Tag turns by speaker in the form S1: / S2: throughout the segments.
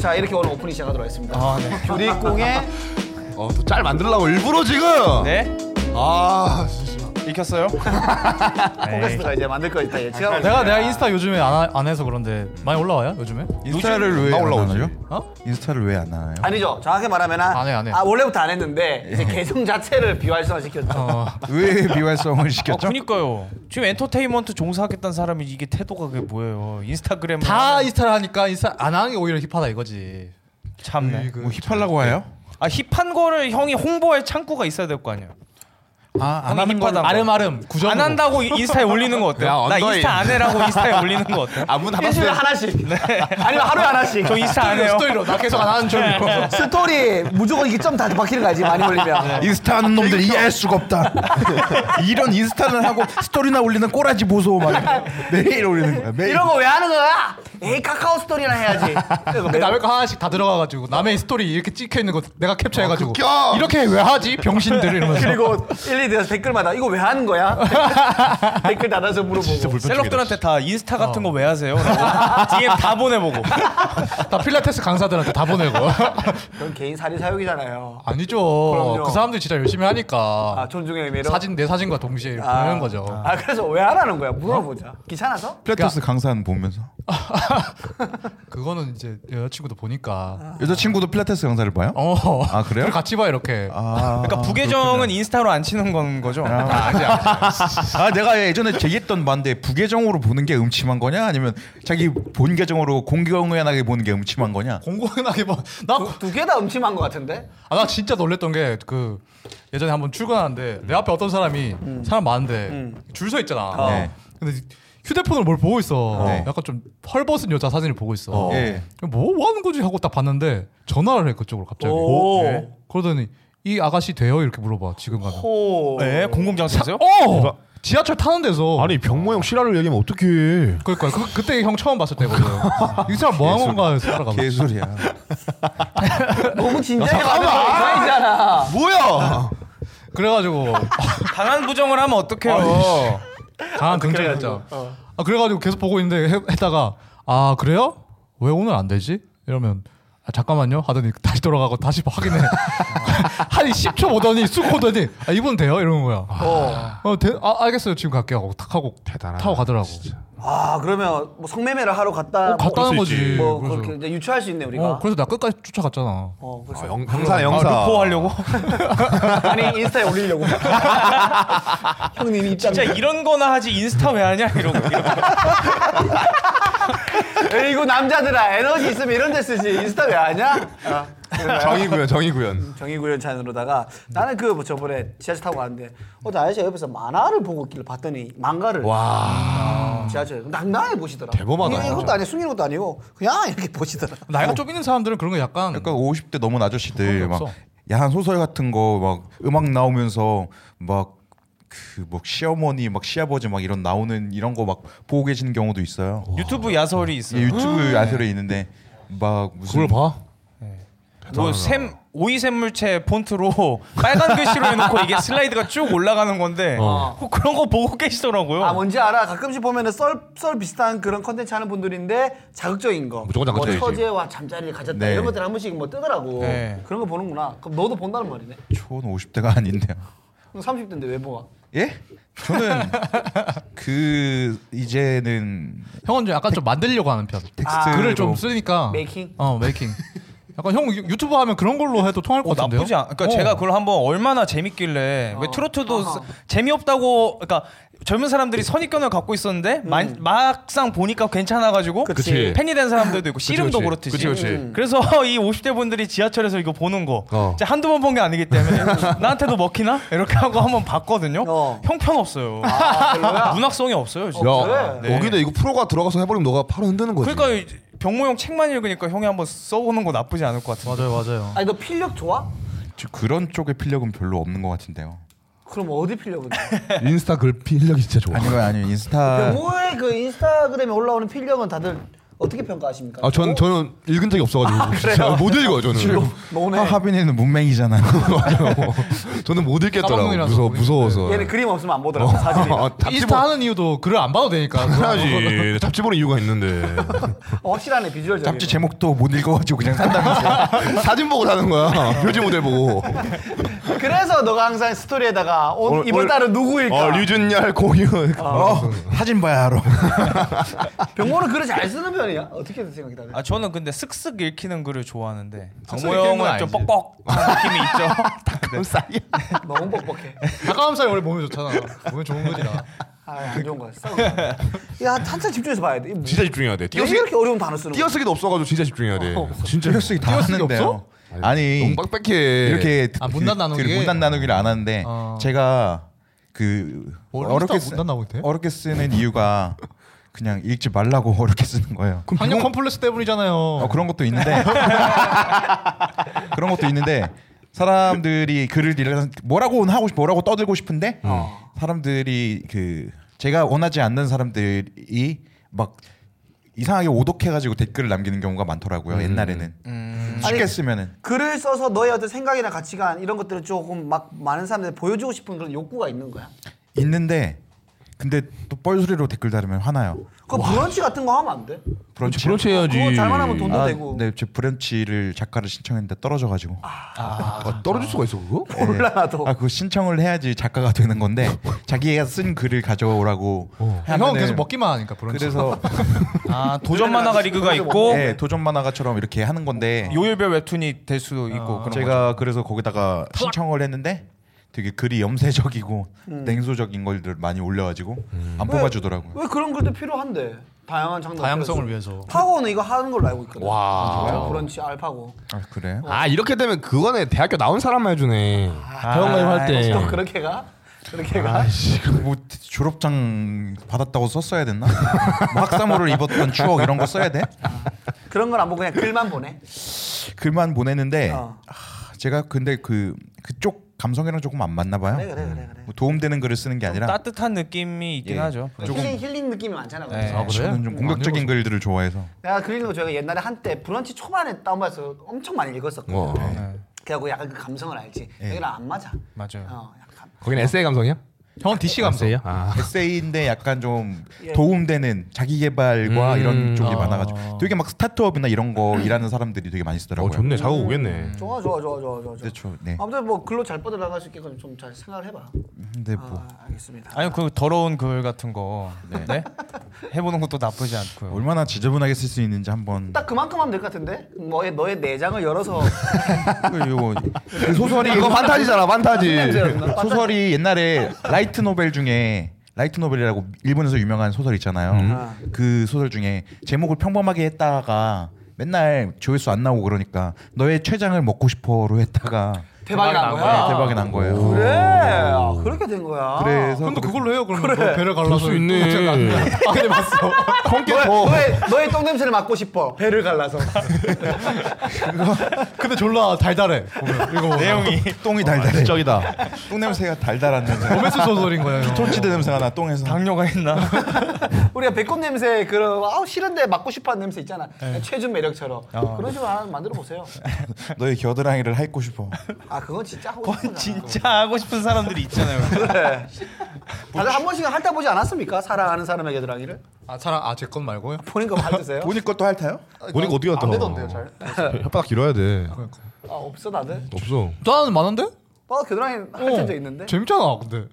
S1: 자 이렇게 오늘 오프닝 시작하도록 하겠습니다.
S2: 아, 네.
S1: 교리공의
S2: 어, 또 짤 만들려고 일부러 지금.
S3: 네?
S2: 아, 진짜.
S3: 익혔어요?
S1: 콘테스트가 이제 만들 거 있다 예측하고
S4: 내가 내가 인스타 요즘에 안, 하- 안 해서 그런데 많이 올라와요 요즘에?
S2: 인스타를
S5: 왜
S2: 안
S5: 안
S2: 올라오죠?
S5: 하나요?
S4: 어?
S5: 인스타를 왜 안 하나요?
S1: 아니죠. 정확히 말하면 아,
S4: 안 해, 예. 안 해.
S1: 아 원래부터 안 했는데 이제 계정 자체를 비활성화시켰죠.
S4: 어.
S5: 왜 비활성을
S3: 아,
S5: 시켰죠?
S3: 그니까요. 지금 엔터테인먼트 종사하겠다는 사람이 이게 태도가 그게 뭐예요? 인스타그램
S4: 다 인스타를 하니까 인스타 안 하는 게 오히려 힙하다 이거지.
S3: 참네.
S5: 뭐 힙하려고 해요?
S3: 아 힙한 거를 형이 홍보할 창구가 있어야 될 거 아니야.
S5: 아, 안
S3: 형이
S5: 하는
S3: 힙하다고.
S4: 아름아름 구정.
S3: 안 한다고 인스타에 올리는 거 어때?
S2: 야,
S3: 나
S2: 언더인.
S3: 인스타 안 해라고 인스타에 올리는 거 어때?
S2: 아무나
S1: 일주일에
S2: 봤어요.
S1: 하나씩. 아니면 하루에 하나씩.
S3: 저 인스타 안 해요.
S4: 스토리로 나 계속 안 하는 줄. 알고.
S1: 네. 스토리 무조건 이게 점 다 박히는 거 알지? 많이 올리면.
S5: 인스타 하는 놈들 이해할 수가 없다. 이런 인스타는 하고 스토리나 올리는 꼬라지 보소 막 매일 올리는 거야.
S4: 네.
S5: 매일.
S1: 이런 거 왜 하는 거야? 에이 카카오 스토리나 해야지. 네,
S4: 그 남의 거 하나씩 다 들어가가지고 남의 스토리 이렇게 찍혀 있는 거 내가 캡처해가지고
S2: 웃겨.
S4: 이렇게 왜 하지 병신들 이러면서.
S1: 그리고 1, 2에서 댓글마다 이거 왜 하는 거야? 댓글 달아서 물어보고.
S3: 셀럽들한테 다 인스타 같은 거 왜 하세요? 라고 DM 다 보내보고. 그러니까
S4: 다 필라테스 강사들한테 다 보내고.
S1: 그건 개인 사리 사욕이잖아요.
S4: 아니죠.
S1: 그럼요.
S4: 그 사람들 이 진짜 열심히 하니까
S1: 아 존중의 의미로.
S4: 사진 내 사진과 동시에 이렇게 보내는 거죠.
S1: 아 그래서 왜 안 하는 거야? 물어보자. 귀찮아서?
S5: 필라테스 강사는 보면서
S4: 그거는 이제 여자친구도 보니까.
S5: 여자친구도 필라테스 강사를 봐요?
S4: 어.
S5: 아, 그래요?
S4: 같이 봐 이렇게.
S5: 아,
S3: 그러니까 부계정은 인스타로 안 치는 건 거죠.
S5: 아 내가 예전에 제기했던 반대 부계정으로 보는 게 음침한 거냐 아니면 자기 본 계정으로 공공연하게 보는 게 음침한 거냐?
S4: 공공연하게 봐. 나
S1: 두 개 다 음침한 것 같은데?
S4: 아, 나 진짜 놀랬던 게 그 예전에 한번 출근하는데 내 앞에 어떤 사람이
S6: 음.
S4: 사람 많은데 줄 서 있잖아.
S6: 어.
S5: 네.
S4: 근데 휴대폰으로 뭘 보고 있어.
S5: 네.
S4: 약간 좀 헐벗은 여자 사진을 보고 있어.
S5: 예.
S4: 뭐, 뭐 하는 거지 하고 딱 봤는데 전화를 해 그쪽으로 갑자기.
S1: 오.
S4: 네. 그러더니 이 아가씨 돼요 이렇게 물어봐 지금 가면.
S1: 호.
S3: 네, 공공장소세요?
S4: 어 지하철 타는 데서.
S6: 아니 병모 형 실화를 얘기하면 어떡해
S4: 그러니까 그, 그때 형 처음 봤을 때거든. 이 사람 뭐 한 건가 해서 살아가면.
S5: 개소리야.
S1: 너무 진지하게 가면 아, 이상이잖아.
S2: 뭐야?
S4: 그래가지고
S3: 강한 부정을 하면 어떡해요.
S4: 강한 긍정이었죠. 아 그래가지고 계속 보고 있는데 해, 했다가 아 그래요? 왜 오늘 안 되지? 이러면 아, 잠깐만요 하더니 다시 돌아가고 다시 확인해 한 10초 보더니 쑥 보더니 아 이분 돼요? 이러는 거야
S1: 어.
S4: 어, 돼? 아 알겠어요 지금 갈게요 하고 탁 하고 타고 가더라고
S1: 아 그러면 뭐 성매매를 하러 갔다.
S4: 어, 갔다는
S1: 뭐,
S4: 거지
S1: 뭐
S4: 그래서.
S1: 그렇게 이제 유추할 수 있네 우리가.
S4: 어, 그래서 나 끝까지 쫓아갔잖아
S1: 어, 그래서.
S2: 영, 형사
S3: 아,
S2: 형사.
S3: 루포하려고?
S1: 아니 인스타에 올리려고. 형님 입장.
S3: 진짜 이런 거나 하지 인스타 왜 하냐 이러고. 이러고.
S1: 에이구 남자들아 에너지 있으면 이런 데 쓰지 인스타 왜 아냐? 아,
S2: 정의구현 정의구현.
S1: 정의구현찬으로다가 나는 그 저번에 지하철 타고 갔는데 어떤 아저씨가 옆에서 만화를 보고 있길래 봤더니 망가를 음, 지하철 낭낭하게 보시더라
S2: 대범하다,
S1: 이게 이것도
S2: 진짜.
S1: 아니야 숨기는 것도 아니고 그냥 이렇게 보시더라
S4: 나이가 좀 있는 사람들은 그런 거 약간
S5: 약간 50대 그러니까 넘은 아저씨들
S4: 그런 게
S5: 막
S4: 없어.
S5: 야한 소설 같은 거 막 음악 나오면서 막 그 막 시어머니 막 시아버지 막 이런 나오는 이런 거 막 보고 계시는 경우도 있어요.
S3: 유튜브 야설이
S5: 예,
S3: 있어요.
S2: 음.
S5: 유튜브 아설에 있는데 막
S2: 그걸
S5: 무슨
S2: 봐.
S3: 뭐샘 오이 샘물체 폰트로 빨간 글씨로 해놓고 이게 슬라이드가 쭉 올라가는 건데
S5: 어.
S3: 뭐 그런 거 보고 계시더라고요.
S1: 아 뭔지 알아 가끔씩 보면은 썰, 썰 비슷한 그런 컨텐츠 하는 분들인데 자극적인 거
S2: 무조건 자극적이지.
S1: 뭐 처제와 잠자리를 가졌다
S5: 네.
S1: 이런 것들 한 번씩 뭐 뜨더라고
S3: 네.
S1: 그런 거 보는구나 그럼 너도 본다는 말이네
S5: 촌 50대가 아닌데요.
S1: 그럼 30대인데 왜 보아?
S5: 예? 저는 그 이제는
S4: 형은 좀 약간 좀 만들려고 하는 편
S5: 텍스트
S4: 아, 글을 좀 쓰니까
S1: 메이킹?
S4: 어 메이킹 약간 형 유- 유튜브 하면 그런 걸로 해도 통할 것 같은데요?
S3: 나쁘지 않. 그러니까
S4: 어.
S3: 제가 그걸 한번 얼마나 재밌길래 왜 트로트도 스- 재미없다고 그러니까 젊은 사람들이 선입견을 갖고 있었는데 마- 막상 보니까 괜찮아가지고
S2: 그치.
S3: 팬이 된 사람들도 있고 씨름도
S2: 그치.
S3: 그렇듯이
S2: 그치, 그치. 음.
S3: 그래서 이 50대 분들이 지하철에서 이거 보는 거
S2: 어.
S3: 이제 한두 번 본 게 아니기 때문에 나한테도 먹히나 이렇게 하고 한번 봤거든요.
S1: 어.
S3: 형편 없어요.
S1: 아 별로야?
S3: 문학성이 없어요. 진짜.
S5: 아,
S2: 야,
S5: 네.
S1: 그래?
S2: 여기는 이거 프로가 들어가서 해버리면 너가 바로 흔드는 거지.
S3: 그러니까 이- 병모 형 책만 읽으니까 형이 한번 써보는 거 나쁘지 않을 것 같은데.
S4: 맞아요 맞아요
S1: 아니 너 필력 좋아?
S5: 저
S4: 그러니까
S5: 그런 쪽의 필력은 별로 없는 것 같은데요.
S1: 그럼 어디 필력은?
S6: 인스타 글 필력이 진짜 좋아
S5: 아니요 아니요 인스타
S1: 영호의 그 인스타그램에 올라오는 필력은 다들 어떻게 아, 평가하십니까?
S6: 아 저는 저는 읽은 적이 없어가지고 진짜 못 읽어요 저는.
S4: 뭐,
S1: 노네.
S5: 하, 하빈이는 문맹이잖아.
S6: 저는 못 읽겠더라고
S4: 까막눈이라서
S6: 무서
S4: 못
S6: 무서워서.
S1: 그러니까. 얘는 그림 없으면 안 보더라고 사진이.
S6: 네. 아, 잡지
S5: 뭐.
S4: 인스타 하는 이유도 글을 안 봐도 되니까.
S5: 아,
S6: 보야지 네, 잡지 보는 이유가 있는데
S1: 어, 확실하네 비주얼적인.
S5: 잡지 제목도 못 읽어가지고
S4: 아,
S5: 그냥 산다면서.
S6: 사진 보고 사는 거야 표지 모델 보고.
S1: 그러니까. 그래서 너가 항상 스토리에다가 오,
S6: 오늘-
S1: 이번
S6: 오늘-
S1: 달은 누구일까?
S6: 어 류준열 공연.
S1: 아.
S5: 어, 사진 봐야 알아.
S1: 병모는 글을 잘 쓰는 편이야? 어떻게 생각이 다르?
S3: 아 저는 근데 쓱쓱 읽히는 글을 좋아하는데
S4: 쓱쓱
S3: 정모
S4: 읽히는 건
S3: 형은 좀
S4: 알지.
S3: 뻑뻑한 느낌이 있죠. 네.
S1: 너무 뻑뻑해.
S4: 닭가슴살이 원래 몸에 좋잖아. 몸에 좋은 거지 나.
S1: 아안 좋은 거야. 싸우는 거야. 야 한참 집중해서 봐야 돼. 이거 뭐,
S6: 진짜 집중해야 돼.
S1: 왜
S6: 띄어쓰기
S1: 이렇게 어려운 단어 쓰는 거야?
S6: 띄어쓰기도 없어가지고 진짜 집중해야 돼. 진짜
S5: 띄어쓰기 다 하는데요.
S4: 없어?
S5: 아니
S6: 너무 빡빡해.
S5: 이렇게
S4: 아, 문단 나누기?
S5: 그 문단 나누기를 안 하는데
S4: 어.
S5: 제가 그
S4: 어,
S5: 어렵게
S4: 인스타 문단 나누기 돼?
S5: 어렵게 쓰는 이유가 그냥 읽지 말라고 어렵게 쓰는 거예요.
S4: 학력 컴플렉스 때문이잖아요.
S5: 어, 그런 것도 있는데 그런 것도 있는데 사람들이 글을 읽어서 뭐라고 하고 싶, 뭐라고 떠들고 싶은데
S4: 어.
S5: 사람들이 그 제가 원하지 않는 사람들이 막 이상하게 오독해가지고 댓글을 남기는 경우가 많더라고요
S4: 음.
S5: 옛날에는 쉽게
S1: 음. 아니,
S5: 쓰면은
S1: 글을 써서 너의 어떤 생각이나 가치관 이런 것들을 조금 막 많은 사람들 보여주고 싶은 그런 욕구가 있는 거야.
S5: 있는데 근데 또 뻘소리로 댓글 달으면 화나요.
S1: 그 브런치 같은 거 하면 안 돼?
S5: 브런치
S6: 브런치 해야지.
S1: 그거 잘만 하면 돈도
S5: 아,
S1: 되고.
S5: 네, 제 브런치를 작가를 신청했는데 떨어져가지고.
S6: 아, 떨어질 수가 있어 그거?
S1: 몰라 나도.
S5: 아, 그거 신청을 해야지 작가가 되는 건데 자기가 쓴 글을 가져오라고.
S4: 어. 형은
S5: 하면은
S4: 계속 먹기만 하니까 브런치.
S5: 그래서
S3: 아 도전 만화가 리그가 있고
S5: 네, 도전 만화가처럼 이렇게 하는 건데
S3: 아, 요일별 웹툰이 될
S5: 어.
S3: 수도
S1: 아.
S3: 있고 그런 거죠.
S5: 제가 그래서 거기다가 신청을 했는데 되게 글이 염세적이고 냉소적인 걸들 많이 올려가지고 안 뽑아주더라고요.
S1: 음. 왜 그런 글도 필요한데? 다양한 장르.
S4: 다양성을
S1: 필요해서.
S4: 위해서.
S1: 파고는 이거 하는 걸로 알고 있거든.
S6: 와.
S1: 브런치 알파고.
S5: 아 그래?
S6: 아 이렇게 되면 그거네 대학교 나온 사람만 해주네.
S1: 아,
S6: 대학 가입 할 때.
S1: 또 그렇게 가? 그렇게 가?
S5: 뭐 졸업장 받았다고 썼어야 됐나? 뭐 학사모를 입었던 추억 이런 거 써야 돼?
S1: 그런 걸 안 보고 그냥 글만 보내.
S5: 글만 보내는데
S1: 어.
S5: 아, 제가 근데 그 그쪽 감성이랑 조금 안 맞나 봐요.
S1: 그래 그래 그래 그래.
S5: 뭐 도움되는 글을 쓰는 게 아니라
S3: 따뜻한 느낌이 있긴
S5: 예.
S3: 하죠.
S1: 힐링 힐링 느낌이 네. 많잖아.
S5: 네.
S1: 그래서.
S4: 아, 그래?
S5: 저는 좀 공격적인 글들을 좋아해서
S1: 내가 그 읽는 거 저희가 옛날에 한때 브런치 초반에 다운받아서 엄청 많이 읽었었거든.
S6: 어.
S1: 그래갖고 약간 그 감성을 알지.
S5: 예.
S1: 여기랑 안 맞아.
S3: 맞아요.
S1: 어, 약간.
S6: 거기는 에세이 감성이야?
S4: 형은 DC 감성.
S6: 아.
S5: 에세이인데 약간 좀
S1: 예.
S5: 도움되는 자기 개발과
S6: 음,
S5: 이런 쪽이 많아가지고 되게 막 스타트업이나 이런 거 일하는 사람들이 되게 많이
S6: 어
S5: 쓰더라고요.
S6: 좋네. 자고 오겠네.
S1: 좋아 좋아 좋아 좋아 좋아. 좋아.
S5: 그렇죠. 네.
S1: 아무튼 뭐 글로 잘 뻗어나갈 수 있게끔 좀 잘 생각을 해봐.
S5: 근데 뭐
S1: 아, 알겠습니다.
S3: 아니 그 더러운 글 같은 거 네? 해보는 것도 나쁘지 않고요.
S5: 얼마나 지저분하게 쓸 수 있는지 한번
S1: 아. 딱 그만큼 하면 될 것 같은데? 너의, 너의 내장을 열어서
S5: 이거 그 소설이
S6: 이거 판타지잖아 판타지.
S5: 소설이 옛날에 라이트 노벨 중에 라이트 노벨이라고 일본에서 유명한 소설 있잖아요.
S6: 음.
S1: 아.
S5: 그 소설 중에 제목을 평범하게 했다가 맨날 조회수 안 나오고 그러니까 너의 최장을 먹고 싶어로 했다가
S1: 대박이 난 거야.
S5: 네, 대박이 난 거예요.
S1: 그래. 아, 그렇게 된 거야.
S5: 그래서
S4: 근데 그걸로 해요. 그러면 너뭐 배를 갈라서
S6: 수 있네.
S4: 아니 봤어.
S1: 너의, 너의, 너의 똥 냄새를 맡고 싶어. 배를 갈라서.
S4: 근데 졸라 달달해. 보면. 이거
S3: 네,
S4: 보면.
S5: 내용이 어.
S3: 어.
S5: 똥이 달달해.
S6: 적이다.
S5: 똥 냄새가 달달한 냄새.
S4: 로맨스 소설인 거예요.
S5: 토치드 냄새가 나 똥에서.
S3: 당뇨가 있나?
S1: 우리가 배꼽 냄새 그런 아우 싫은데 맡고 싶어 하는 냄새 있잖아.
S6: 네.
S1: 최준 매력처럼. 그런 식으로 하나 만들어 보세요.
S5: 너의 겨드랑이를 핥고 싶어.
S1: 아, 그건 진짜 하고 싶은 거잖아.
S3: 진짜 하고 싶은 사람들이 있잖아요.
S1: 그래. 다들 한 번씩은 핥아보지 않았습니까? 사랑하는 사람의 겨드랑이를?
S4: 아 사람 아제 건 말고요.
S1: 본인 거 핥으세요?
S5: 본인 것도 핥아요?
S6: 보니까 어디 갔다.
S4: 안 되던데요, 잘.
S6: 혓바닥 길어야 돼.
S1: 아, 없어 다들?
S6: 없어.
S4: 나는 많은데? 어.
S1: 나 겨드랑이
S6: 어.
S1: 핥은 적 있는데?
S4: 재밌잖아 근데.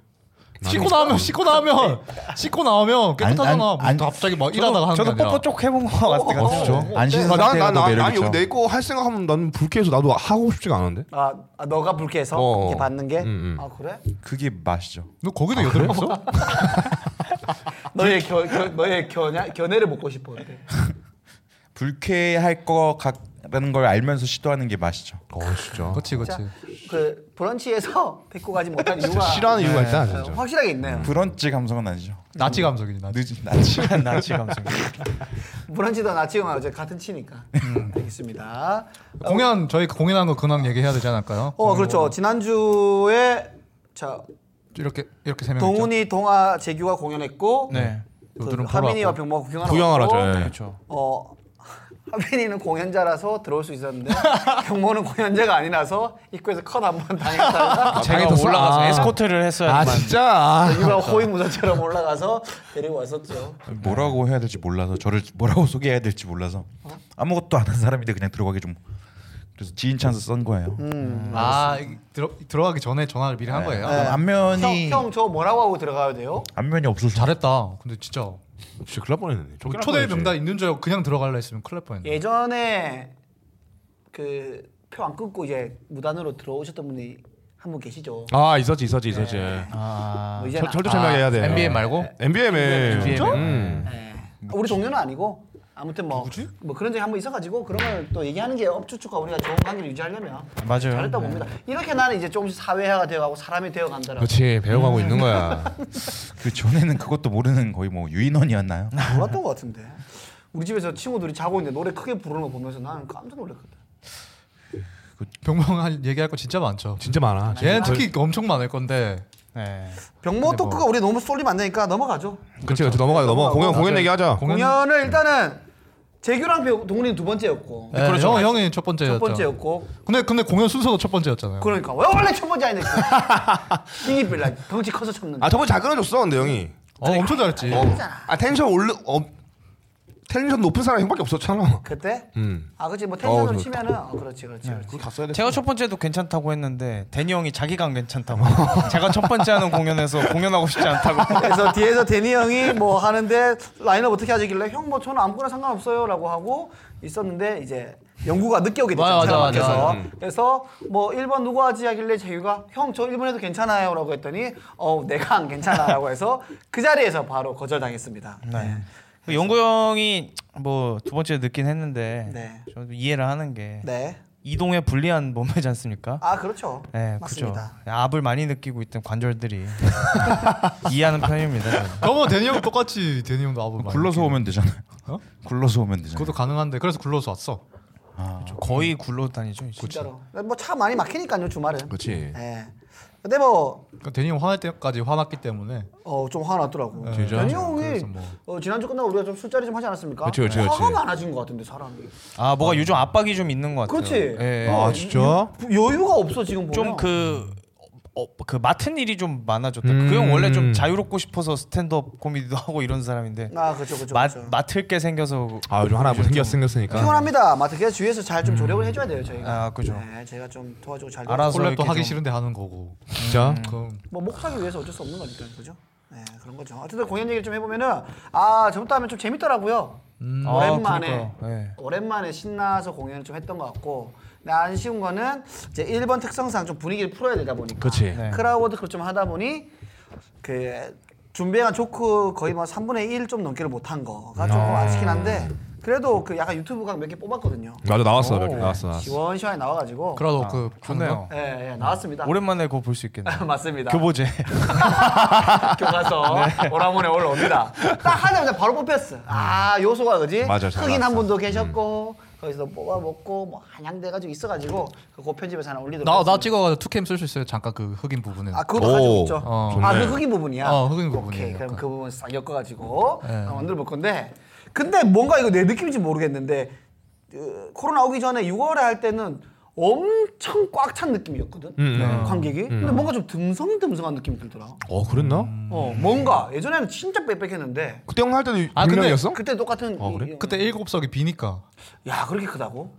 S4: 씻고 나오면 씻고 나오면 씻고 나오면 깨끗하잖아.
S5: 안-
S4: 뭐
S5: 안-
S4: 갑자기 막 일하다가 하는 게
S3: 저도
S4: 아니라.
S3: 뽀뽀 쪽 해본 거 같을 것 같아요.
S5: 그렇죠. 안신 상태가 더
S6: 난난난 아니
S5: 매력이죠.
S6: 여기 내거할 생각하면 난 불쾌해서 나도 하고 싶지가 않은데.
S1: 아, 아, 너가 불쾌해서
S6: 어,
S1: 이렇게 받는 게?
S6: 음, 음.
S1: 아, 그래?
S5: 그게 맛이죠.
S4: 너 거기도
S5: 아,
S4: 여드름 있어?
S6: 아,
S1: 너의 겨, 겨, 너의 겨냐, 견해를 먹고 싶어. 근데.
S5: 불쾌할 것 같다는 걸 알면서 시도하는 게 맛이죠.
S6: 어 진짜.
S4: 그렇지
S1: 자,
S4: 그렇지.
S1: 그 브런치에서 뵙고 가지 못한 이유가
S6: 싫어하는 이유가 있다
S1: 어,
S6: 진짜.
S1: 확실하게 있네요.
S5: 브런치 감성은 아니죠.
S4: 나치 감성이지 나치.
S5: 늦은 낮이.
S3: 나치 감성.
S1: 브런치도 나치형하고 이제 같은 치니까. 알겠습니다.
S4: 공연 저희 공연한 거 근황 얘기해야 되지 않을까요?
S1: 어, 그렇죠. 지난주에 자
S4: 이렇게 이렇게 세명
S1: 동훈이 동아 재규가 공연했고
S3: 네.
S1: 그
S4: 요들은
S1: 하민이와
S4: 보러
S1: 병모가 구경하러
S6: 구경하러
S1: 왔고,
S5: 네.
S6: 왔죠. 예.
S3: 그렇죠.
S1: 어 하빈이는 공연자라서 들어올 수 있었는데 경모는 공연자가 아니라서 입구에서 컷 한 번
S4: 그렇죠.
S1: 당했다가
S3: 제가
S6: 당했었어?
S3: 올라가서
S6: 아.
S3: 에스코트를 했어야
S6: 아 진짜. 아.
S1: 여기가 호위무사처럼 올라가서 데리고 왔었죠.
S5: 뭐라고 해야 될지 몰라서 저를 뭐라고 소개해야 될지 몰라서 아무것도 안 한 사람인데 그냥 들어가게 좀 그래서 지인 찬스 썬 거예요.
S4: 아 이- 들어 들어가기 전에 전화를 미리 한 거예요.
S5: 네. 안면이
S1: 형 저 뭐라고 하고 들어가야 돼요?
S5: 안면이 없어서
S4: 잘했다. 근데 진짜
S6: 진짜 큰일 날 뻔했네. 좀
S4: 초대
S6: 뻔했지.
S4: 명단 있는 줄 알고 그냥 들어갈라 했으면 큰일 날
S1: 예.
S4: 뻔했네.
S1: 예전에 그 표 안 끊고 이제 무단으로 들어오셨던 분이 한 분 계시죠.
S6: 아 있었지 있었지 있었지.
S1: 뭐
S6: 철-
S1: 이제는
S6: 철도 설명해야 네. 돼.
S4: 아, NBA 말고
S6: NBM에 음.
S4: 진짜?
S1: 아, 우리 동료는 아니고 아무튼 뭐, 뭐 그런 적이 한 번 있어가지고 그런 걸 또 얘기하는 게 업주축과 우리가 좋은 관계를 유지하려면
S3: 맞아요.
S1: 잘했다고 봅니다. 이렇게 나는 이제 조금씩 사회화가 되어가고 사람이 되어간다라고
S6: 그렇지 배워가고 있는 거야.
S5: 그 전에는 그것도 모르는 거의 뭐 유인원이었나요?
S1: 몰랐던 것 같은데 우리 집에서 친구들이 자고 있는데 노래 크게 부르는 거 보면서 나는 깜짝 놀랐거든.
S4: 그 병명한 얘기할 거 진짜 많죠.
S6: 진짜 많아.
S4: 얘는 특히 엄청 많을 건데
S3: 네.
S1: 병모 토크가 우리 너무 쏠리면 안 되니까 넘어가죠.
S6: 그렇지 그렇지 넘어가요 넘어 공연 공연 얘기하자.
S1: 공연을 일단은 재규랑 병- 동훈이는 두 번째였고
S4: 네, 그렇죠. 형, 형이 첫
S1: 아,
S4: 번째였죠.
S1: 첫 번째였고
S4: 근데 근데 공연 순서도 첫 번째였잖아요.
S1: 그러니까 왜 원래 첫 번째 아니니까 신이 빌라 덩치 커서 쳤는데
S6: 아 저번 잘 끊어줬어 근데 형이.
S4: 어, 엄청 잘했지.
S6: 어. 아 텐션 올르 어, 텐션 높은 사람 형밖에 없었잖아.
S1: 그때
S6: 음.
S1: 아 그렇지 뭐 텐션으로
S6: 어, 저-
S1: 치면은 어, 그렇지 그렇지 그렇지
S6: 갔어야 돼.
S3: 제가 첫 번째도 괜찮다고 했는데 데니 형이 자기가 안 괜찮다고. 제가 첫 번째 하는 공연에서 공연하고 싶지 않다고.
S1: 그래서 뒤에서 데니 형이 뭐 하는데 라인업 어떻게 하시길래 형 뭐 저는 아무거나 상관없어요라고 하고 있었는데 이제 영구가 늦게 오게 됐잖아요.
S4: 맞아, 맞아,
S1: 사람
S4: 맞아.
S1: 앞에서. 그래서 뭐 1번 누구 하지 하길래 재유가 형 저 1번 해도 괜찮아요라고 했더니 어 내가 안 괜찮아라고 해서 그 자리에서 바로 거절당했습니다. 네.
S3: 그 영구 형이 뭐 두 번째 늦긴 했는데
S1: 네.
S3: 저도 이해를 하는 게
S1: 네.
S3: 이동에 불리한 몸매지 않습니까?
S1: 아 그렇죠.
S3: 네, 그죠.
S1: 맞습니다.
S3: 압을 많이 느끼고 있던 관절들이 이해하는 편입니다. 저는.
S4: 너무 대니 어, 뭐, 형 똑같이 대니 형도 아부 많이.
S5: 굴러서 오면 되잖아요.
S4: 어?
S5: 굴러서 오면 되잖아요.
S4: 그것도 가능한데 그래서 굴러서 왔어.
S3: 거의 굴러 다니죠. 이제.
S1: 진짜로. 뭐 차 많이 막히니까요 주말은.
S6: 그렇지.
S1: 네. 근데 뭐
S4: 그러니까 대니 형 화날 때까지 화났기 때문에
S1: 어 좀 화났더라고.
S4: 진짜?
S1: 연이 형이
S4: 그래서 뭐.
S1: 어, 지난주 끝나고 우리가 좀 술자리 좀 하지 않았습니까?
S6: 그치, 그치,
S1: 화가
S6: 그치.
S1: 많아진 것 같은데 사람이.
S3: 아 뭐가 요즘 압박이 좀 있는 것 같아요.
S1: 그렇지.
S3: 예.
S1: 어, 유- 여유가 없어 지금 보면.
S3: 좀그 어, 그 맡은 일이 좀 많아졌다. 그 형 원래 좀 자유롭고 싶어서 스탠드업 고미디도 하고 이런 사람인데
S1: 아 그렇죠 그렇죠.
S3: 맡
S1: 그렇죠.
S3: 맡을 게 생겨서
S6: 아 요즘 하나 뭐 생겼 생겼으니까.
S1: 피곤합니다. 마트 그래서 주위에서 잘 좀 조력을 해줘야 돼요 저희가.
S3: 아, 그죠.
S1: 네, 제가 좀 도와주고 잘.
S3: 알아서
S4: 원래 또
S3: 이렇게
S4: 하기
S3: 좀-
S4: 싫은데 하는 거고. 음.
S6: 진짜.
S4: 그럼
S1: 뭐 목사기 위해서 어쩔 수 없는 거니까 그죠. 네 그런 거죠. 어쨌든 공연 얘기를 좀 해보면은 아 저부터 하면 좀 재밌더라고요.
S3: 아,
S1: 오랜만에
S3: 그러니까요. 예.
S1: 오랜만에 신나서 공연을 좀 했던 것 같고 근데 아쉬운 거는 이제 1번 특성상 좀 분위기를 풀어야 되다 보니까
S6: 그치.
S3: 네.
S1: 크라우드 그걸 좀 하다 보니 그 준비한 조크 거의 뭐 3분의 1 좀 넘기를 못한 거가 조금 아쉽긴 한데 그래도 그 약간 유튜브가 몇 개 뽑았거든요
S6: 맞아 나왔어 몇개 나왔어 나왔어.
S1: 시원시원히 나와가지고
S4: 네. 그래도 그
S3: 좋네요.
S1: 예, 예 나왔습니다
S3: 오랜만에 그거 볼 수 있겠네요.
S1: 맞습니다
S3: 교보제.
S1: 교과서 오라문에 올라옵니다. 딱 하자마자 바로 뽑혔어. 아 요소가 그지?
S5: 맞아, 잘
S1: 흑인 한 분도 계셨고 거기서 뽑아 먹고 뭐 한양대 가지고 있어가지고 그거 편집해서 하나 올리도록.
S4: 나나
S1: 하겠습니다.
S4: 찍어가지고 투캠 쓸 수 있어요. 잠깐 그 흑인 부분은.
S1: 아 그것도 가지고
S6: 오,
S1: 있죠.
S4: 어,
S1: 아
S6: 좋네.
S1: 그 흑인 부분이야.
S4: 어, 흑인
S1: 오케이
S4: 부분이에요,
S1: 그럼
S4: 약간.
S1: 그 부분 싹 엮어가지고
S4: 네.
S1: 어, 만들어 볼 건데 근데 뭔가 이거 내 느낌인지 모르겠는데 그, 코로나 오기 전에 6월에 할 때는. 엄청 꽉 찬 느낌이었거든 관객이 근데 뭔가 좀 듬성듬성한 느낌이 들더라
S6: 어 그랬나?
S1: 어 뭔가 예전에는 진짜 빽빽했는데
S6: 그때 형 할 때도
S4: 아, 근데
S6: 유명이었어? 아,
S1: 그때 똑같은 이- 이-
S4: 그때 일곱 석이 비니까.
S1: 야 그렇게 크다고?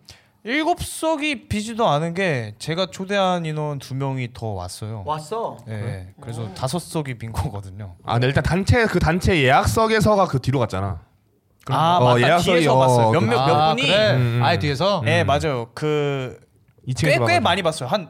S3: 일곱 석이 비지도 않은 게 제가 초대한 인원 두 명이 더 왔어요.
S1: 왔어.
S3: 예. 네, 그래서
S1: 음.
S3: 다섯 석이 빈 거거든요.
S6: 아 근데 일단 단체 그 단체 예약석에서가 그 뒤로 갔잖아.
S3: 아
S6: 거. 어,
S3: 맞다
S6: 예약석이,
S3: 뒤에서
S6: 어,
S3: 봤어요.
S6: 그-
S3: 몇몇 몇
S4: 아,
S3: 분이
S4: 그래?
S6: 음,
S4: 아예 뒤에서.
S3: 네 맞아요. 그
S6: 2층에서
S3: 꽤 꽤
S6: 봐가지고.
S3: 많이 봤어요. 한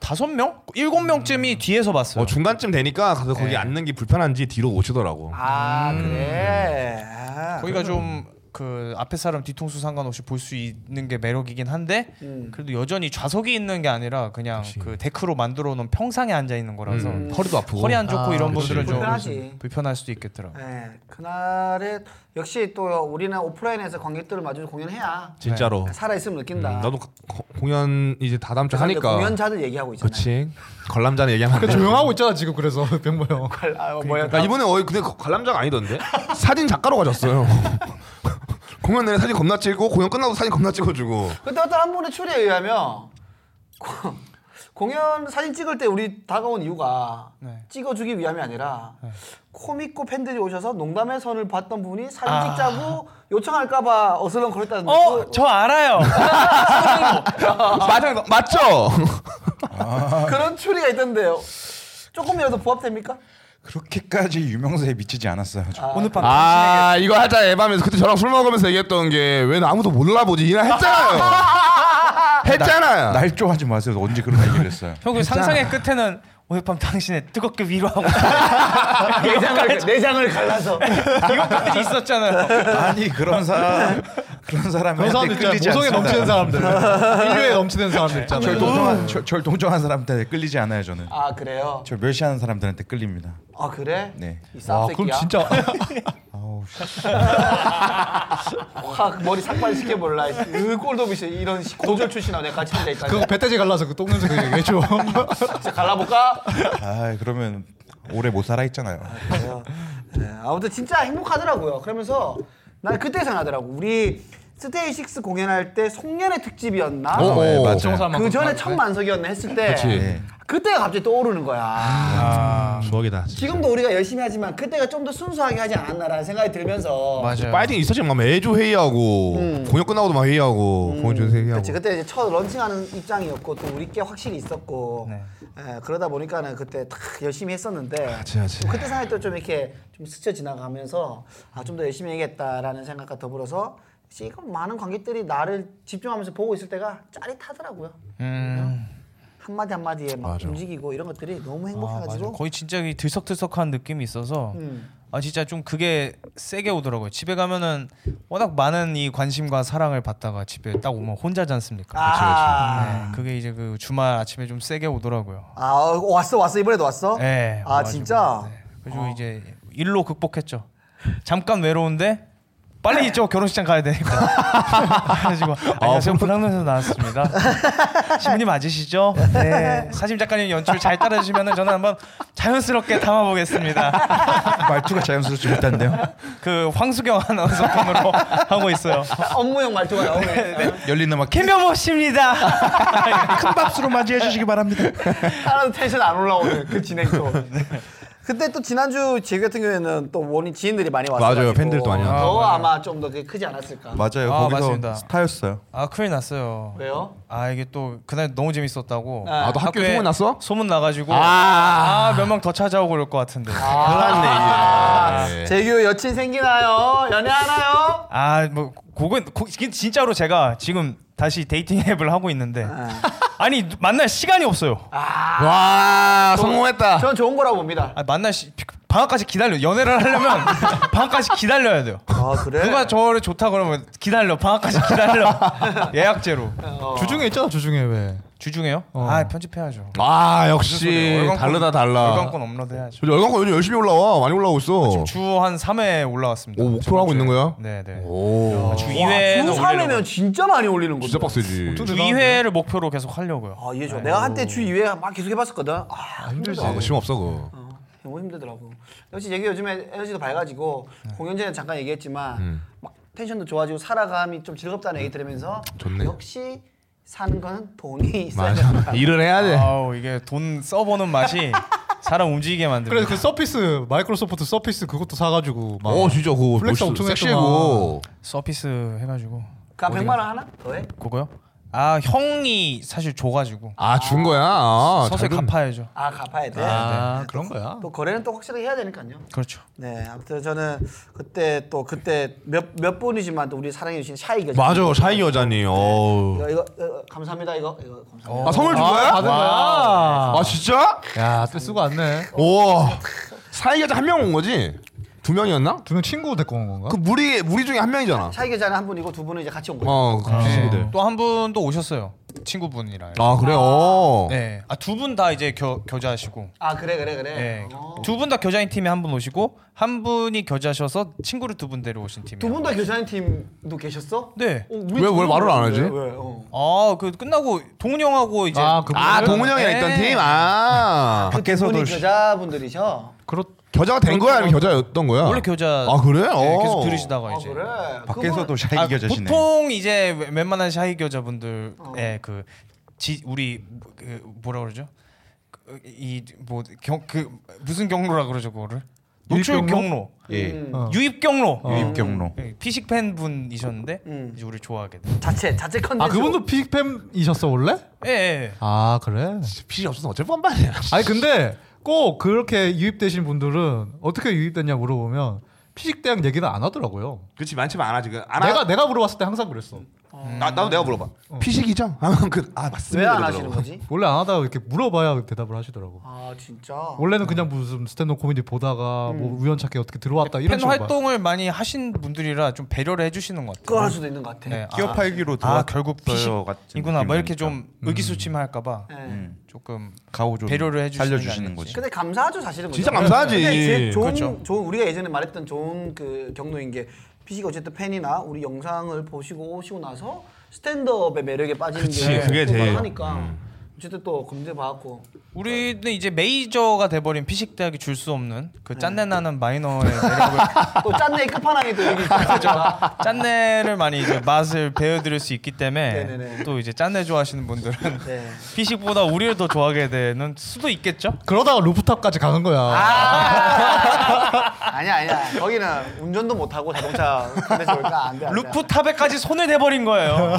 S3: 다섯 명, 일곱 명쯤이 뒤에서 봤어요.
S6: 어 중간쯤 되니까 가서
S3: 네.
S6: 거기 앉는 게 불편한지 뒤로 오시더라고.
S1: 아
S6: 음.
S1: 그래. 아,
S3: 거기가 좀 그 앞에 사람 뒤통수 상관없이 볼 수 있는 게 매력이긴 한데
S1: 음.
S3: 그래도 여전히 좌석이 있는 게 아니라 그냥 그 데크로 만들어 놓은 평상에 앉아 있는 거라서
S6: 음, 허리도 아프고.
S3: 허리 안 좋고
S4: 아,
S3: 이런
S6: 그치.
S3: 분들은 좀
S1: 불편하지.
S3: 불편할 수도 있겠더라고. 요
S1: 네 그날에 역시 또 우리는 오프라인에서 관객들을 마주 공연해야
S3: 네,
S6: 진짜로.
S1: 살아 있음을 느낀다.
S6: 어. 나도 가- 거- 공연 이제 다다음 주
S3: 아,
S1: 그래서
S6: 하니까.
S1: 공연자들 얘기하고 있잖아요.
S6: 그치. 관람자는 얘기하면. 안
S4: 그
S6: 돼.
S4: 조용하고 있잖아 지금 그래서 병모 형.
S6: 그러니까.
S1: 아, 뭐야?
S6: 나 이번에 어이 근데 관람자가 아니던데 사진 작가로 가졌어요.
S2: 공연 내내 사진 겁나 찍고 공연 끝나고 사진 겁나 찍어주고.
S1: 그때 어떤 한 분의 추리에 의하면 고- 공연 사진 찍을 때 우리 다가온 이유가
S3: 네.
S1: 찍어주기 위함이 아니라
S6: 네.
S1: 코믹고 팬들이 오셔서 농담의 선을 봤던 분이 사진 찍자고
S6: 아.
S1: 요청할까봐 어슬렁거렸다는 그
S3: 어, 저 알아요.
S2: 맞아, 맞죠?
S1: 어, 그런 추리가 있던데요. 조금이라도 부합됩니까?
S5: 그렇게까지 유명세에 미치지 않았어요. 저.
S3: 오늘 밤
S2: 아 이거 하자 에바면서 그때 저랑 술 먹으면서 얘기했던 게 왜 아무도 몰라보지 이나 했잖아요. 했잖아요.
S5: 날 좋아하지 마세요. 언제 그런 얘기를 했어요?
S3: 결국 상상의 끝에는 오늘 밤 당신의 뜨겁게 위로하고
S1: 아, 내장을, 내장을 갈라서.
S3: 이것까지 있었잖아요.
S5: 아니 그런 사람 그런 사람이
S4: 그런 사람들 있잖아요. 모성에 넘치는 사람들, 인류에 넘치는 사람들 있잖아요.
S5: 절 동정한 절, 절 동정한 사람한테 끌리지 않아요 저는.
S1: 아 그래요?
S5: 절 멸시하는 사람들한테 끌립니다.
S1: 아 그래?
S5: 네.
S1: 이
S4: 와,
S1: 쌉새끼야.
S4: 그럼 진짜
S1: 확 아, 머리 삭발 시켜볼라. 그 꼴도비씨 이런 시- 고졸 출신하고 내가 같이 있다.
S4: 그거 배때지 갈라서 그 똥냄새 그 얘기해줘.
S1: 진짜 갈라볼까?
S5: 아 그러면 오래 못 살아 있잖아요.
S1: 그래요. 네, 아무튼 진짜 행복하더라고요. 그러면서 난 그때 생각하더라고. 우리 스테이식스 공연할 때 송년회 특집이었나?
S4: 어,
S2: 오, 네, 맞아요.
S1: 그 전에 첫 만석이었나 했을 때
S2: 그치.
S1: 그때가 갑자기 떠오르는 거야.
S4: 아,
S6: 추억이다.
S1: 지금도 우리가 열심히 하지만 그때가 좀 더 순수하게 하지 않았나라는 생각이 들면서
S3: 맞아요.
S2: 파이팅 있었지 막 매주 회의하고 공연 끝나고도 막 회의하고 공연 중에서 회의하고.
S1: 그치, 그때 이제 첫 런칭하는 입장이었고 또 우리 게 확실히 있었고
S3: 네.
S1: 예, 그러다 보니까는 그때 탁 열심히 했었는데 또 그때 생각이 또 좀 이렇게 좀 스쳐 지나가면서 아 좀 더 열심히 해야겠다라는 생각과 더불어서 지금 많은 관객들이 나를 집중하면서 보고 있을 때가 짜릿하더라고요.
S3: 음.
S1: 한 마디 한 마디에 막 움직이고 이런 것들이 너무
S3: 아, 맞아.
S1: 행복해가지고 음.
S3: 거의 진짜 이 들썩들썩한 느낌이 있어서 아 진짜 좀 그게 세게 오더라고요. 집에 가면은 워낙 많은 이 관심과 사랑을 받다가 집에 딱 오면 혼자지 않습니까?
S1: 아.
S3: 네, 그게 이제 그 주말 아침에 좀 세게 오더라고요.
S1: 아 어, 왔어 왔어 이번에도 왔어?
S3: 네,
S1: 아
S3: 와가지고.
S1: 진짜.
S3: 네. 그리고 이제 일로 극복했죠. 잠깐 외로운데 빨리 저 결혼식장 가야 되니까. 그래가지고 안녕하세요 아, 불황론에서 나왔습니다. 신부님 맞으시죠? 네. 사진 작가님 연출 잘 따라주시면 저는 한번 자연스럽게 담아보겠습니다.
S5: 말투가 자연스럽지 못한데요.
S3: 그 황수경 아나운서 톤으로 하고 있어요.
S1: 업무용 말투가 나오네.
S5: 열린 음악
S3: 김병모 씨입니다.
S5: 큰 박수로 맞이해 주시기 바랍니다.
S1: 하나도 텐션 안 올라오는 그 진행도. 그때 또 지난주 제 같은 경우에는 또 원인 지인들이 많이 왔어요.
S2: 맞아요. 팬들도 많이 왔어요.
S1: 더 아마 좀 더 크지 않았을까.
S5: 맞아요.
S3: 아,
S5: 거기서
S3: 맞습니다.
S5: 스타였어요.
S3: 아 큰일 났어요.
S1: 왜요?
S3: 아 이게 또 그날 너무 재밌었다고.
S1: 아,
S2: 너 학교에
S3: 학교에
S2: 소문 났어? 아.
S3: 소문 나가지고 아몇 명 더 찾아오고 그럴 것 같은데.
S2: 네.
S1: 아, 재규 여친 생기나요? 연애하나요?
S3: 아뭐 그건 고- 이게 진짜로 제가 지금 다시 데이팅 앱을 하고 있는데 아니 만날 시간이 없어요.
S2: 아. 와 성공했다.
S1: 전 좋은 거라고 봅니다.
S3: 아, 만날 시, 방학까지 기다려 연애를 하려면 방학까지 기다려야 돼요.
S1: 아 그래?
S3: 누가 저를 좋다 그러면 기다려 방학까지 기다려 예약제로
S4: 네. 주중에 있잖아, 주중에 왜.
S3: 주중에요? 아 편집해야죠.
S2: 아 역시
S3: 월광권-
S2: 다르다 어. 달라.
S3: 월광권 업로드 해야죠.
S2: 저기 열광권 요즘 열심히 올라와 많이 올라오고 있어.
S3: 주 한 3회 올라왔습니다.
S2: 오, 목표로 하고 있는 거야?
S3: 네네.
S2: 오
S3: 주
S1: 주
S3: 2회는
S1: 3회면 진짜 많이 올리는
S2: 진짜
S1: 거죠.
S2: 빡세지.
S3: 주 2회를 목표로 계속 하려고요.
S1: 아 이해죠. 내가 한때 주 2회 막 계속 해봤었거든. 아 힘들지.
S2: 아, 그거 심 없어 그거.
S1: 너무 힘들더라고. 역시 얘기 요즘에 에너지도 밝아지고
S2: 네.
S1: 공연 전에 잠깐 얘기했지만
S2: 음.
S1: 막 텐션도 좋아지고 살아감이 좀 즐겁다는 얘기 들으면서
S2: 좋네.
S1: 역시 사는 건 돈이 있어야
S2: 맞아.
S1: 된다.
S2: 일을 해야
S6: 네.
S2: 돼.
S3: 아우 이게 돈 써보는 맛이 사람 움직이게
S4: 그래
S3: 만듭니다.
S4: 그 서피스 마이크로소프트 서피스 그것도 사가지고 막.
S2: 어 진짜 그거
S4: 아, 플렉스
S2: 멋있어.
S4: 엄청
S2: 섹시하고.
S3: 서피스 해가지고
S1: 그 100만 원 하나? 더해?
S3: 그거요? 아 형이 사실 줘가지고
S2: 아준 거야. 아,
S3: 서서히
S2: 잘은-
S3: 갚아야죠.
S1: 아 갚아야 돼. 네.
S4: 아, 그런 거야.
S1: 또 거래는 또 확실하게 해야 되니까요.
S3: 그렇죠.
S1: 네, 아무튼 저는 그때 또 그때 몇 몇 분이지만 또 우리 사랑해 주신 샤이가
S2: 맞아 샤이 여자니. 어우.
S1: 이거 이거, 이거 감사합니다. 이거 이거 감사합니다.
S2: 아 선물 준 거야?
S4: 받은 거야.
S2: 아 진짜?
S4: 야, 또 쓰고 왔네.
S2: 우와 사이 여자 한 명 온 거지? 두 명이었나?
S4: 두 명 친구 데리고 온 건가?
S2: 그 무리 무리 중에 한 명이잖아.
S1: 샤이 교자는 한 분이고 두 분은 이제 같이 온 거예요.
S2: 어, 그 친구들.
S3: 또 한 분도 오셨어요. 친구분이랑.
S2: 아 그래요.
S3: 네. 아두 분 다 이제 겨, 겨자시고.
S1: 아 그래 그래 그래.
S3: 네.
S1: 어.
S3: 두 분 다 겨자인 팀에 한 분 오시고 한 분이 겨자셔서 친구를 두 분 데려오신 팀이에요.
S1: 두 분 다 교사님 팀도 계셨어?
S3: 네.
S1: 어, 우리
S2: 왜- 왜
S1: 둘은
S2: 말을 안 하지?
S1: 왜, 왜, 어.
S3: 아그 끝나고 동훈 형하고 이제
S4: 아, 그
S2: 아 동훈 형이랑
S3: 네.
S2: 있던 팀. 아
S1: 그
S5: 밖에서
S1: 두 분이
S5: 놀-
S1: 여자분들이셔.
S4: 그렇
S2: 겨자가 된 거야 아니면 겨자였던 거야?
S6: 어.
S3: 원래 교자
S2: 아 그래?
S3: 네,
S2: 어.
S3: 계속 들으시다가
S1: 아
S3: 이제
S1: 그래.
S5: 밖에서도 샤이
S3: 아,
S5: 겨자시네.
S3: 보통 이제 웬- 웬만한 샤이 겨자분들의
S1: 어.
S3: 그 지, 우리 그 뭐라 그러죠? 이뭐경그 무슨 경로라 그러죠 그거를 노출
S4: 유입
S3: 경로, 어.
S4: 경로?
S5: 예.
S1: 음.
S5: 어.
S3: 유입 경로
S5: 유입 경로.
S3: 예, 피식팬 분이셨는데
S1: 음.
S3: 이제 우리 좋아하게 된.
S1: 그걸 자체 자체 컨텐츠.
S4: 아 그분도 픽팸이셨어 원래?
S3: 예, 예.
S4: 아 그래.
S6: 빚이 없어서 어쩔 뻔뻔이야.
S4: 아니 근데 꼭 그렇게 유입되신 분들은 어떻게 유입됐냐 물어보면 피식대학 얘기는 안 하더라고요.
S6: 그렇지 많지만 안 하지. 그 안
S4: 내가
S6: 하...
S4: 내가 물어봤을 때 항상 그랬어.
S6: 나 나도 내가 물어봐. 피식이죠? 하면 그아 맞습니다.
S1: 왜 안
S6: 그러더라고.
S1: 하시는 거지?
S4: 원래 안 하다가 이렇게 물어봐야 대답을 하시더라고.
S1: 아 진짜.
S4: 원래는 그냥 무슨 스탠드업 코미디 보다가 뭐 우연찮게 어떻게 들어왔다 이런
S3: 팬
S4: 식으로 봐요.
S3: 활동을 많이 하신 분들이라 좀 배려를 해주시는 것 같아요.
S1: 그걸 할 수도 있는 것 같아.
S3: 네, 아,
S5: 끼어팔기로
S3: 아,
S5: 돌아
S3: 결국
S5: 떠요 같은
S3: 이구나
S5: 느낌이니까.
S3: 뭐 이렇게 좀 의기소침할까봐
S1: 네.
S3: 조금
S5: 가오 좀
S3: 배려를 해주시는
S5: 살려주시는
S3: 게 아닌지.
S5: 거지.
S1: 근데 감사하죠 사실은.
S6: 진짜
S1: 그죠?
S6: 감사하지.
S1: 근데 이제 좋은
S3: 그렇죠.
S1: 좋은 우리가 예전에 말했던 좋은 그 경로인 게 피시가 어쨌든 팬이나 우리 영상을 보시고 오시고 나서 스탠드업의 매력에 빠지는 게
S6: 그게
S1: 또
S6: 제일.
S1: 하니까 어쨌든 또 검증받았고
S3: 우리는 이제 메이저가 돼버린 피식대학이 줄 수 없는
S1: 네.
S3: 그 짠내 나는 마이너의 매력을
S1: 또 짠내 끝판왕이 또 여기 있어요.
S3: 짠내를 많이 이제 맛을 배워드릴 수 있기 때문에
S1: 네네네.
S3: 또 이제 짠내 좋아하시는 분들은
S1: 네.
S3: 피식보다 우리를 더 좋아하게 되는 수도 있겠죠.
S4: 그러다가 루프탑까지 가는 거야.
S1: 아,
S4: 아.
S1: 아니야 아니야 거기는 운전도 못하고 자동차 근데 저럴까 안돼
S3: 루프탑에까지 손을 대버린 거예요.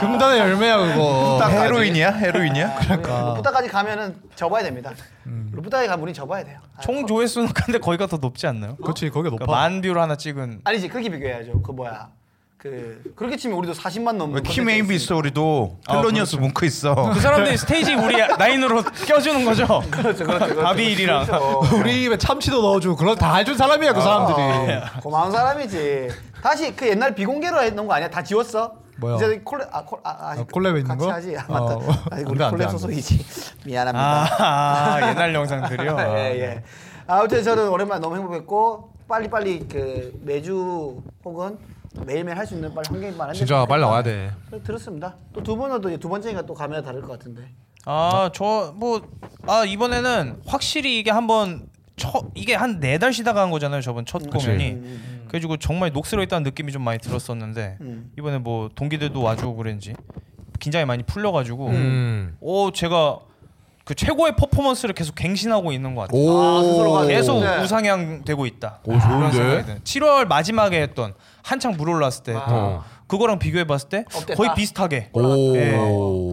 S4: 금단의 열매야 그거.
S5: 헤로인이야? 헤로인이야?
S1: 네,
S4: 그러니까.
S1: 루프타까지 가면은 접어야 됩니다
S4: 음.
S1: 루프타에 가면 우린 접어야 돼요 아,
S3: 총 조회수는 근데 거기가 더 높지 않나요?
S4: 그렇지 거기 높아.
S3: 그러니까 만 뷰로 하나 찍은
S1: 아니지 그렇게 비교해야죠 그 뭐야 그 그렇게 치면 우리도 40만 넘는
S5: 킴그 에이비
S1: 콘텐츠가
S5: 스토리도 펠로니어스 뭉크 있어.
S3: 그 사람들이 스테이지 우리 라인으로 껴주는 거죠.
S1: 있습니다. 그렇죠 그렇죠 그렇죠.
S3: 바비일이랑.
S1: 그렇죠.
S4: 우리 입에 참치도 넣어주고 그런 다 해준 사람이야 그 사람들이.
S1: 어, 고마운 사람이지 다시 그 옛날 비공개로 했던 거 아니야 다 지웠어
S4: 뭐요?
S1: 이제 콜레 아, 콜, 아, 아직
S4: 아, 콜랩에 있는
S1: 같이
S4: 거?
S1: 하지 아,
S4: 어.
S1: 맞다 아직
S4: 안
S1: 우리
S4: 돼, 안 돼,
S1: 콜랩
S4: 안 돼.
S1: 소속이지 미안합니다
S3: 아, 아, 옛날 영상들이요.
S1: 예, 예. 아무튼 저는 오랜만에 너무 행복했고 빨리빨리 그 매주 혹은 매일매일 할 수 있는 빨리 환경만 한
S6: 진짜 빨리 나와야 돼.
S1: 들었습니다. 또 두 번은 또두 번째니까 또 감회가 다를 것 같은데.
S3: 아 저 뭐 아 이번에는 확실히 이게 한번 첫 이게 한 네 달 쉬다가 한 거잖아요 저번 첫
S1: 음,
S3: 공연이 그래가지고 정말 녹슬어 있다는 느낌이 좀 많이 들었었는데
S1: 음,
S3: 이번에 뭐 동기들도 와주고 그랬는지 긴장이 많이 풀려가지고
S6: 음.
S3: 오 제가 그 최고의 퍼포먼스를 계속 갱신하고 있는 것 같아요
S1: 아, 스스로가
S3: 계속
S1: 네.
S3: 우상향 되고 있다
S6: 오 좋은데.
S3: 7월 마지막에 했던 한창 물 올랐을 때 했던
S6: 어.
S3: 그거랑 비교해 봤을 때
S1: 업됐다.
S3: 거의 비슷하게
S6: 오.
S3: 예,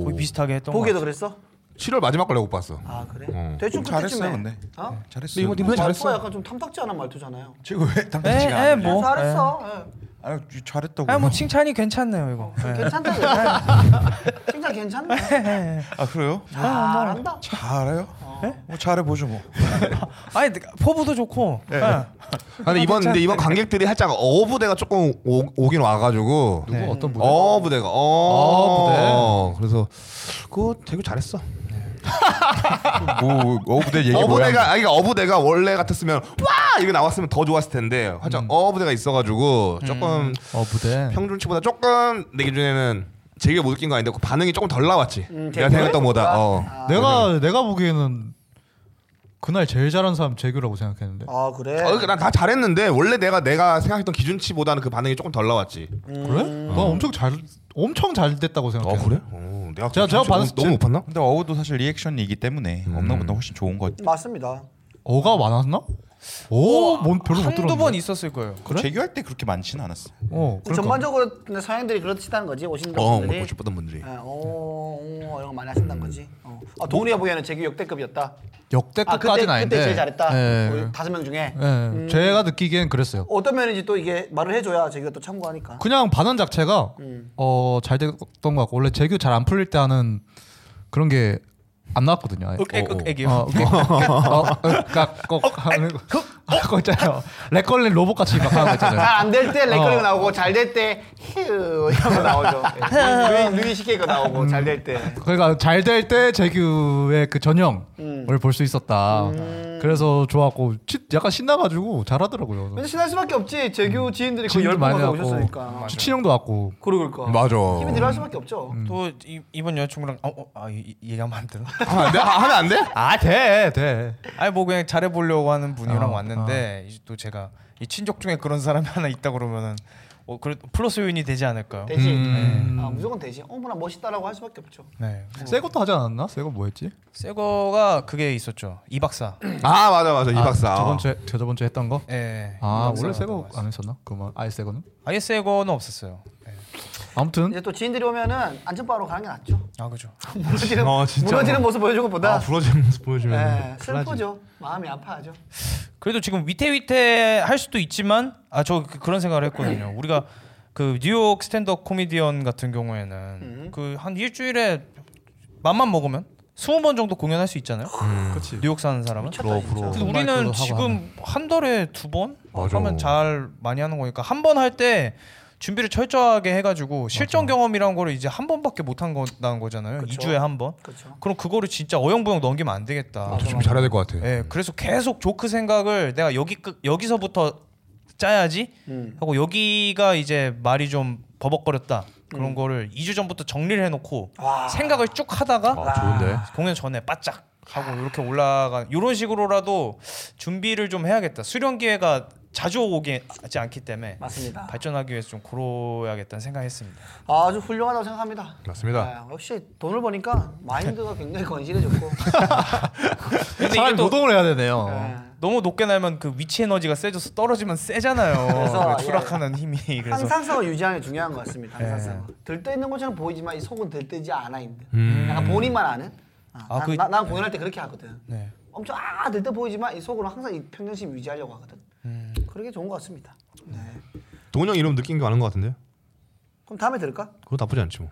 S3: 거의 비슷하게 했던 것
S1: 보기에도 그랬어?
S6: 7월 마지막 걸 내고 봤어.
S1: 아 그래?
S6: 뭐 어.
S1: 대충
S5: 잘했어
S1: 그때쯤에.
S5: 근데. 네.
S1: 어?
S5: 잘했어.
S6: 근데 이번 이번에
S1: 말투가
S6: 잘했어.
S1: 약간 좀 탐탁지 않은 말투잖아요.
S5: 지금 왜 당당치가
S3: 에, 에,
S5: 않아?
S3: 뭐.
S1: 네,
S6: 네.
S1: 잘했어. 예.
S5: 아, 잘했다고.
S3: 아, 뭐 칭찬이 괜찮네요,
S5: 어,
S3: 이거. 예.
S1: 괜찮다. 이거. 진짜 괜찮네.
S5: 아 그래요?
S6: 뭐.
S1: 잘한다.
S5: 잘해요? 뭐 잘해 보죠 뭐.
S3: 아니, 그, 포부도 좋고. 예.
S6: 아, 근데 이번 근데 이번 관객들이 살짝 어 부대가 조금 오, 오긴 와가지고
S4: 누구
S5: 네.
S4: 어떤 분?
S6: 어 부대가 어,
S4: 어 부대.
S6: 어, 그래서 그거 되게 잘했어.
S5: 뭐 어부대 얘기
S6: 어부대가 아니 어부대가 원래 같았으면 와 이거 나왔으면 더 좋았을 텐데 살짝 어부대가 있어가지고 조금 네.
S4: 어 부대.
S6: 평균치보다 조금 내 기준에는 제게 못 느낀 거 아닌데 그 반응이 조금 덜 나왔지. 내가
S1: 개그맨?
S6: 생각했던 음, 거보다. 어.
S4: 내가 내가 보기에는 그날 제일 잘한 사람 재규라고 생각했는데.
S1: 아 그래.
S6: 어, 난다 잘했는데 원래 내가 내가 생각했던 기준치보다는 그 반응이 조금 덜 나왔지.
S4: 그래? 난 엄청 잘 엄청 잘 됐다고 생각해.
S6: 어, 내가
S4: 제가- 제가
S6: 기준치 너무-
S4: 받았을
S6: 너무 못 봤나?
S5: 근데 어우도 사실 리액션이기 때문에 없는 것보다 훨씬 좋은 거.
S1: 맞습니다.
S4: 어가 많았나? 오, 뭔 별로 못
S3: 한두
S4: 들었는데.
S3: 번 있었을 거예요.
S4: 그래?
S5: 재규할 때 그렇게 많지는 않았어.
S4: 어, 그러니까.
S1: 전반적으로 근데 서양들이 그렇다는 거지 오신
S6: 어,
S1: 분들이.
S6: 먹고 싶었던 분들이.
S1: 예, 오, 오 이런 거 많이 하신다는 거지. 어. 아, 동훈이가 보기에는 재규 역대급이었다. 아 그때
S4: 역대급까지는 아닌데.
S1: 그때 제일 잘했다.
S4: 예.
S1: 우리 다섯 명 중에
S4: 예. 제가 느끼기엔 그랬어요.
S1: 어떤 면인지 또 이게 말을 해줘야 재규가 또 참고하니까.
S4: 그냥 반응 자체가 어, 잘 됐던 것 같고 원래 재규 잘 안 풀릴 때 하는 그런 게 안 나왔거든요. 아예.
S3: 윽, 윽, 윽, 애기요.
S4: 어, 윽, 윽, 어, 윽, 꼭 하는 거.
S1: 어?
S4: 그거 있잖아요. 렉걸린 로봇 같이 막 하는 거 있잖아요.
S1: 잘 안 될 때 레거리가
S4: 어.
S1: 나오고 잘 될 때 휴 이런 거 나오죠.
S4: 음.
S1: 예. 누이 누이 시계 거 나오고 잘 될 때.
S4: 그러니까 잘 될 때 재규의 그 전형 볼 수 있었다. 그래서 좋았고 치- 약간 신나가지고 잘하더라고요.
S1: 근데 신날 수밖에 없지. 재규 지인들이 거의
S4: 지인도
S1: 열번
S4: 많이
S1: 가까
S4: 왔고.
S1: 오셨으니까.
S4: 추친형도 왔고
S1: 그러고 그럴까.
S6: 맞아.
S1: 힘이 들어갈 수밖에 없죠.
S4: 음.
S3: 또 이, 이번 여자친구랑 어, 어, 아 이, 이 얘기하면 안 되나?
S6: 아, 내가 하면 안 돼?
S4: 아돼 돼.
S3: 아니 뭐 그냥 잘해보려고 하는 분이랑
S4: 어,
S3: 왔는데 이제 또 제가 이 친족 중에 그런 사람이 하나 있다 그러면은 어, 그래 플러스 요인이 되지 않을까요?
S5: 네.
S1: 되지.
S4: 음.
S1: 아, 무조건 되지. 어머나 멋있다라고 할 수밖에 없죠.
S3: 네.
S4: 새 것도 하지 않았나? 새거 뭐였지?
S3: 새거가 그게 있었죠. 이 박사.
S4: 음.
S6: 아 맞아 맞아 이 박사.
S4: 저번 주에 저 저번 주에 했던 거?
S3: 예, 예.
S4: 아 원래 새거 안 했었나? 그만 아예 새거는?
S3: 아예 새거는 없었어요. 예.
S4: 아무튼
S1: 이제 또 지인들이 오면은 안전바로 가는 게 낫죠.
S3: 아 그죠.
S1: 무너지는,
S6: 어, 진짜.
S1: 무너지는 모습 보여준 것보다
S6: 아 부러지는 음, 모습 보여주면.
S1: 예, 슬프죠. 마음이 아파하죠.
S3: 그래도 지금 위태위태 할 수도 있지만 아 저 그런 생각을 했거든요. 우리가 그 뉴욕 스탠드업 코미디언 같은 경우에는 그 한 일주일에 맘만 먹으면 20번 정도 공연할 수 있잖아요. 뉴욕 사는 사람은.
S1: 부러워, 부러워.
S3: 근데
S4: 음. 마이크도
S3: 우리는
S4: 하고
S3: 지금 한 달에 두 번?
S6: 맞아.
S3: 하면 잘 많이 하는 거니까 한 번 할 때 준비를 철저하게 해가지고 실전 경험이란 거를 이제 한 번밖에 못 한 거라는 거잖아요. 이 2주에 한 번.
S1: 그렇죠.
S3: 그럼 그거를 진짜 어영부영 넘기면 안 되겠다.
S6: 저 준비 잘해야 될 것 같아.
S3: 예, 그래서 계속 조크 생각을 내가 여기 끝- 여기서부터 짜야지
S1: 음.
S3: 하고 여기가 이제 말이 좀 버벅거렸다
S1: 음.
S3: 그런 거를 2주 전부터 정리를 해놓고 생각을 쭉 하다가
S6: 아,
S3: 아,
S6: 좋은데.
S3: 공연 전에 바짝 하고 이렇게 올라가 이런 식으로라도 준비를 좀 해야겠다 수련 기회가 자주 오게 하지 않기 때문에
S1: 맞습니다.
S3: 발전하기 위해서 좀 고려해야겠다는 생각했습니다.
S1: 아주 훌륭하다고 생각합니다.
S6: 맞습니다.
S1: 아, 역시 돈을 버니까 마인드가 굉장히 건실해졌고.
S3: 근데 이게
S4: 사람이
S3: 또
S4: 노동을 해야 되네요.
S1: 예.
S3: 너무 높게 날면 그 위치 에너지가 세져서 떨어지면 세잖아요.
S1: 그래서
S3: 그 추락하는 힘이 그래서
S1: 항상성을 유지하는 게 중요한 것 같습니다.
S6: 예.
S1: 항상성. 들떠 있는 것처럼 보이지만 이 속은 들뜨지 않아 있는.
S6: 음.
S1: 약간 본인만 아는. 아,
S3: 아,
S1: 난,
S3: 그-
S1: 나- 난 공연할 때 그렇게 하거든.
S3: 네.
S1: 엄청 아 들떠 보이지만 이 속으로 항상 이 평정심 유지하려고 하거든.
S6: 음.
S1: 그러게 좋은 것 같습니다. 네.
S6: 동훈 형 이름 느낀 게 많은 것 같은데.
S1: 그럼 다음에 들을까?
S6: 그거 나쁘지 않지 뭐.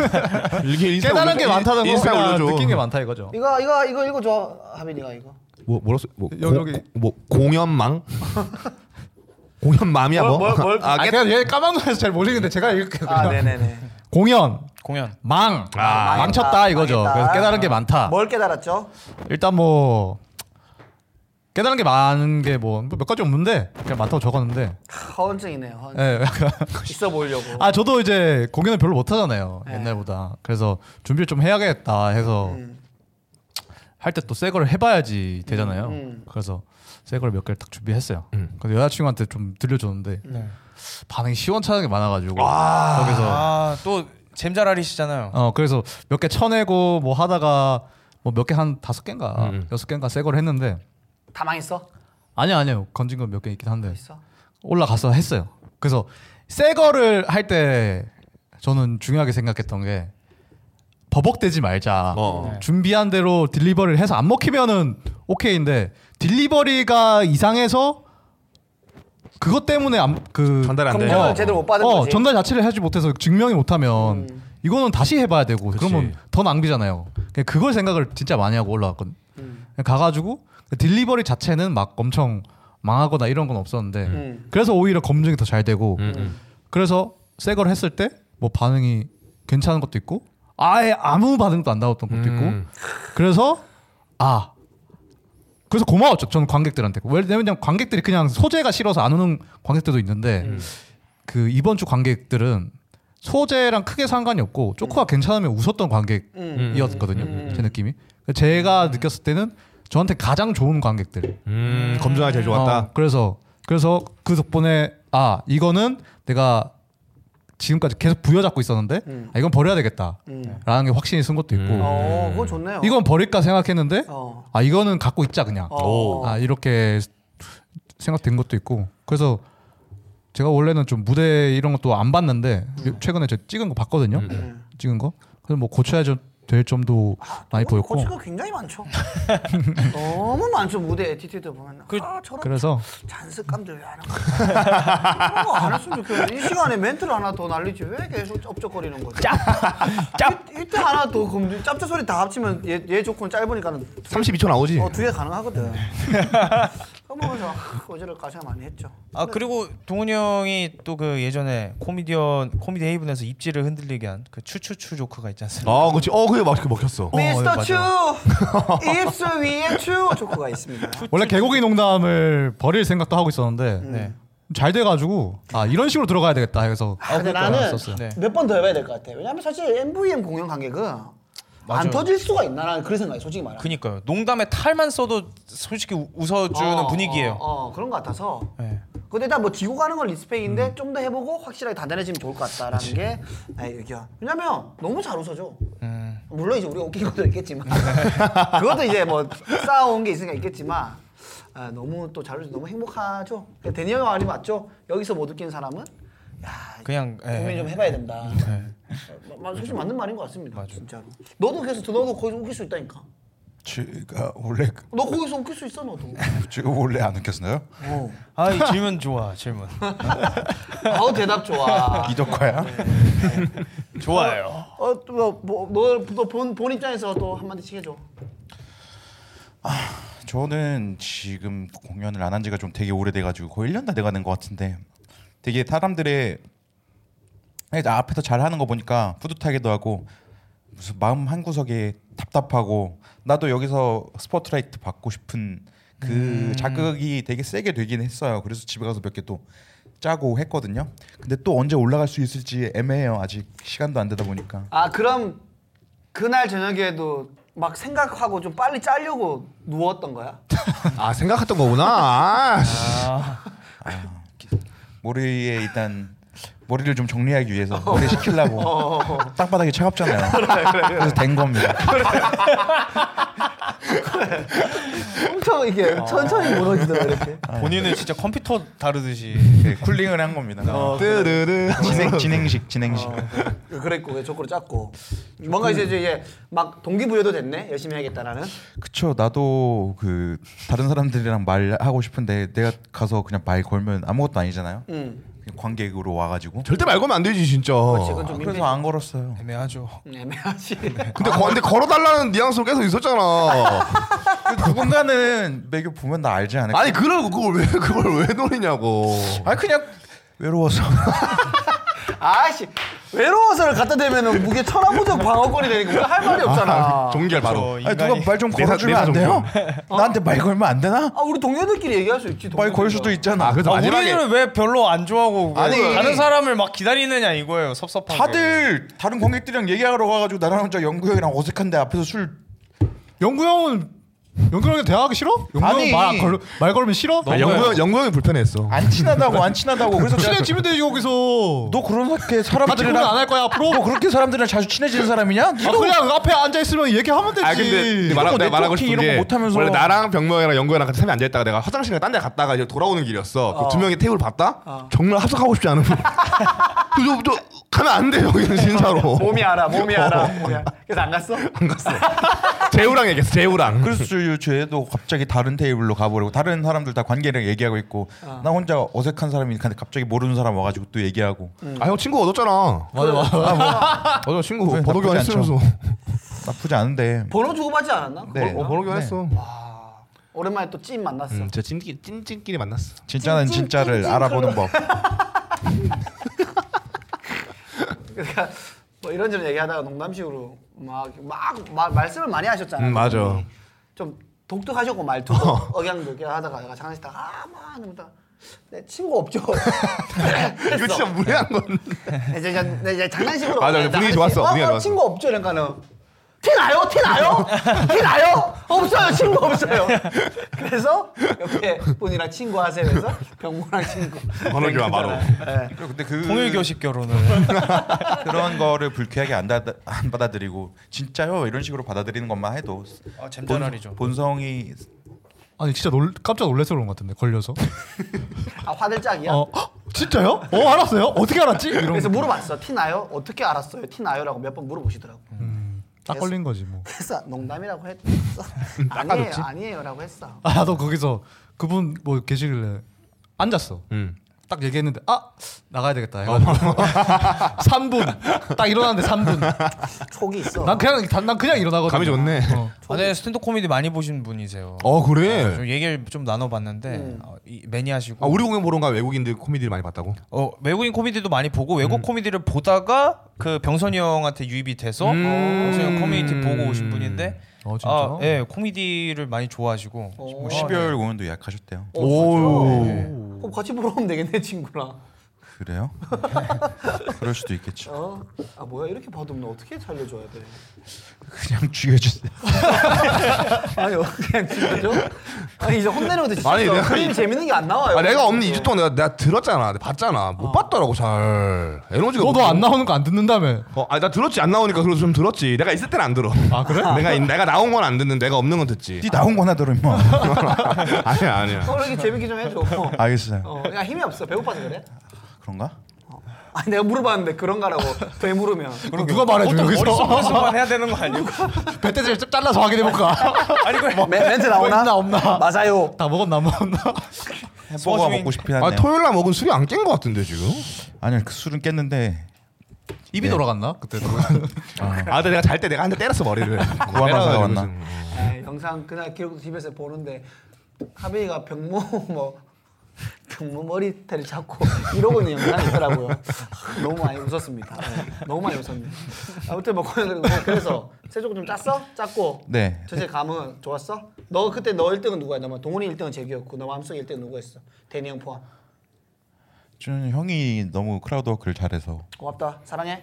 S6: 이게 인스타
S4: 깨달은
S6: 올려-
S4: 게 많다는 거
S6: 인스타
S4: 그냥
S6: 올려줘.
S4: 느낀 게 많다 이거죠.
S1: 이거 이거 이거 읽어줘 하빈이가 이거.
S6: 뭐 뭐라 써? 뭐,
S4: 여기,
S6: 고-
S4: 여기.
S6: 고- 뭐 공연망? 공연맘이야 뭐?
S1: 뭘, 뭘, 뭘.
S6: 아,
S4: 아,
S6: 깨-
S4: 그냥 얘 까만거에서 잘 모르겠는데 제가 이렇게 그냥
S1: 아 네네네.
S4: 공연
S3: 공연
S4: 망
S1: 아,
S4: 망쳤다
S1: 망했다,
S4: 이거죠.
S1: 망했다. 뭐
S4: 그래서 깨달은 게 많다.
S1: 뭘 깨달았죠?
S4: 일단 뭐 깨달은 게 많은 게 뭐 몇 가지 없는데 그냥 많다고 적었는데.
S1: 허언증이네요. 허언증.
S4: 예, 약간
S1: 있어 보이려고.
S4: 아 저도 이제 공연을 별로 못 하잖아요
S1: 네.
S4: 옛날보다. 그래서 준비를 좀 해야겠다 해서
S1: 음.
S4: 할 때 또 새 거를 해봐야지 되잖아요.
S1: 음.
S4: 그래서 새 거를 몇 개를 딱 준비했어요. 근데 여자친구한테 좀 들려줬는데
S1: 네.
S4: 반응이 시원찮은 게 많아가지고 거기서
S3: 아또 잼자라리시잖아요.
S4: 어 그래서 몇 개 쳐내고 뭐 하다가 뭐 몇 개 한 다섯 개인가 여섯 개인가 새 거를 했는데
S1: 다 망했어?
S4: 아니요 아니요 건진 건 몇 개 있긴 한데
S1: 있어.
S4: 올라가서 했어요. 그래서 새 거를 할 때 저는 중요하게 생각했던 게 버벅대지 말자.
S6: 어. 네.
S4: 준비한 대로 딜리버리를 해서 안 먹히면은 오케이인데 딜리버리가 이상해서 그것 때문에 안, 그
S6: 전달이 안 돼요.
S1: 검증을 제대로 못 받은
S4: 어,
S1: 거지. 음.
S4: 전달 자체를 하지 못해서 증명이 못하면 이거는 다시 해봐야 되고 그러면더 낭비잖아요. 그냥 그걸 생각을 진짜 많이 하고 올라왔거든. 그냥 가가지고 딜리버리 자체는 막 엄청 망하거나 이런 건 없었는데
S1: 음.
S4: 그래서 오히려 검증이 더 잘 되고 그래서 새 걸 했을 때 뭐 반응이 괜찮은 것도 있고 아예 아무 반응도 안 나왔던 것도 있고 그래서 아 그래서 고마웠죠. 저는 관객들한테. 왜냐면 관객들이 그냥 소재가 싫어서 안 오는 관객들도 있는데 그 이번 주 관객들은 소재랑 크게 상관이 없고 조커가 괜찮으면 웃었던 관객이었거든요. 제 느낌이. 제가 느꼈을 때는 저한테 가장 좋은 관객들.
S6: 음, 검증하기 제일 좋았다.
S4: 어, 그래서 그래서 그 덕분에 아 이거는 내가 지금까지 계속 부여잡고 있었는데 아, 이건 버려야 되겠다라는 게 확신이 쓴 것도 있고
S1: 어, 그거 좋네요.
S4: 음. 이건 버릴까 생각했는데
S1: 어.
S4: 아 이거는 갖고 있자 그냥
S1: 오.
S4: 아 이렇게 생각된 것도 있고 그래서 제가 원래는 좀 무대 이런 것도 안 봤는데
S1: 음.
S4: 최근에 저 찍은 거 봤거든요
S6: 음,
S4: 찍은 거 그래서 뭐 고쳐야 좀- 될 점도 많이
S1: 어,
S4: 보였고
S1: 고치가 굉장히 많죠. 너무 많죠 무대 에티튜드 보면. 아 저런
S4: 그래서
S1: 잔습감들 왜 하는 거야? 그런 거안 했으면 좋겠는데 이 시간에 멘트를 하나 더 날리지 왜 계속 쩝쩝거리는 거지? 짭! 짭! 이때 하나 더 그럼 짭짭 소리 다 합치면 얘, 얘 조건 짧으니까는
S6: 32초 나오지.
S3: 네.
S1: 어, 두개 가능하거든. 그럼 까먹어서 어제를 가셔 많이 했죠.
S3: 아 그리고 동훈이 형이 또 그 예전에 코미디언 코미디 헤이븐에서 입지를 흔들리게 한 그 추추추 조크가 있지 않습니까?
S6: 아 그렇지. 어 그게 막 먹혔어.
S3: 네,
S1: 미스터 추 입술 위에 추 조커가 있습니다.
S4: 원래 개고기 농담을 버릴 생각도 하고 있었는데
S1: 음.
S6: 네.
S4: 잘 돼가지고 아 이런 식으로 들어가야 되겠다 해서
S1: 아, 근데
S4: 그러니까
S1: 나는
S4: 썼어요.
S3: 네.
S1: 몇 번 더 해봐야 될 것 같아. 왜냐면 사실 MVM 공연 관객은 안 터질 수가 있나? 라는 그런 생각이 솔직히 말하면.
S3: 그니까요. 농담에 탈만 써도 솔직히 우- 웃어주는
S1: 어,
S3: 분위기예요.
S1: 어, 어, 그런 것 같아서.
S3: 네.
S1: 근데 일단 뭐 지고 가는 건 리스펙인데 좀 더 해보고 확실하게 단단해지면 좋을 것 같다라는 게 나의 의견. 왜냐면 너무 잘 웃어줘. 물론 이제 우리가 웃긴 것도 있겠지만 그것도 이제 뭐 쌓아온 게 있으니까 있겠지만 아, 너무 또 잘 웃어 너무 행복하죠. 그러니까 데니 형이 말이 맞죠. 여기서 못 웃긴 사람은 야
S3: 그냥, 예.
S1: 고민 좀 해봐야 된다. 마- 마- 사실 맞는 말인 것 같습니다. 진짜로. 너도 계속 너도 거기서 웃길 수 있다니까.
S5: 제가 원래
S1: 너 거기서 웃길 수 있어 너도.
S5: 제가 원래 안 웃겼나요?
S1: 어.
S3: 아, 이 질문 좋아, 질문.
S1: 아우 대답 좋아.
S5: 기적과야?
S3: 좋아요.
S1: 어, 뭐, 어또뭐너본 입장에서 또 한마디씩 해줘.
S5: 저는 지금 공연을 안 한 지가 좀 되게 오래돼가지고 거의 1년 다 돼가는 것 같은데 되게 사람들의 네, 나 앞에서 잘하는 거 보니까 뿌듯하기도 하고 무슨 마음 한 구석에 답답하고 나도 여기서 스포트라이트 받고 싶은 그 자극이 되게 세게 되긴 했어요. 그래서 집에 가서 몇 개 또 짜고 했거든요. 근데 또 언제 올라갈 수 있을지 애매해요. 아직 시간도 안 되다 보니까.
S1: 아 그럼 그날 저녁에도 막 생각하고 좀 빨리 짜려고 누웠던 거야?
S6: 아 생각했던 거구나. 아,
S5: 머리에 일단 머리를 좀 정리하기 위해서 머리 식히려고 땅바닥이 차갑잖아요. 어. 그래서된 겁니다.
S1: 엄청 이게 천천히 무너지더라 이렇게.
S3: 아, 본인은 진짜 컴퓨터 다루듯이.
S5: 네, 쿨링을 한 겁니다.
S6: 뜨르르.
S5: 진행 진행식 진행식.
S1: 그랬고 어, 왜 조커를 짰고 뭔가 이제 이제 막 동기부여도 됐네 열심히 해야겠다라는.
S5: 그쵸 나도 그 다른 사람들이랑 말하고 싶은데 내가 가서 그냥 말 걸면 아무것도 아니잖아요.
S1: 음.
S5: 그냥 관객으로 와가지고.
S6: 절대 말 걸면 안 되지 진짜.
S1: 그건 좀
S5: 어, 그래서 안 걸었어요.
S3: 애매하죠.
S1: 민폐- 애매하지.
S6: 근데 거- 근데 걸어달라는 뉘앙스로 계속 있었잖아.
S5: 그 누군가는 매교 보면 나 알지 않을까.
S6: 아니 그런 그걸 왜 그걸 왜 노리냐고.
S5: 아니 그냥 외로워서.
S1: 아씨 외로워서를 갖다 대면은 무게 천하무적 방어권이 되니까 우리가 할 말이 없잖아.
S6: 종결 바로.
S5: 아니 누가 말 좀
S6: 내사-
S5: 걸어주면 안
S6: 내사
S5: 돼요? 나한테 말 걸면 안 되나?
S1: 아 우리 동료들끼리 얘기할 수 있지.
S5: 말 걸 수도
S1: 동료들이랑.
S5: 있잖아.
S6: 그래서
S3: 아,
S6: 마지막에
S3: 우리는 왜 별로 안 좋아하고 왜
S6: 아니,
S3: 다른 사람을 막 기다리느냐 이거예요. 섭섭한.
S5: 다들 다른 관객들이랑 얘기하러 가가지고 나랑 혼자 영구 형이랑 어색한데 앞에서 술
S4: 영구 형은 영구 형이 대화하기 싫어? 영구
S5: 아니.
S4: 형은 말, 걸, 말 걸면 싫어?
S6: 아, 영구 형- 영구 형이 불편했어.
S5: 안 친하다고 안 친하다고 그래서 내가
S4: 친해지면 되지 거기서
S5: 너 그렇게
S6: 아,
S4: 같이 공연
S5: 사람들이랑
S4: 안할 거야 앞으로?
S5: 너 그렇게 사람들이랑 자주 친해지는 사람이냐? 뭐-
S4: 아
S5: 니도
S4: 그냥 앞에 앉아 있으면 얘기하면 되지.
S6: 아 근데 말하,
S5: 이런 거
S6: 내가 말하고
S5: 네트워킹
S6: 싶은
S5: 이런
S6: 게
S5: 거 못하면서.
S6: 원래 나랑 병명이랑 영구이랑 같이 셋이 앉아 있다가 내가 화장실이나 딴 데 갔다가 이제 돌아오는 길이었어. 그두 명이 테이블 봤다. 정말 합석하고 싶지 않은. 분. 저, 저 가면 안 돼 여기는 진짜로.
S1: 몸이 알아, 몸이 알아, 몸이
S5: 어.
S1: 알아. 그래서 안 갔어?
S6: 안 갔어. 재우랑 얘기했어. 재우랑.
S5: 그래서 쟤도 갑자기 다른 테이블로 가버리고 다른 사람들 다 관계랑 얘기하고 있고 나 혼자 어색한 사람이 근데 갑자기 모르는 사람 와가지고 또 얘기하고
S6: 아 형 친구 얻었잖아.
S4: 맞아 맞아.
S6: 맞아 친구
S5: 그래,
S6: 번호
S5: 나쁘지 않죠.
S6: 교환했으면서. 뭐,
S5: 나쁘지 않은데
S1: 번호 주고받지 않았나? 아,
S5: 네.
S6: 어, 번호 교환했어.
S1: 오랜만에 또 찐 만났어.
S6: 음, 저 찐끼 찐찐끼리 만났어.
S1: 찐,
S5: 진짜는
S1: 찐, 찐,
S5: 진짜를
S1: 찐
S5: 알아보는
S1: 클럽.
S5: 법
S1: 그러니까 뭐 이런저런 얘기하다가 농담식으로 막, 막, 마- 말씀을 많이 하셨잖아요.
S6: 음, 맞아. 어.
S1: 그분이. 좀 독특하셨고 말투 억양도 이렇게 하다가 내가 장난씩 다가 아마 하는다. 내 친구 없죠.
S6: 이거 진짜 무례한 건.
S1: 이제, 이제, 이제, 이제 장난식으로
S6: 맞아, 맞아. 분위기 좋았어,
S1: 어,
S6: 분위기가
S1: 어,
S6: 좋았어.
S1: 친구 없죠 이러니까는 티 나요 티 나요 티 나요 없어요 친구 없어요 그래서 옆에 분이랑 친구 하세요 그래서 병모랑 친구
S6: 번호 교환 바로.
S1: 예.
S5: 그리고 근데 그
S3: 통일교식 결혼을.
S5: 그런 거를 불쾌하게 안, 다, 안 받아들이고 진짜요 이런 식으로 받아들이는 것만 해도
S3: 아, 잼자랄이죠.
S5: 본- 본성이
S4: 아니 진짜 놀, 깜짝 놀라서 그런 것 같은데 걸려서.
S1: 아 화들짝이야
S4: 어 헉, 진짜요? 어 알았어요? 어떻게 알았지? 이런.
S1: 그래서 물어봤어 티 나요 어떻게 알았어요 티 나요라고 몇 번 물어보시더라고
S4: 딱 걸린 거지 뭐.
S1: 그래서 농담이라고 했어 아니에요 아니에요라고 했어
S4: 아 나도 거기서 그분 뭐 계시길래 앉았어.
S6: 음. 어.
S4: 딱 얘기했는데 아 나가야 되겠다 해가지고 3분 딱 일어났는데 3분
S1: 촉이 있어.
S4: 난 그냥 단- 난 그냥 일어나거든
S6: 감이 좋네.
S4: 어. 아,
S3: 아, 네, 스탠드 코미디 많이 보신 분이세요.
S6: 어 그래.
S3: 좀 얘기를 좀 나눠봤는데
S1: 네.
S3: 어, 이, 매니아시고
S6: 아 우리 공연 보러가 외국인들 코미디를 많이 봤다고?
S3: 어, 외국인 코미디도 많이 보고 외국 코미디를 보다가 그 병선이 형한테 유입이 돼서 어, 병선이 형 코미디 보고 오신 분인데
S4: 어, 진짜?
S3: 아, 예, 코미디를 많이 좋아하시고
S5: 뭐 12월 공연도 예약하셨대요.
S1: 어, 오. 그럼 같이 보러 오면 되겠네 친구랑.
S5: 그래요? 그럴 수도 있겠죠.
S1: 어? 아 뭐야 이렇게 봐도 너 어떻게 살려줘야 돼?
S5: 그냥 죽여주세요.
S1: 아니 그냥 진짜죠? 아니 이제 혼내려도 진짜
S6: 아니, 내가
S1: 그림 재밌는 게 안 나와요.
S6: 아 내가 없는 2주 동안 내가, 내가 들었잖아. 내가 봤잖아. 못 봤더라고 잘. 에너지가
S4: 어. 너도 안 나오는 거 안 듣는다며
S6: 어, 아나 들었지 안 나오니까 그래서 좀 들었지. 내가 있을 때는 안 들어.
S4: 아 그래?
S6: 내가 내가 나온 건 안 듣는데 내가 없는 건 듣지.
S5: 니 나온 거나 들어 임마.
S6: 아니야 아니야.
S1: 오늘 이렇게 어, 재밌게 좀 해줘.
S5: 알겠어요.
S1: 어, 야 힘이 없어 배고파서 그래? 어.
S5: 그런가?
S1: 아니 내가 물어봤는데 그런가라고 되물으면
S4: 그럼 누가 말해줘 여기서
S3: 머릿속만 해야 되는 거 아니에요?
S4: 배때지를 좀 잘라서 확인해볼까
S3: 아니 그
S1: 멘- 멘트 나오나?
S4: 있나 없나?
S1: 맞아요.
S4: 다 먹었나 안 먹었나
S5: 햄버거
S3: 소스윙.
S5: 먹고 싶긴
S6: 아
S5: 하네요.
S6: 토요일 날 먹은 술이 안 깬 것 같은데 지금.
S5: 아니 그 술은 깼는데 네.
S4: 입이 돌아갔나 그때도
S6: 아 근데 내가 잘 때 내가 한 대 때렸어 머리를.
S5: 고아만
S6: 때려가지고
S5: 사왔나?
S6: 지금.
S1: 에 영상 그날 기록도 집에서 보는데 하빈이가 병모 뭐 병모 머리털을 잡고 이러고 있는 영상이 있더라고요. 아, 너무 많이 웃었습니다. 네, 너무 많이 웃었네. 아무튼 뭐 그냥 그리고 그래서 세종 좀 짰어? 짰고.
S5: 네.
S1: 전체 감은 좋았어? 너 그때 너 1등은 누구야? 너만 뭐 동훈이 1등은 재규였고 너 마음속 1등은 누구였어? 대니 형 포함.
S5: 저는 형이 너무 크라우드 워크를 잘해서
S1: 고맙다. 사랑해.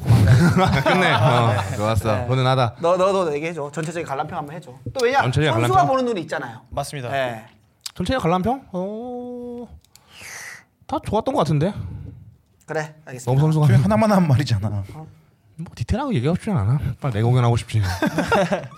S6: 끝내.
S5: 아, 네.
S6: 어, 좋았어. 훈훈하다.
S1: 너 너너 얘기해줘. 전체적인 관람평 한번 해줘. 또 왜냐?
S6: 전체적인
S1: 선수가
S6: 관람평?
S1: 보는 눈이 있잖아요.
S3: 맞습니다.
S1: 네.
S6: 전체적 관람평? 어. 다 좋았던 것 같은데.
S1: 그래. 알겠습니다.
S6: 너무 선수가
S5: 그냥 하나만 한 말이잖아.
S6: 뭐 디테일하고 얘기하고 싶진 않아. 빨리 내 공연 하고 싶지.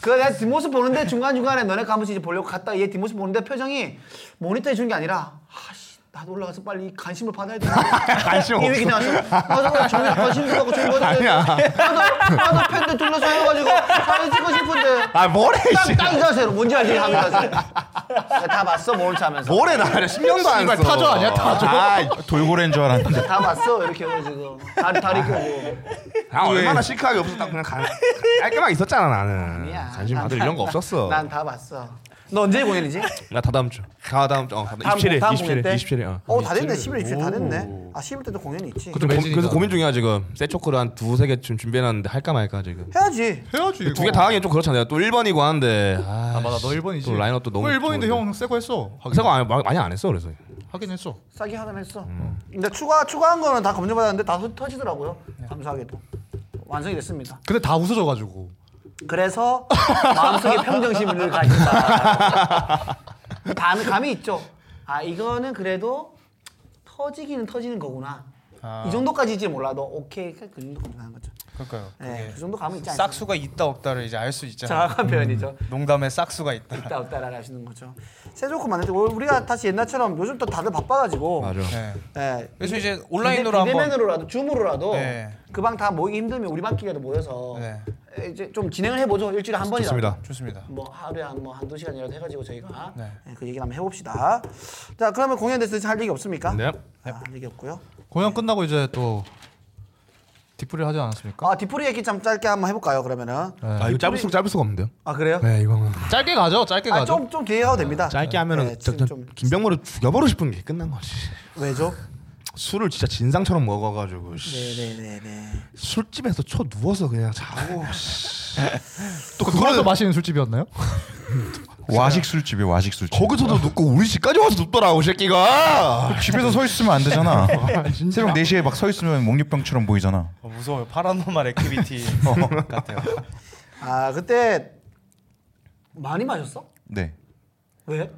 S1: 그 내가 뒷모습 보는데 중간 중간에 너네 가면 이제 보려고 갔다 얘 뒷모습 보는데 표정이 모니터에 주는 게 아니라 아씨 나도 올라가서 빨리 이 관심을 받아야 돼. 관심 이렇게 나왔어. 맞아, 맞아, 저 관심도 갖고 저거 아니야. 나도 나도 팬들 둘러서 해가지고 사진 찍고 싶은데.
S6: 아 뭐래 씨.
S1: 딱이 자세로 뭔지 알지 하는 자세. 내가 다 봤어 모른 차면서.
S6: 아, 뭐래 나 10년도 안 써.
S4: 타조 아니야, 타조.
S6: 아,
S5: 돌고래인 줄 알았는데
S1: 다 봤어 이렇게 해가지고 다리 다리 끄고.
S6: 아 얼마나 시크하게 없었다 그냥 가, 깔끔하게 있었잖아 나는.
S1: 아니야.
S6: 관심 받을
S1: 난-
S6: 이런 거 없었어.
S1: 난 다 봤어. 너 언제 공연이지?
S6: 나 다다음 주. 다 다음 주. 어, 다음
S1: 다음
S6: 27일.
S1: 다음
S6: 27일.
S1: 공연 때?
S6: 27일. 어.
S1: 어, 다 됐네. 11일 일주일 다 됐네. 아, 10일 때도 공연이 있지.
S6: 그좀 고- 그래서 고민 중이야 지금. 세초크를 한 두세 개쯤 준비해놨는데 할까 말까 지금.
S1: 해야지.
S4: 헤어지
S6: 두 개 다 하기엔 좀 그렇잖아. 내가 또 1번이고 하는데. 아,
S4: 아 맞아 너 1번이지
S6: 또 라인업도 너무
S4: 너 1번인데
S6: 좋은데.
S4: 형 새거 했어 하긴,
S6: 생각 안, 많이 안 했어 그래서.
S4: 하긴 했어
S1: 싸게 하긴 했어.
S3: 음.
S1: 근데 추가 추가한 거는 다 검증받았는데 다 터- 터지더라고요. 감사하게도 완성이 됐습니다.
S4: 근데 다 웃어져가지고
S1: 그래서 마음속에 평정심을 늘 가진다. 감, 감이 있죠. 아 이거는 그래도 터지기는 터지는 거구나.
S3: 아.
S1: 이 정도까지지 몰라도 오케이 그 정도 검증하는 거죠.
S3: 그러니까요.
S1: 네,
S3: 그게
S1: 그 정도 감은 있지 않습니까?
S3: 싹수가 있다 없다를 이제 알 수 있잖아요. 음.
S1: 정확한 표현이죠.
S3: 농담에 싹수가 있다.
S1: 있다 없다라 하시는 거죠. 세조코 만들 때 우리가 다시 옛날처럼 요즘 또 다들 바빠가지고
S6: 맞아.
S3: 네.
S1: 예.
S3: 그래서 이제 온라인으로
S1: 비대-
S3: 한번-
S1: 비대면으로라도 줌으로라도
S3: 네.
S1: 그 방 다 모이기 힘들면 우리 방끼리라도 모여서
S3: 네.
S1: 에, 이제 좀 진행을 해보죠 일주일에 한 번이라도
S6: 좋습니다.
S3: 좋습니다.
S1: 뭐 하루에 한뭐한두 시간이라도 해가지고 저희가
S3: 네.
S1: 예, 그 얘기를 한번 해봅시다. 자 그러면 공연 됐을 할 얘기 없습니까?
S6: 네.
S1: 아, 할 얘기 없고요.
S4: 공연 끝나고 이제 또 뒷풀이 하지 않았습니까?
S1: 아 디프리 얘기 좀 짧게 한번 해볼까요 그러면은?
S6: 아 이거 짧을 수 짧을 수가 없는데요.
S1: 아 그래요?
S6: 네 이거는.
S4: 짧게 가죠 짧게 가죠
S1: 아좀 좀 뒤에 가도 됩니다.
S6: 짧게 하면은
S1: 네,
S6: 저-
S1: 지금
S6: 저-
S1: 좀
S6: 김병모를 죽여버리고 싶은 게 끝난 거지.
S1: 왜죠?
S6: 술을 진짜 진상처럼 먹어가지고 씨.
S1: 네네네네.
S6: 술집에서 쳐 누워서 그냥 자고. 씨.
S4: 또 그거라도 마시는 술집이었나요?
S5: 와식 술집이 와식 술집.
S6: 거기서도 눕고 우리 집까지 와서 눕더라고 이 새끼가.
S5: 집에서 서 있으면 안 되잖아. 새벽 4시에 막 서 있으면 목류병처럼 보이잖아.
S3: 어, 무서워요. 파라노말 액티비티 같아요.
S1: 아 그때 많이 마셨어?
S5: 네.
S1: 왜?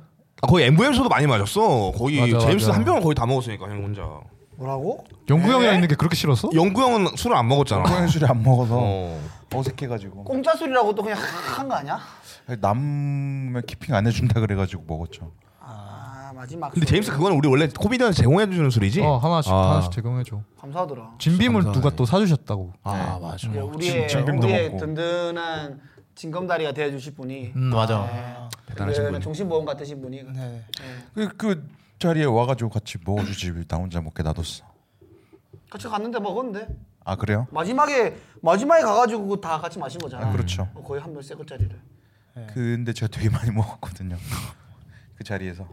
S6: 아, 거의 MVM에서도 많이 마셨어. 거의
S4: 맞아,
S6: 제임스
S4: 맞아.
S6: 한 병을 거의 다 먹었으니까 형 혼자.
S1: 뭐라고?
S4: 영구 형이랑 있는 게 그렇게 싫었어?
S6: 영구 형은 술을 안 먹었잖아.
S5: 평소에 술을 안 먹어서
S6: 어.
S5: 어색해가지고
S1: 공짜 술이라고 또 그냥 한 거 아니야?
S5: 남의 키핑 안 해준다 그래가지고 먹었죠.
S1: 아 마지막
S6: 근데
S1: 술.
S6: 제임스 그건 우리 원래 코미디언 제공해 주는 술이지.
S4: 어 하나씩
S6: 아.
S4: 하나씩 제공해줘
S1: 감사하더라.
S4: 진빔을 누가 또 사주셨다고
S6: 아 맞아.
S1: 이제 우리의
S5: 진빔도
S1: 우리의
S5: 먹고.
S1: 든든한 진검다리가
S4: 음,
S1: 되어주실 분이
S4: 맞아
S1: 대단하신 분이 예. 정신보험 같으신 분이
S3: 네.
S5: 그, 그 자리에 와가지고 같이 먹어주지 왜나 혼자 먹게 놔뒀어.
S1: 같이 갔는데 먹었는데
S5: 아 그래요?
S1: 마지막에 마지막에 가가지고 그거 다 같이 마신 거잖아.
S5: 아, 그렇죠.
S1: 어, 거의 한명세 글짜리를.
S5: 근데 제가 되게 많이 먹었거든요. 그 자리에서.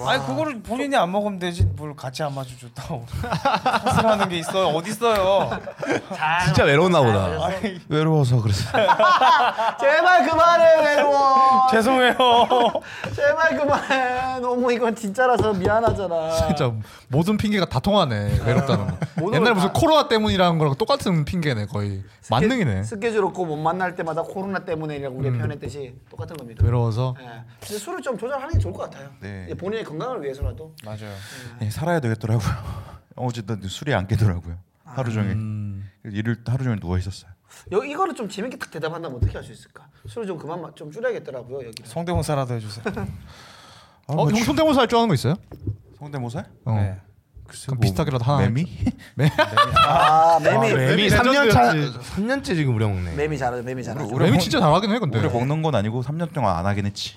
S3: 아니 그거를 본인이 안 먹으면 되지 뭘 같이 안 맞춰줬다고 탓을 하는 게 있어요 어디 있어요
S6: 진짜 외로웠나 보다.
S5: 외로워서 그래서
S1: 제발 그만해 외로워.
S3: 죄송해요
S1: 제발 그만해. 너무 이건 진짜라서 미안하잖아.
S4: 진짜 모든 핑계가 다 통하네 외롭다는 거
S1: 모든
S4: 옛날
S1: 걸
S4: 무슨
S1: 다-
S4: 코로나 때문이라는 거랑 똑같은 핑계네 거의 만능이네
S1: 스케줄 없고 못 만날 때마다 코로나 때문에라고 우리가 표현했듯이 똑같은 겁니다.
S4: 외로워서
S6: 아,
S1: 예. 근데 술을 좀 조절하는 게 좋을 것 같아요.
S5: 네.
S1: 예, 본인의 건강을 위해서라도.
S3: 맞아요
S5: 예, 살아야 되겠더라고요. 어쨌든 술이 안 깨더라고요. 하루 종일
S4: 음.
S5: 일을 하루 종일 누워 있었어요.
S1: 여기 이거를 좀 재밌게 딱 대답한다면 어떻게 할 수 있을까? 술을 좀 그만 마- 좀 줄여야겠더라고요 여기.
S3: 성대모사라도 해주세요
S1: 어.
S5: 아,
S4: 어,
S5: 뭐
S4: 형 손대모사 할 줄 아는 거 있어요?
S5: 성대모사?
S4: 어.
S3: 네.
S5: 글쎄
S4: 그럼
S6: 뭐,
S4: 비슷하게라도 하나
S5: 매미?
S1: 아 매미
S6: 매미
S4: 매미
S6: 3년 차
S4: 레전드였지.
S6: 3년째 지금 우려먹네.
S1: 매미 잘하죠 매미 잘하죠.
S4: 매미 진짜 잘하긴 해 근데
S5: 오래 먹는 건 아니고 3년 동안 안 하긴 했지.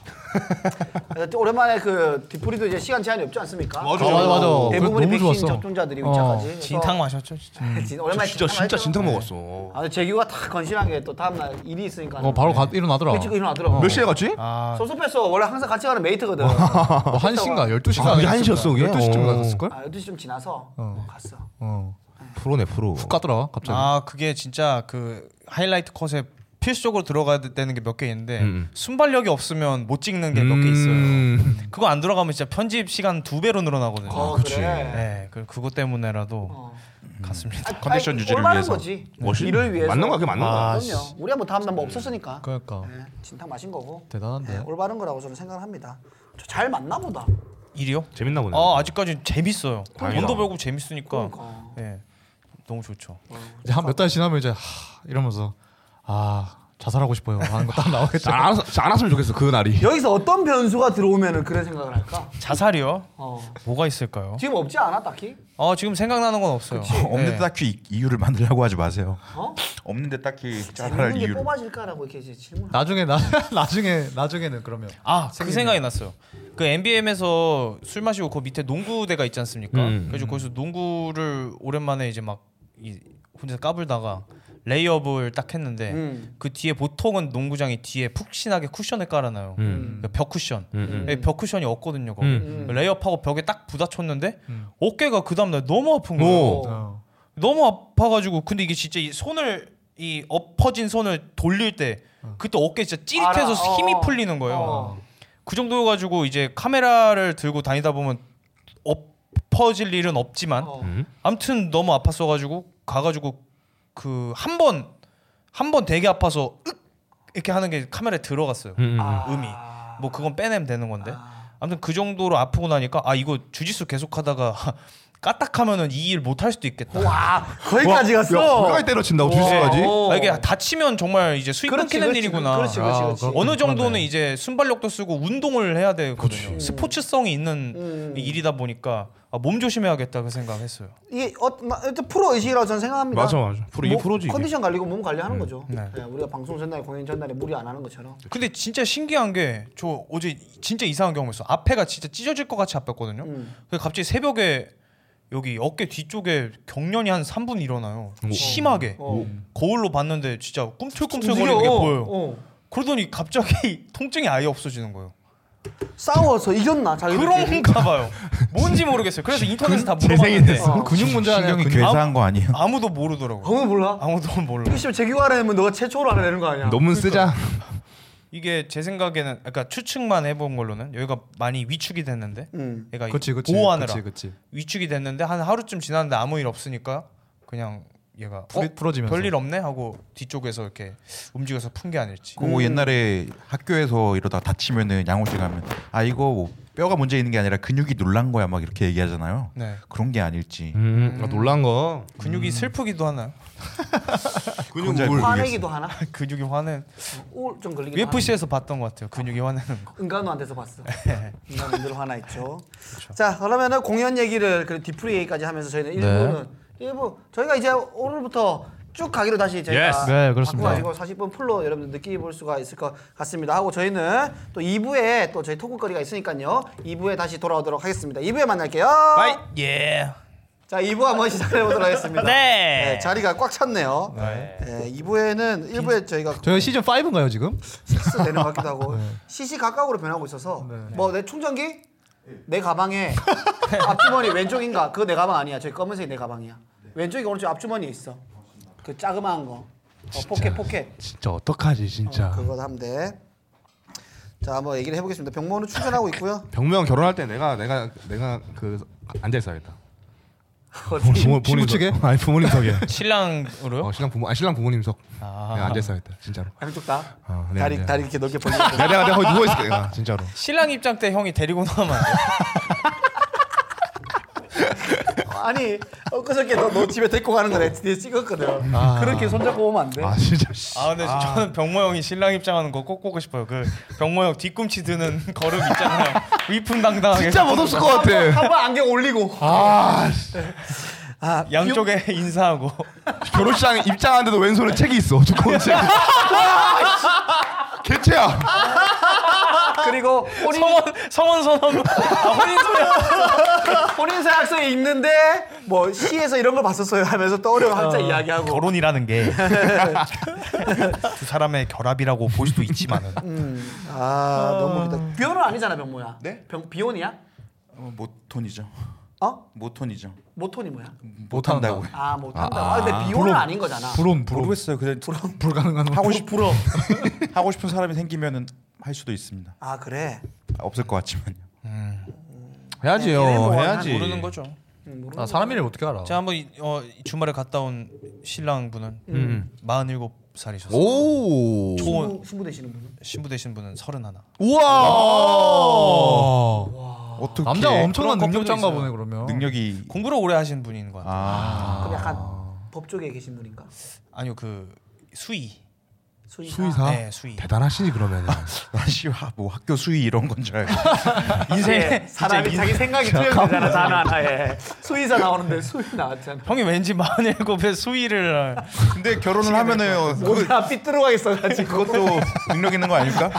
S1: 그래서 오랜만에 그 디프리도 이제 시간 제한이 없지 않습니까? 뭐
S4: 맞아 맞아, 맞아.
S1: 대부분의
S4: 그래서
S1: 백신
S4: 너무 좋았어
S1: 접종자들이
S4: 어.
S1: 위차까지. 그래서
S3: 진탕 마셨죠 진짜
S1: 진- 오랜만에
S6: 진짜 진짜
S1: 했죠.
S6: 진탕 먹었어.
S1: 아 근데 재규가 다 건실한 게 또 다음 날 일이 있으니까. 네.
S4: 어 바로 가, 일어나더라
S1: 일찍 일어나더라고.
S6: 몇 시에 갔지?
S3: 아
S1: 소소패서 원래 항상 같이 가는 메이트거든.
S4: 뭐 1시인가 12시인가
S6: 아, 그게 한 시였어, 그게?
S4: 12시쯤
S6: 어.
S4: 갔을걸?
S1: 아 12시 좀 지나서 갔어.
S4: 어.
S6: 프로네 프로.
S4: 훅 가더라 갑자기
S3: 아 그게 진짜 그 하이라이트 컷에 필수적으로 들어가야 되는 게 몇 개 있는데 순발력이 없으면 못 찍는 게 몇 개 있어요. 그거 안 들어가면 진짜 편집 시간 두 배로 늘어나거든요.
S1: 아, 그치. 그래.
S3: 네, 그 그것 때문에라도
S1: 어.
S3: 갔습니다.
S1: 아니,
S5: 컨디션
S1: 아니,
S5: 유지를
S1: 올바른
S5: 위해서.
S1: 거지.
S6: 멋있-
S1: 일을 위해서.
S6: 맞는 거야, 그게 맞는 거야.
S1: 그럼요. 우리가 뭐 다음 날뭐 없었으니까.
S4: 그러니까
S1: 예, 진탕 마신 거고.
S4: 대단한데
S1: 예, 올바른 거라고 저는 생각을 합니다. 저잘 맞나 보다.
S3: 일이요?
S6: 재밌나 보네.
S3: 아 아직까지 재밌어요.
S6: 다행이다.
S3: 원더 배고 재밌으니까.
S1: 그러니까.
S3: 네, 너무 좋죠.
S4: 이제 한 몇 달 지나면 이제 하, 이러면서 아 자살하고 싶어요 하는 거딱 나오겠죠
S6: 안, 알았, 안 왔으면 좋겠어 그 날이.
S1: 여기서 어떤 변수가 들어오면은 그런 생각을 할까?
S3: 자살이요?
S1: 어.
S3: 뭐가 있을까요?
S1: 지금 없지 않아 딱히?
S3: 아 지금 생각나는 건 없어요.
S5: 없는데
S3: 네.
S5: 딱히 이- 이유를 만들려고 하지 마세요.
S1: 어?
S5: 없는데
S3: 아,
S5: 딱히 잘할
S1: 재밌는 게
S5: 이유를.
S1: 뽑아질까라고 이렇게 이제 질문.
S4: 나중에 나 나중에 나중에는 그러면
S3: 아, 그 생각이 났어요. 그 NBM에서 술 마시고 그 밑에 농구대가 있지 않습니까?
S6: 음.
S3: 그래서 거기서 농구를 오랜만에 이제 막 이, 혼자 까불다가 레이업을 딱 했는데
S1: 음.
S3: 그 뒤에 보통은 농구장이 뒤에 푹신하게 쿠션을 깔아놔요. 그벽 쿠션. 예, 벽 쿠션이 없거든요. 거기. 레이업하고 벽에 딱 부딪혔는데 어깨가 그 다음날 너무 아픈 거예요.
S6: 오.
S4: 어.
S3: 너무 아파가지고 근데 이게 진짜 이 손을 이 엎어진 손을 돌릴 때 그때 어깨 진짜 찌릿해서
S1: 알아. 어.
S3: 힘이 풀리는 거예요.
S1: 어.
S3: 그 정도여가지고 이제 카메라를 들고 다니다 보면 엎어질 일은 없지만
S1: 어.
S5: 음.
S3: 아무튼 너무 아팠어가지고 가가지고 그 한 번 한 번 되게 아파서 윽 이렇게 하는 게 카메라에 들어갔어요.
S1: 아.
S3: 음이 뭐 그건 빼내면 되는 건데 아무튼 그 정도로 아프고 나니까 아 이거 주짓수 계속하다가 까딱하면은 이 일 못 할 수도 있겠다.
S1: 와 거기까지 갔어.
S6: 까지 어. 때려친다고 주짓수까지.
S1: 오.
S3: 아, 이게 다치면 정말 이제 수익
S1: 네. 어. 그렇지,
S3: 끊기는
S1: 그렇지,
S3: 일이구나.
S1: 그렇지 그렇지
S4: 아,
S1: 그렇지.
S4: 그거-
S3: 어느 정도는
S4: 그러네.
S3: 이제 순발력도 쓰고 운동을 해야 되거든요. 스포츠성이 있는
S1: 음.
S3: 일이다 보니까 아, 몸 조심해야겠다 그 생각했어요.
S1: 이게 어, 마- 하여튼 프로 의식이라고 저는 생각합니다.
S6: 맞아, 맞아. 프로, 이게
S1: 몸-
S6: 프로지, 이게.
S1: 컨디션 관리고 몸 관리하는 거죠.
S3: 네.
S1: 예, 우리가 방송 전날에 공연 전날에 무리 안 하는 것처럼.
S3: 근데 진짜 신기한 게 저 어제 진짜 이상한 경험했어. 앞에가 진짜 찢어질 것 같이 아팠거든요.
S1: 음.
S3: 근데 갑자기 새벽에 여기 어깨 뒤쪽에 경련이 한 3분 일어나요. 심하게
S1: 어.
S3: 거울로 봤는데 진짜 꿈틀꿈틀거리는
S1: 움직여.
S3: 게 보여요.
S1: 어.
S3: 그러더니 갑자기 통증이 아예 없어지는 거예요.
S1: 싸워서 이겼나 자기
S3: 그런가 봐요. 뭔지 모르겠어요. 그래서 인터넷에 다 물어봤는데
S1: 어.
S4: 근육 문제 아니야
S5: 신경이
S4: 근육
S5: 괴사한 거 아니에요?
S3: 아무도 모르더라고요.
S1: 아무 몰라.
S3: 아무도 몰라.
S1: 이거 씨발 재규가 하려면 너가 최초로 알아내는 거 아니야?
S3: 그러니까.
S6: 너무 쓰자.
S3: 이게 제 생각에는 그러니까 추측만 해본 걸로는 여기가 많이 위축이 됐는데
S1: 음.
S3: 얘가
S4: 그치 그치
S3: 보호하느라
S4: 그치 그치
S3: 위축이 됐는데 한 하루쯤 지났는데 아무 일 없으니까 그냥 얘가
S4: 풀이- 풀어지면서.
S3: 별일 없네 하고 뒤쪽에서 이렇게 움직여서 푼 게 아닐지.
S5: 그거 옛날에 학교에서 이러다 다치면은 양호실 가면 아 이거 뭐 뼈가 문제 있는 게 아니라 근육이 놀란 거야 막 이렇게 얘기하잖아요.
S3: 네.
S5: 그런 게 아닐지.
S6: 음, 아, 놀란 거.
S4: 음.
S3: 근육이 슬프기도 하나요?
S5: 근육 잘 모르겠어요.
S1: 화내기도 하나?
S3: 근육이 화낸
S1: 우울증 걸리기도 하나?
S3: UFC에서 봤던 것 같아요. 근육이 화내는 거.
S1: 은간호한테서 봤어. 은간호들 화나 있죠. 자 그러면은 공연 얘기를 그 디프리 얘기까지 하면서 저희는 1부는 1부 저희가 이제 오늘부터 쭉 가기로 다시 저희가
S7: Yes.
S4: 네, 그렇습니다.
S1: 바꿔가지고 40분 풀로 여러분들 느끼볼 수가 있을 것 같습니다. 하고 저희는 또 2부에 또 저희 토크거리가 있으니까요. 2부에 다시 돌아오도록 하겠습니다. 2부에 만날게요.
S3: 바이 예.
S1: 자, 2부 한번 시작해 보도록 하겠습니다.
S3: 네.
S1: 자리가 꽉 찼네요. 네. 2부에는 1부에 저희가
S4: 저희 시즌 5인가요 지금?
S1: 픽스 되는 것 같기도
S6: 네.
S1: 하고 시시각각으로 변하고 있어서 뭐 내 충전기 내 가방에 앞주머니 왼쪽인가 그거 내 가방 아니야 저기 검은색이 내 가방이야 왼쪽이 오른쪽 앞주머니에 있어 그 자그마한 거 어, 포켓 포켓
S4: 진짜 어떡하지 진짜.
S1: 그거 하면 돼자 한번 얘기를 해보겠습니다 병모는 충전하고 있고요
S6: 병명 결혼할 때 내가 내가 내가 그 앉아 있어야겠다. 어,
S4: 부모- 부모님 석-
S6: 아니 부모님석이야.
S3: 신랑으로요?
S6: 어, 신랑 부모 아 신랑 부모님석. 내가 앉아 있어야겠다 진짜로.
S1: 양쪽 다
S6: 아, 네,
S1: 다리
S6: 네.
S1: 다리 이렇게 넓게 벌리고
S6: 내가 내가 내가 거기 누워 있을게 내가 진짜로.
S3: 신랑 입장 때 형이 데리고 나가면 안 돼요?
S1: 아니 엊그저께 너, 너 집에 데리고 가는 거래 뒤에 찍었거든 그렇게 손잡고 오면 안돼
S6: 아 진짜.
S3: 아 근데 저는 병모 형이 신랑 입장하는 거 꼭 보고 싶어요. 그 병모 형 뒤꿈치 드는 걸음 있잖아요. 위풍당당하게
S6: 진짜 멋없을 것 같아.
S1: 한번 안경 올리고
S6: 아
S1: 아
S3: 양쪽에 인사하고
S6: 결혼식장 입장하는데도 왼손에 책이 있어
S5: 아,
S6: 두꺼운 책. 개체야.
S1: 그리고 본인
S3: 성원 성원 선언
S1: 본인 아, 소리 본인 사약서에 읽는데 뭐 시에서 이런 걸 봤었어요 하면서 떠오르고 한자 이야기하고
S3: 결혼이라는 게 두 사람의 결합이라고 볼 수도 있지만은
S1: 아 너무 비다 비혼은 아니잖아 병모야
S5: 네?
S1: 병 비혼이야
S5: 어, 모톤이죠.
S1: 어 음.
S5: 모톤이죠.
S1: 모톤이 뭐야
S5: 못한다고.
S1: 아 못한다 아, 근데 비혼은
S4: 불혼.
S1: 아닌 거잖아
S4: 불온 불온
S5: 모르겠어요. 그냥
S4: 불가능한
S5: 하고 싶 부러 하고 싶은 사람이 생기면은 할 수도 있습니다.
S1: 아 그래
S5: 아, 없을 것 같지만요.
S4: 해야지요
S1: 얘네 뭐
S4: 어, 해야지.
S3: 모르는 거죠.
S1: 음,
S4: 아, 사람 일을 어떻게 알아?
S3: 제가 한번 이- 어, 이 주말에 갔다 온 신랑 분은 음. 47살이셨어요.
S6: 오.
S3: 저
S1: 신부- 신부 되시는 분은
S3: 신부 되신 분은 31.
S6: 우와.
S4: 어.
S5: 어떻게
S4: 남자 엄청난
S3: 그런
S4: 능력자인가
S3: 커플도
S4: 보네
S3: 있어요.
S4: 그러면.
S5: 능력이
S3: 공부를 오래 하신 분인 것 같아요.
S5: 아,
S1: 그럼 약간 법 쪽에 계신 분인가
S3: 아니요 그 수의.
S1: 수의사,
S6: 수의사.
S3: 네 수의.
S6: 대단하시지 그러면.
S5: 다시 뭐 학교 수위 이런 건 줄 알고.
S1: 예,
S3: 인생에
S1: 사람이
S3: 아, 진짜
S1: 자기 생각이 투영되잖아 단어 하나에 예. 수의사 나오는데 수의 나왔잖아
S3: 형이 왠지 47에 수의를
S5: 근데 결혼을 하면은 그,
S1: 모자 삐뚤어가 있어가지고
S5: 그것도 능력 있는 거 아닐까?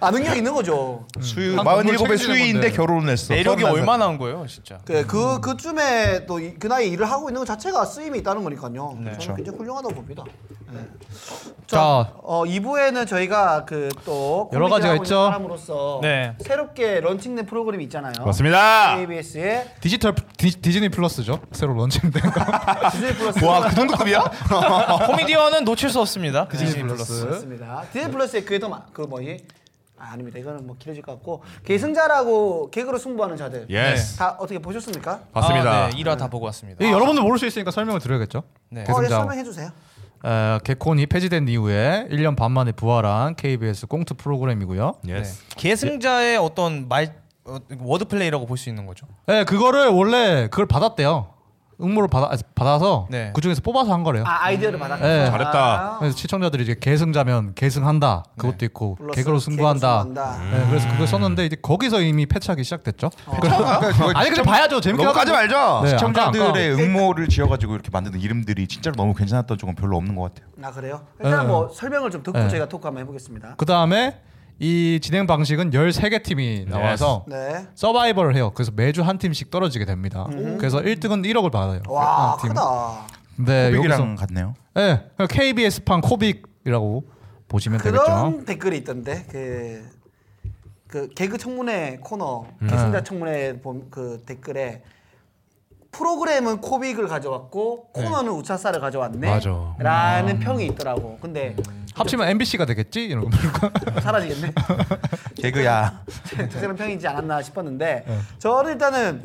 S1: 아 능력 있는 거죠
S5: 수유
S4: 한
S5: 47의
S4: 건물 음.
S5: 수위인데
S4: 책임지는 건데.
S5: 결혼을 했어.
S3: 매력이
S5: 뻔한
S3: 얼마나 한 거예요 진짜.
S1: 그, 그 그쯤에 또 그 나이 에 일을 하고 있는 것 자체가 쓰임이 있다는 거니까요. 저는
S5: 그렇죠.
S1: 굉장히 훌륭하다고 봅니다. 네. 자,
S4: 자.
S1: 어, 2부에는 저희가 그 또
S4: 여러 가지가 있죠.
S1: 사람으로서
S3: 네.
S1: 새롭게 런칭된 프로그램이 있잖아요.
S6: 맞습니다.
S4: 네,
S1: KBS의
S4: 디지털 디, 디즈니 플러스죠. 새로 런칭된 거.
S1: 디즈니 플러스
S6: 와 그 정도 급이야?
S3: 아, 코미디언은 놓칠 수 없습니다. 네,
S4: 디즈니 플러스.
S1: 맞습니다. 디즈니 플러스의 그게 더 많, 그 뭐지? 아, 아닙니다. 이거는 뭐 길어질 것 같고 계승자라고 개그로 승부하는 자들 네.
S6: Yes.
S1: 다 어떻게 보셨습니까?
S6: 맞습니다. 예,
S3: 아, 네, 1화 다 보고 왔습니다.
S4: 이게 여러분들 모를 수 있으니까 설명을 드려야겠죠.
S3: 네.
S1: 어, 예,
S4: 계승자.
S1: 설명해 주세요.
S4: 어, 개콘이 폐지된 이후에 1년 반 만에 부활한 KBS 꽁트 프로그램이고요.
S6: 예스.
S3: 네. 계승자의 어떤 말 어, 워드 플레이라고 볼 수 있는 거죠.
S4: 네, 그거를 원래 그걸 받았대요. 응모를 받아 받아서
S3: 네.
S4: 그 중에서 뽑아서 한 거래요.
S1: 아, 아이디어를 아. 받았고
S4: 네.
S6: 잘했다.
S4: 그래서 시청자들이 이제 계승자면 계승한다 그것도 있고
S1: 플러스
S4: 개그로 승부한다.
S1: 개그로 승부한다. 어.
S4: 네, 그래서 그걸 썼는데 이제 거기서 이미 패착이 시작됐죠. 그러니까 아니 근데 봐야죠 재밌게
S6: 너무 까지
S4: 하다가-
S6: 말자.
S4: 네, 아까- 아까-
S5: 시청자들의 응모를 지어가지고 이렇게 만드는 이름들이 진짜로 너무 괜찮았던 쪽은 별로 없는 것 같아요.
S1: 아 그래요? 일단
S4: 네.
S1: 뭐 설명을 좀 듣고
S4: 네.
S1: 저희가 토크 한번 해보겠습니다.
S4: 그 다음에 이 진행 방식은 13개 팀이 나와서
S1: 네.
S4: 서바이벌을 해요. 그래서 매주 한 팀씩 떨어지게 됩니다.
S1: 음.
S4: 그래서 1등은 1억을 받아요.
S1: 와
S4: 한 팀.
S1: 크다.
S4: 네,
S5: 호백이랑
S4: 여기서
S5: 같네요.
S4: 네, KBS 판 코빅이라고 보시면 되겠죠.
S1: 그런 댓글이 있던데 그. 그 개그 청문회 코너
S4: 음.
S1: 개승자
S4: 네.
S1: 청문회 본 그 댓글에 프로그램은 코빅을 가져왔고 코너는 우차사를 가져왔네
S6: 맞아.
S4: 음.
S1: 라는 평이 있더라고 근데
S4: 합치면 MBC가 되겠지 이런 거.
S1: 사라지겠네
S5: 개그야.
S1: 그런 평이지 않았나 싶었는데 저는 일단은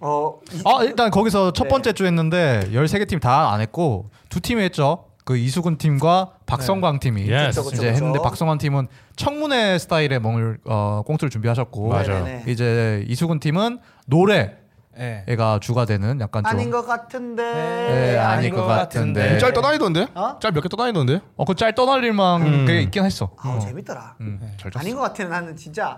S1: 어 이-
S4: 네. 아 일단
S1: 네.
S4: 거기서 첫 번째 주 했는데 13개 팀 다 안 했고 두 팀이 했죠. 그 이수근 팀과
S1: 네.
S4: 박성광 팀이
S7: Yes.
S1: 그쵸, 그쵸,
S4: 이제 했는데
S1: 그쵸.
S4: 박성광 팀은 청문회 스타일의 멍을 어, 꽁트를 준비하셨고
S1: 맞아요. 네네네.
S4: 이제 이수근 팀은 노래가
S3: 네.
S4: 주가 되는 약간 좀
S1: 아닌 것 같은데
S4: 네,
S1: 아닌
S4: 아닐
S1: 것
S4: 것
S3: 같은데.
S4: 같은데.
S6: 짤 떠다니던데?
S1: 어?
S6: 짤 몇 개 떠다니던데?
S4: 어, 그 짤 떠날릴만 게
S1: 아,
S4: 있긴 했어.
S1: 아우 재밌더라
S6: 음. 잘 짰어.
S1: 아닌 것 같아. 나는 진짜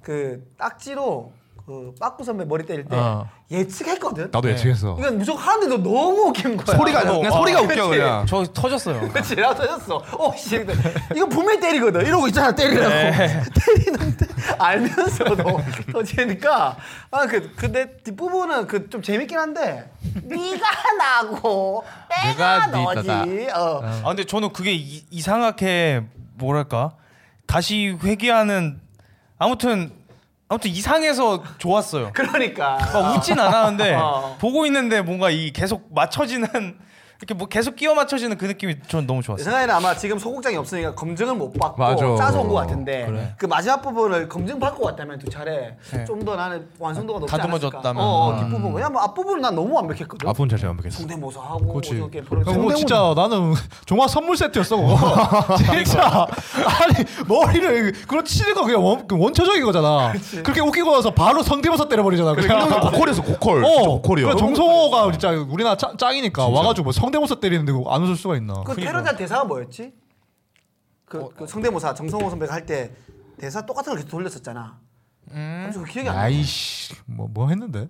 S1: 그 딱지로 그 빠꾸 선배 머리 때릴 때
S4: 어.
S1: 예측했거든.
S6: 나도 예측했어.
S1: 이건 무조건 하는데도 너무 웃긴 거야. 어.
S6: 소리가 그냥 소리가 웃겨 그냥.
S3: 저 터졌어요.
S1: 그치 나 터졌어. 어 씨, 이거 분명히 때리거든. 이러고 있잖아 때리라고
S6: 네.
S1: 때리는데 알면서도 터지니까 아그 근데 뒷 부분은 그 좀 재밌긴 한데 네가 나고 내가
S4: 내가 네
S1: 너지. 어.
S3: 아 근데 저는 그게 이, 이상하게 뭐랄까 다시 회귀하는 아무튼 아무튼 이상해서 좋았어요.
S1: 그러니까.
S3: 막 웃진 않았는데
S1: 어.
S3: 보고 있는데 뭔가 이 계속 맞춰지는 이렇게 뭐 계속 끼워 맞춰지는 그 느낌이 전 너무
S1: 내
S3: 좋았어요.
S1: 생각에는 아마 지금 소극장이 없으니까 검증을 못 받고
S4: 맞아.
S1: 짜서 온 것 같은데 그 마지막 부분을 검증 받고 왔다면 두 차례 좀 더 나는 완성도가 높지 않았을까.
S3: 다듬어졌다면.
S1: 어, 어, 뒷부분 왜냐면 앞부분은 난 너무 완벽했거든.
S6: 앞은 잘 잘못겠어.
S1: 성대모사하고
S4: 그치.
S1: 어떻게
S4: 그거
S1: 프로젝트-
S4: 진짜 나는 종합 선물 세트였어 그거. 진짜 아니 머리를 그런 치는 거 그냥 원, 그 원초적인 거잖아. 그렇게 웃기고 나서 바로 성대모사 때려버리잖아. 그냥.
S6: 고퀄이었어 고퀄. 진짜
S4: 어,
S6: 고퀄이요.
S4: 그래, 정성호가 진짜 우리나라 짱, 짱이니까 와가지고 뭐 성대모사 때리는데 그거 안 웃을 수가 있나?
S1: 그 테러자 대사가 뭐였지? 그, 그 성대모사 정성호 선배가 할 때 대사 똑같은 걸 계속 돌렸었잖아. 그래서 그 기억이 안 나.
S4: 아이씨 뭐 뭐 했는데?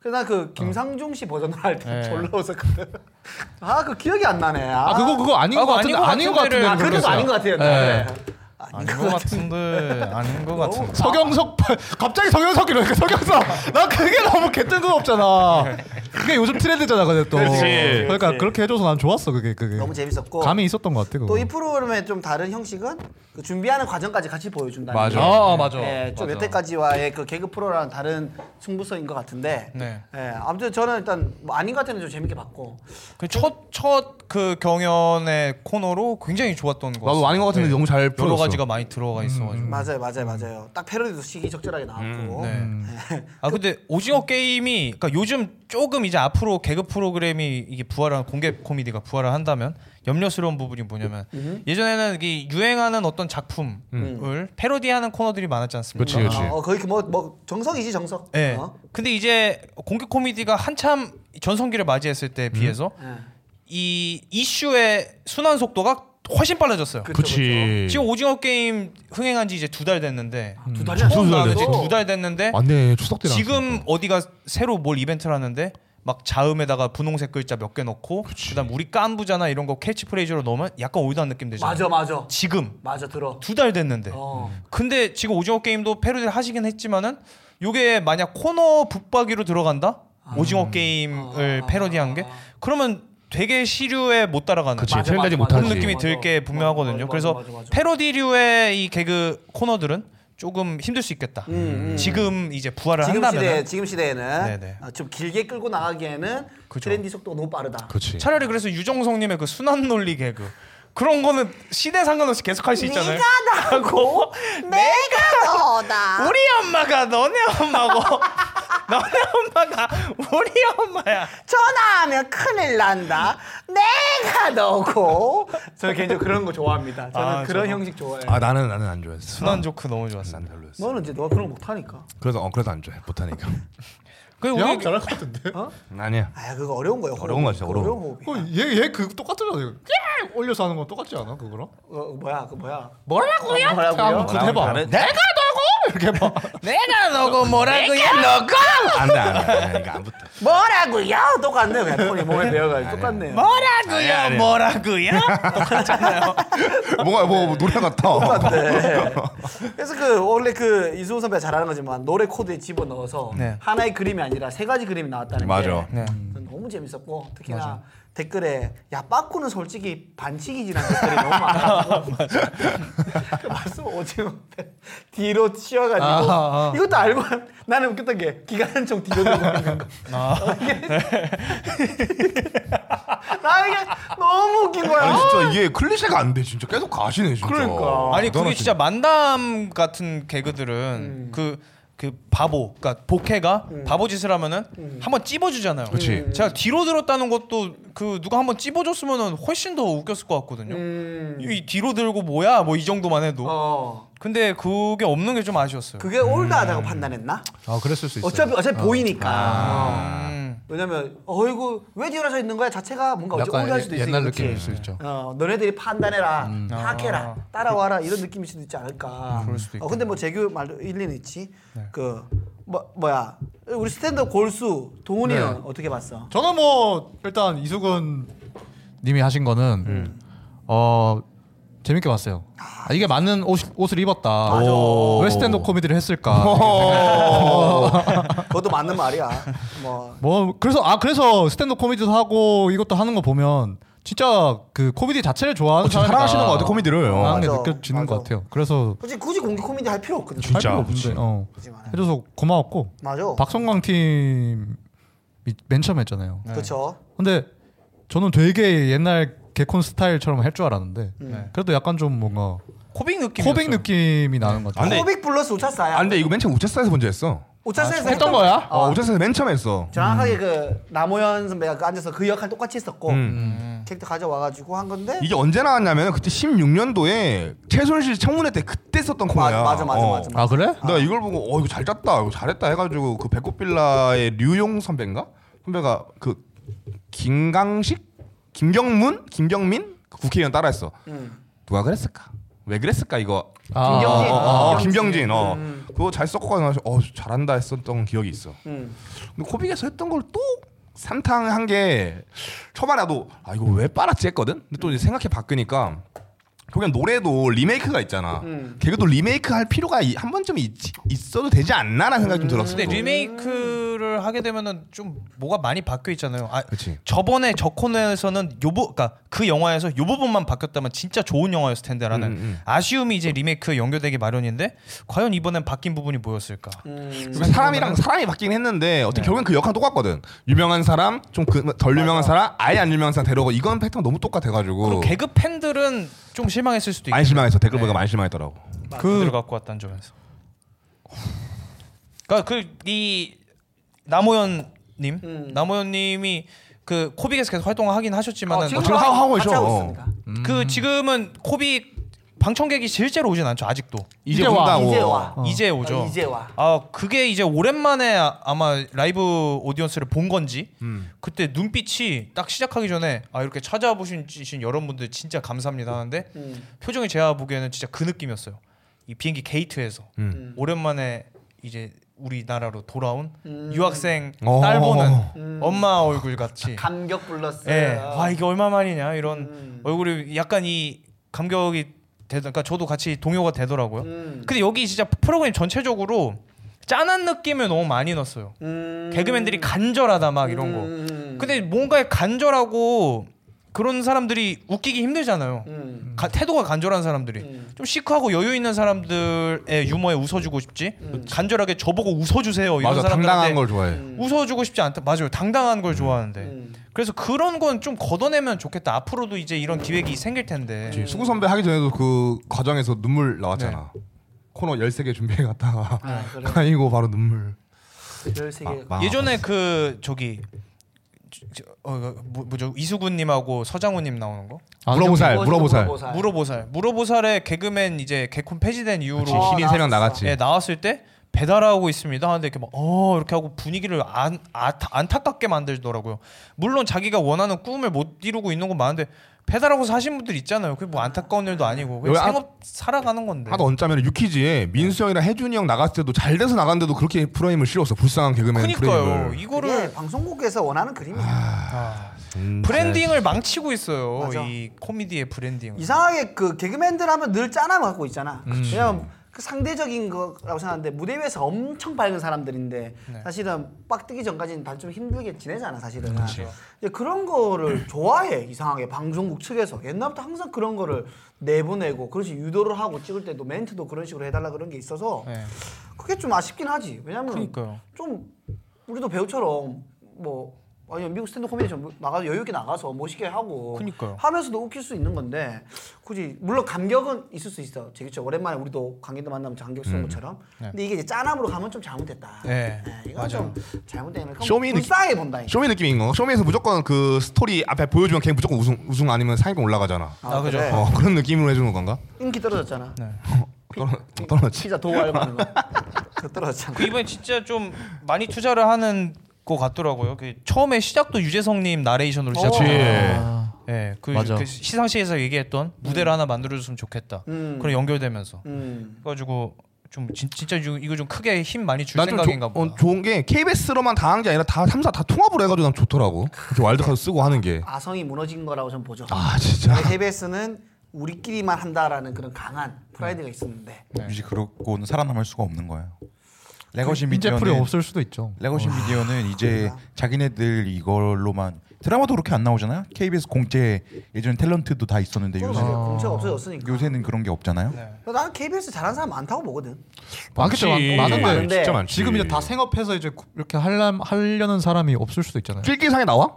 S1: 그래서 나그 김상중 씨 버전으로 할때 졸라 웃었거든. 아 그 기억이 안 나네. 아,
S4: 아 그거 그거 아닌
S3: 아,
S4: 것
S3: 그거
S4: 같은데
S3: 아닌
S4: 아닌
S3: 것
S4: 것 같은데
S3: 같은데를-
S1: 아 그런 거 아닌 것 같아요. 네.
S3: 아닌 것 같은데 아닌 것 같은데.
S4: 서경석 갑자기 서경석 이러니까 서경석 나 그게 너무 개뜬금없잖아. 그게 요즘 트렌드잖아 근데 또.
S1: 그렇지,
S4: 러니까
S1: 그렇지.
S4: 그렇게 해줘서 난 좋았어 그게 그게.
S1: 너무 재밌었고
S4: 감이 있었던 것 같아 그거.
S1: 또 이 프로그램의 좀 다른 형식은 그 준비하는 과정까지 같이 보여준다는
S6: 맞아.
S1: 게.
S4: 아, 아, 맞아.
S3: 네,
S1: 예, 좀
S4: 맞아.
S1: 여태까지와의 그 개그 프로랑 다른 승부성인 것 같은데.
S3: 네.
S1: 예, 아무튼 저는 일단 뭐 아닌 것 같은데 좀 재밌게 봤고.
S3: 그첫첫 그 경연의 코너로 굉장히 좋았던 거.
S6: 나도 아닌 것
S1: 네.
S6: 같은데 너무 잘
S3: 여러
S6: 풀었어. 음,
S3: 가지가 많이 들어가 있어가지고.
S1: 맞아요, 맞아요, 맞아요. 딱 패러디도 시기 적절하게 나왔고.
S3: 음.
S6: 음.
S3: 네. 아 근데 오징어 게임이 그러니까 요즘 조금 이제 앞으로 개그 프로그램이 이게 부활한 공개 코미디가 부활을 한다면 염려스러운 부분이 뭐냐면
S1: 음.
S3: 예전에는 이 유행하는 어떤 작품을 패러디하는 코너들이 많았지 않습니까?
S6: 음. 그렇지 그렇지.
S1: 어, 거의 뭐, 뭐 정석이지 정석.
S3: 예.
S1: 어?
S3: 근데 이제 공개 코미디가 한참 전성기를 맞이했을 때에
S6: 음.
S3: 비해서
S1: 예.
S3: 이 이슈의 순환 속도가 훨씬 빨라졌어요.
S1: 그렇죠, 그쵸,
S6: 그렇지.
S3: 지금 오징어 게임 흥행한 지 이제 두 달 됐는데
S1: 그쵸. 두 달이 안
S6: 음. 두달
S1: 나와도
S6: 됐지.
S3: 음. 두 달 됐는데
S6: 아, 맞네 추석 때
S3: 지금 어디가 새로 뭘 이벤트를 하는데 막 자음에다가 분홍색 글자 몇 개 넣고 그다음 우리 깐부잖아 이런 거 캐치프레이즈로 넣으면 약간 올드한 느낌 되잖아.
S1: 맞아, 맞아.
S3: 지금
S1: 맞아 들어.
S3: 두 달 됐는데.
S1: 어.
S3: 근데 지금 오징어 게임도 패러디를 하시긴 했지만은 요게 만약 코너 붙박이로 들어간다. 오징어 게임을
S1: 음. 아.
S3: 패러디한 게 그러면 되게 시류에 못 따라가는
S6: 그치.
S1: 맞아, 맞아,
S6: 트렌드하지 네, 못하지.
S3: 그런 느낌이
S1: 맞아.
S3: 들 게 분명하거든요.
S1: 맞아, 맞아,
S3: 그래서
S1: 맞아, 맞아.
S3: 패러디류의 이 개그 코너들은 조금 힘들 수 있겠다. 지금 이제 부활을
S1: 음, 지금 시대
S3: 한다면
S1: 지금 시대에는
S3: 네네.
S1: 어, 좀 길게 끌고 나가기에는
S3: 그죠.
S1: 트렌디 속도가 너무 빠르다.
S6: 그렇지.
S3: 차라리 그래서 유정성님의 그 순환 논리 개그 그런 거는 시대 상관없이 계속 할 수 있잖아요.
S1: 네가 나고 내가 너다.
S3: 우리 엄마가 너네 엄마고 너네 엄마가 우리 엄마야.
S1: 전화하면 큰일 난다. 내가 너고. 저 개인적으로 그런 거 좋아합니다. 저는
S3: 아,
S1: 그런
S3: 저도.
S1: 형식 좋아해요.
S6: 아 나는 나는 안 좋아했어.
S3: 순환 조크 너무 좋았어.
S6: 난 별로였어.
S1: 너는 이제 너가 그런 거 못하니까.
S6: 그래서 어 그래서 안 좋아해 못하니까.
S3: 그 우리
S4: 어, 잘할 것 같은데.
S6: 아니야.
S1: 아 그거 어려운 거예요.
S6: 어려운 거야, 진짜 어려운 거.
S1: 호흡이.
S4: 아, 얘얘그 똑같잖아. 예! 올려서 하는 건 똑같지 않아 그거랑?
S1: 어, 뭐야 그 뭐야.
S4: 뭐라고요? 뭐라고요? 그거 해봐. 내가 너고 이렇게 해봐.
S3: 내가 너고 뭐라고 야 너고
S6: 안돼 안돼 안돼 이거 안 붙어.
S1: 뭐라고요? 똑같네 그냥 폰이 몸에 배어가지고 똑같네요.
S3: 뭐라고요 뭐라고요
S6: 뭔가 뭐 노래 같아.
S1: 똑같네. 그래서 그 원래 그 이수호 선배가 잘하는 거지만 노래 코드에 집어 넣어서
S3: 네.
S1: 하나의 그림이 아니라 세 가지 그림이 나왔다는
S6: 맞아.
S1: 게 저는 너무 재밌었고 특히나 댓글에 야 빠꾸는 솔직히 반칙이지라는 댓글이 너무 많아가지고 봤어 오징어 뒤로 치워가지고
S4: 아, 아.
S1: 이것도 알고 나는 웃겼던 게 기관은 좀 뒤로 들고 있는 거. 나 이게 너무 웃긴 거야.
S6: 아니 진짜 이게 클리셰가 안 돼 진짜 계속 가시네 진짜.
S1: 그러니까.
S3: 아니
S6: 대단하시네.
S3: 그게 진짜 만담 같은 개그들은 그 그 바보, 그러니까 복해가 바보 짓을 하면은 한번 찝어주잖아요.
S6: 그치.
S3: 제가 뒤로 들었다는 것도 그 누가 한번 찝어줬으면은 훨씬 더 웃겼을 것 같거든요.
S1: 음.
S3: 이 뒤로 들고 뭐야 뭐 이 정도만 해도.
S1: 어.
S3: 근데 그게 없는 게 좀 아쉬웠어요.
S1: 그게 올드하다고 판단했나?
S4: 아 그랬을 수 있어.
S1: 어차피 어차피 보이니까.
S3: 음.
S1: 왜냐면 어이구 왜 뒤라서 있는 거야 자체가 뭔가 어쩌고
S4: 약간
S1: 올드할 수도 있으니까.
S4: 옛날 느낌일 수 있죠. 음. 아.
S1: 어, 너네들이 판단해라, 파악해라, 따라와라 이런 느낌일 수도 있지 않을까.
S3: 그럴 수도
S4: 네.
S1: 어, 근데 뭐 재규 말도 일리는 있지. 그 뭐 뭐야 우리 스탠드 골수
S4: 네.
S1: 동훈이는 어떻게 봤어?
S4: 저는 뭐 일단 이수근 님이 하신 거는 어 재밌게 봤어요. 아, 이게 맞는 옷, 옷을 입었다. 왜 스탠드 코미디를 어. 했을까?
S1: 그것도 맞는 말이야. 뭐
S4: 뭐 그래서 아 그래서 스탠드 코미디도 하고 이것도 하는 거 보면 진짜 그 코미디 자체를 좋아하는
S6: 진짜
S4: 사람이다.
S6: 사랑하시는 것 같아, 코미디를. 어.
S4: 하는 게
S1: 맞아,
S4: 느껴지는
S1: 맞아.
S4: 것 같아요. 그래서
S1: 굳이 굳이 공개 코미디 할 필요 없거든.
S4: 할 필요 없는데 어.
S1: 그러지 말아요.
S4: 해줘서 고마웠고
S1: 맞아.
S4: 박성광 팀이 맨 처음 했잖아요.
S1: 그렇죠.
S4: 근데 저는 되게 옛날 개콘 스타일처럼 할 줄 알았는데
S1: 음.
S4: 그래도 약간 좀 뭔가
S3: 코빅 느낌.
S4: 코빅 느낌이 나는 것 같아요.
S6: 근데-
S1: 코빅 플러스
S6: 아
S1: 우차사야.
S6: 근데 이거 맨 처음 우차사에서 먼저 했어.
S1: 우차사에서
S4: 아, 했던 거야?
S6: 어,
S1: 어,
S6: 우차사에서 맨 처음 했어.
S1: 정확하게 그 남호연 선배가 그 앉아서 그 역할 똑같이 했었고 캐릭터 가져와가지고 한 건데
S6: 음. 이게 언제 나왔냐면 그때 16년도에 최순실 청문회 때 그때 썼던 코너야.
S1: 맞아, 맞아,
S6: 어.
S1: 맞아, 맞아.
S4: 아 그래?
S6: 내가 이걸 보고 어 이거 잘 짰다, 이거 잘했다 해가지고 그 배꼽 빌라의 류용 선배인가 선배가 그 김강식, 김경문, 김경민 그 국회의원 따라했어.
S1: 음.
S6: 누가 그랬을까? 왜 그랬을까 이거?
S4: 아,
S1: 김경진.
S6: 어, 어, 어,
S1: 김경진.
S6: 김경진. 어. 그거 잘 썼고 나서 어 잘한다 했었던 기억이 있어.
S1: 음.
S6: 근데 코빅에서 했던 걸 또 삼탕 한 게 초반에 나도 아 이거 왜 빨았지 했거든. 근데 또 이제 생각해 바꾸니까 결국엔 노래도 리메이크가 있잖아.
S1: 음.
S6: 개그도 리메이크 할 필요가 이- 한 번쯤 있, 있어도 되지 않나라는
S1: 음.
S6: 생각이 좀 들었어.
S3: 근데
S6: 또.
S3: 리메이크를 하게 되면은 좀 뭐가 많이 바뀌어 있잖아요. 아,
S6: 그치.
S3: 저번에 저 코너에서는 요부 그러니까 그 영화에서 요 부분만 바뀌었다면 진짜 좋은 영화였을 텐데라는
S6: 음, 음.
S3: 아쉬움이 이제 리메이크 연결되기 마련인데 과연 이번엔 바뀐 부분이 뭐였을까?
S1: 음.
S6: 그리고 사람이랑 사람이 바뀌긴 했는데 어떻게 결국엔 그 역할은 똑같거든. 유명한 사람, 좀 그, 덜 유명한 사람, 아예 안 유명한 사람 데려오고 이건 팩트가 너무
S3: 그리고
S6: 똑같아가지고
S3: 개그 팬들은 좀 실망했을 수도 네. 있고
S6: 많이 실망했어. 댓글 보니까 많이 실망했더라고.
S3: 그대로 갖고 왔다는 점에서. 그러니까 그이 남호연 님,
S1: 음.
S3: 남호연 님이 그 코빅에서 계속 활동을 하긴 하셨지만은
S1: 어, 지금도
S6: 지금 하고- 하고
S1: 같이
S6: 있죠.
S1: 하고 있으니까.
S3: 그 지금은 코빅 방청객이 실제로 오진 않죠 아직도
S6: 이제
S4: 이제 와.
S6: 온다고.
S1: 이제 와.
S3: 이제 오죠.
S1: 어, 이제 와.
S3: 아 그게 이제 오랜만에 아- 아마 라이브 오디언스를 본 건지 그때 눈빛이 딱 시작하기 전에 아 이렇게 찾아보신 주신 여러분들 진짜 감사합니다 하는데
S1: 음.
S3: 표정이 제가 보기에는 진짜 그 느낌이었어요. 이 비행기 게이트에서 오랜만에 이제 우리나라로 돌아온
S1: 음.
S3: 유학생
S6: 오.
S3: 딸 보는 엄마 얼굴 같이
S1: 감격 플러스.
S3: 예. 음. 와 이게 얼마만이냐 이런 얼굴이 약간 이 감격이 되다. 그러니까 저도 같이 동요가 되더라고요.
S1: 음.
S3: 근데 여기 진짜 프로그램 전체적으로 짠한 느낌을 너무 많이 넣었어요. 개그맨들이 간절하다 막 이런 거.
S1: 음,
S6: 그
S3: 근데 뭔가에 간절하고 그런 사람들이 웃기기 힘들잖아요.
S1: 음.
S3: 가- 태도가 간절한 사람들이 좀 시크하고 여유 있는 사람들의 유머에 웃어주고 싶지 간절하게 저보고 웃어주세요 이런
S6: 맞아,
S3: 사람들한테 음.
S6: 당당한 걸 좋아해.
S3: 웃어주고 싶지 않다. 맞아요. 당당한 걸 좋아하는데.
S1: 음.
S6: 네.
S3: 그래서 그런 건 좀 걷어내면 좋겠다. 앞으로도 이제 이런 기획이 생길 텐데.
S6: 그치. 수구 선배 하기 전에도 그 과정에서 눈물 나왔잖아.
S3: 네.
S6: 코너 13개 준비해 갔다가
S1: 아, 그래.
S6: 아, 이고 바로 눈물.
S1: 13개.
S6: 막-
S3: 예전에 그 저기 저- 저- 어, 뭐, 뭐죠 이수근님하고 서장훈님 나오는 거
S6: 아, 물어보살,
S1: 아,
S6: 물어보살.
S3: 물어보살 물어보살의 개그맨 이제 개콘 폐지된 이후로
S6: 그치.
S1: 어,
S6: 신인 세명
S1: 나왔었어.
S6: 나갔지.
S3: 예, 나왔을 때 배달하고 있습니다 하는데 이렇게 막어 이렇게 하고 분위기를 안 아, 안타깝게 만들더라고요. 물론 자기가 원하는 꿈을 못 이루고 있는 건 많은데 배달하고 사신 분들 있잖아요. 그게 뭐 안타까운 일도 아니고 그냥
S6: 여기 아-
S3: 생업 살아가는 건데.
S6: 하도 언짜면
S3: 네.
S6: 유키즈에 민수 형이랑 혜준이 형 나갔을 때도 잘 돼서 나갔는데도 그렇게 프레임을 실었어. 불쌍한 개그맨
S3: 그니까요.
S6: 프레임을.
S3: 이거를
S1: 이게 방송국에서 원하는 그림이야.
S3: 브랜딩을 망치고 있어요.
S1: 맞아.
S3: 이 코미디의 브랜딩. 을
S1: 이상하게 그 개그맨들 하면 늘 짠함을 갖고 있잖아. 왜냐면 그 상대적인 거라고 생각하는데 무대 위에서 엄청 밝은 사람들인데
S3: 네.
S1: 사실은 빡 뜨기 전까지는 다 좀 힘들게 지내잖아 사실은. 근데 그런 거를 좋아해 이상하게 방송국 측에서 옛날부터 항상 그런 거를 내보내고 그런 식으로 유도를 하고 찍을 때도 멘트도 그런 식으로 해달라 그런 게 있어서
S3: 네.
S1: 그게 좀 아쉽긴 하지. 왜냐면
S3: 그러니까요.
S1: 좀 우리도 배우처럼 뭐 아니 미국 스탠드 코미디 좀 나가서 여유 있게 나가서 멋있게 하고
S3: 그러니까요.
S1: 하면서도 웃길 수 있는 건데 굳이 물론 감격은 있을 수 있어. 제기죠 오랜만에 우리도 관객들 만나면 감격 쓰는 것처럼. 근데 이게 이제 짠함으로 가면 좀 잘못됐다.
S3: 네.
S1: 이건 좀 잘못된 거.
S6: 쇼미 느낌.
S1: 불쌍해 본다 이거.
S6: 쇼미 느낌인 거. 쇼미에서 무조건 그 스토리 앞에 보여주면 걔 무조건 우승, 우승 아니면 상위권 올라가잖아.
S1: 아,
S3: 아, 그죠.
S1: 그래.
S6: 어, 그런 느낌으로 해주는 건가?
S1: 인기 떨어졌잖아.
S3: 그러니까.
S6: 떨어- 떨어졌지.
S1: 피자 도우 알바 하는 거. 그거 떨어졌잖아.
S3: 그 이번에 진짜 좀 많이 투자를 하는 것 같더라고요. 그 처음에 시작도 유재석님 나레이션으로 시작해요.
S4: 아,
S3: 예, 그,
S4: 맞아.
S3: 그 시상식에서 얘기했던 무대를 하나 만들어줬으면 좋겠다.
S1: 음.
S3: 그런 연결되면서
S1: 음.
S3: 그래가지고 좀 진, 진짜 이거 이거 좀 크게 힘 많이 줄
S2: 난좀
S3: 생각인가
S2: 조- 어,
S3: 보다.
S2: 좋은 게 KBS로만 다 하는 게 아니라 다 삼사 다 통합으로 해가지고 난 좋더라고. 이렇게 와일드카드 쓰고 하는 게.
S1: 아성이 무너진 거라고 저는 보죠. 네,
S2: 아 진짜.
S1: KBS는 우리끼리만 한다라는 그런 강한 프라이드가 있었는데
S4: 네.
S5: 뮤직 그룹고는 살아남을 수가 없는 거예요. 레거시
S4: 그 인재풀이
S5: 미디어는
S4: 없을 수도 있죠.
S5: 레거시 미디어는 이제 자기네들 이걸로만 드라마도 그렇게 안 나오잖아요. KBS 공채 예전 탤런트도 다 있었는데
S1: 또
S5: 네, 요새
S3: 아.
S1: 공채가 없어졌으니까.
S5: 요새는 그런 게 없잖아요.
S4: 네.
S1: 나는 KBS 잘하는 사람 많다고 보거든.
S4: 많겠죠.
S2: 많지.
S4: 많- 많은데
S1: 많은데
S2: 어, 진짜 많지.
S4: 지금 이제
S3: 예.
S4: 다 생업해서 이제 이렇게 하려, 하려는 사람이 없을 수도
S3: 그
S4: 있잖아요.
S2: 필기상에 나와?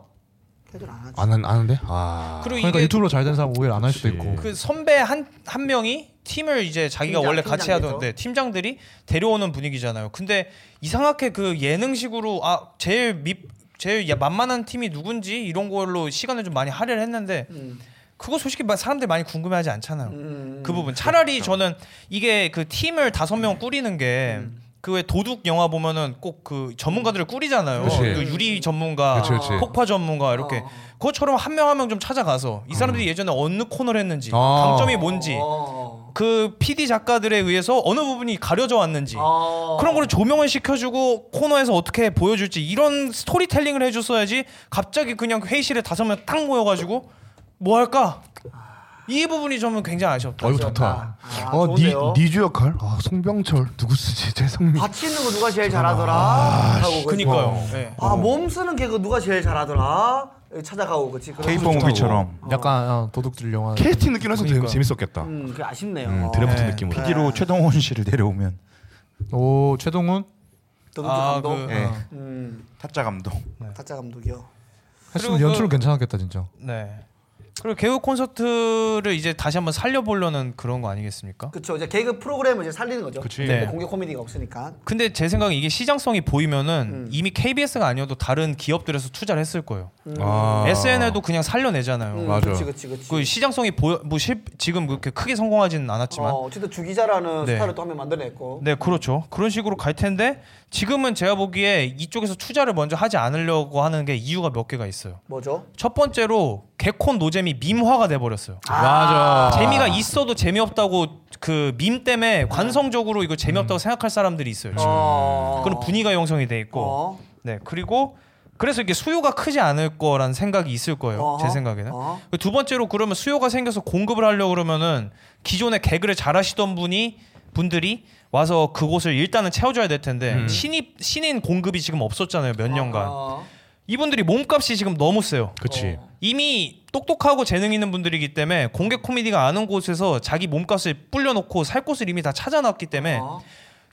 S1: 걔들 안 하지.
S2: 안 한- 아는데? 아.
S3: 그리고
S4: 그러니까
S3: 이게
S4: 유튜브로 잘 된 사람 오히려 안 할 수도 있고.
S3: 그 선배 한 한 명이 팀을 이제 자기가
S1: 네. 팀장,
S3: 원래 같이
S1: 팀장이죠.
S3: 하던데 네, 팀장들이 데려오는 분위기잖아요. 근데 이상하게 그 예능식으로 아 제일 밉 제일 야- 만만한 팀이 누군지 이런 걸로 시간을 좀 많이 할애를 했는데
S1: 음.
S3: 그거 솔직히 마- 사람들이 많이 궁금해하지 않잖아요.
S1: 음.
S3: 그
S2: 그렇죠.
S3: 부분 차라리 저는 이게 그 팀을 다섯 명 꾸리는 게
S2: 음.
S3: 그 왜 도둑 영화 보면은 꼭 그 전문가들을 꾸리잖아요.
S2: 그치.
S3: 그 유리 전문가,
S2: 그치, 그치.
S3: 폭파 전문가 이렇게
S1: 음. 어.
S3: 그것처럼 한 명 한 명 좀 찾아가서 이 사람들이 예전에 어느 코너를 했는지
S2: 음. 아.
S3: 강점이 뭔지
S1: 어.
S3: 그 PD 작가들에 의해서 어느 부분이 가려져 왔는지
S1: 어.
S3: 그런 거를 조명을 시켜주고 코너에서 어떻게 보여줄지 이런 스토리텔링을 해줬어야지 갑자기 그냥 회의실에 다섯 명 딱 모여가지고 뭐 할까 이 부분이 저는 굉장히 아쉬웠다.
S2: 어이구 좋다.
S1: 아,
S2: 어, 니,
S1: 좋은데요?
S2: 니주 역할? 아, 송병철. 누구 쓰지? 재성민.
S1: 같이 있는 거 누가 제일 잘하더라.
S2: 어,
S1: 하고
S3: 그니까요. 네.
S1: 아, 몸 쓰는 개그 누가 제일 잘하더라. 찾아가고 그치. 그런
S4: 그렇죠.
S5: 케이퍼
S1: 거.
S5: 무비처럼
S4: 약간 어, 도둑질 영화.
S2: KT 느낌에서 재밌었겠다.
S1: 음, 그게 아쉽네요.
S2: 음, 드래프트
S3: 네.
S2: 느낌으로.
S5: PD로 최동원 씨를 데려오면
S4: 오 최동훈
S1: 더블
S3: 아,
S1: 감독.
S3: 그,
S5: 예,
S1: 음,
S5: 타짜 감독.
S1: 타짜 감독이요.
S4: 했으면
S3: 그리고
S4: 연출
S3: 그-
S4: 괜찮았겠다 진짜.
S3: 네. 그리고 개그 콘서트를 이제 다시 한번 살려보려는 그런 거 아니겠습니까?
S1: 그쵸. 이제 개그 프로그램을 이제 살리는 거죠.
S2: 그치.
S3: 네.
S1: 공개 코미디가 없으니까.
S3: 근데 제 생각에 이게 시장성이 보이면은 이미 KBS가 아니어도 다른 기업들에서 투자를 했을 거예요.
S2: 아.
S3: SNL도 그냥 살려내잖아요.
S1: 음,
S2: 맞아.
S1: 그치, 그치, 그치.
S3: 어, 그 시장성이 보여 뭐 실, 지금 그렇게 크게 성공하지는 않았지만
S1: 어, 어쨌든 주기자라는
S3: 네.
S1: 스타를 또 한 명 만들어냈고.
S3: 네 그렇죠 그런 식으로 갈 텐데 지금은 제가 보기에 이쪽에서 투자를 먼저 하지 않으려고 하는 게 이유가 몇 개가 있어요
S1: 뭐죠?
S3: 첫 번째로 개콘 노잼이 밈화가 돼버렸어요
S1: 맞아.
S3: 재미가 있어도 재미없다고 그 밈 때문에 관성적으로 이거 재미없다고 생각할 사람들이 있어요 지금
S1: 어.
S3: 그런 분위기가 형성이 돼 있고
S1: 어.
S3: 네 그리고 그래서 이게 수요가 크지 않을 거란 생각이 있을 거예요 제
S1: 어허.
S3: 생각에는
S1: 어.
S3: 두 번째로 그러면 수요가 생겨서 공급을 하려고 그러면은 기존에 개그를 잘하시던 분이 분들이 와서 그곳을 일단은 채워줘야 될 텐데 신입 신인 공급이 지금 없었잖아요 몇 년간
S1: 어.
S3: 이분들이 몸값이 지금 너무 세요
S2: 그치.
S3: 어. 이미 똑똑하고 재능 있는 분들이기 때문에 공개 코미디가 아는 곳에서 자기 몸값을 불려놓고 살 곳을 이미 다 찾아놨기 때문에
S1: 어.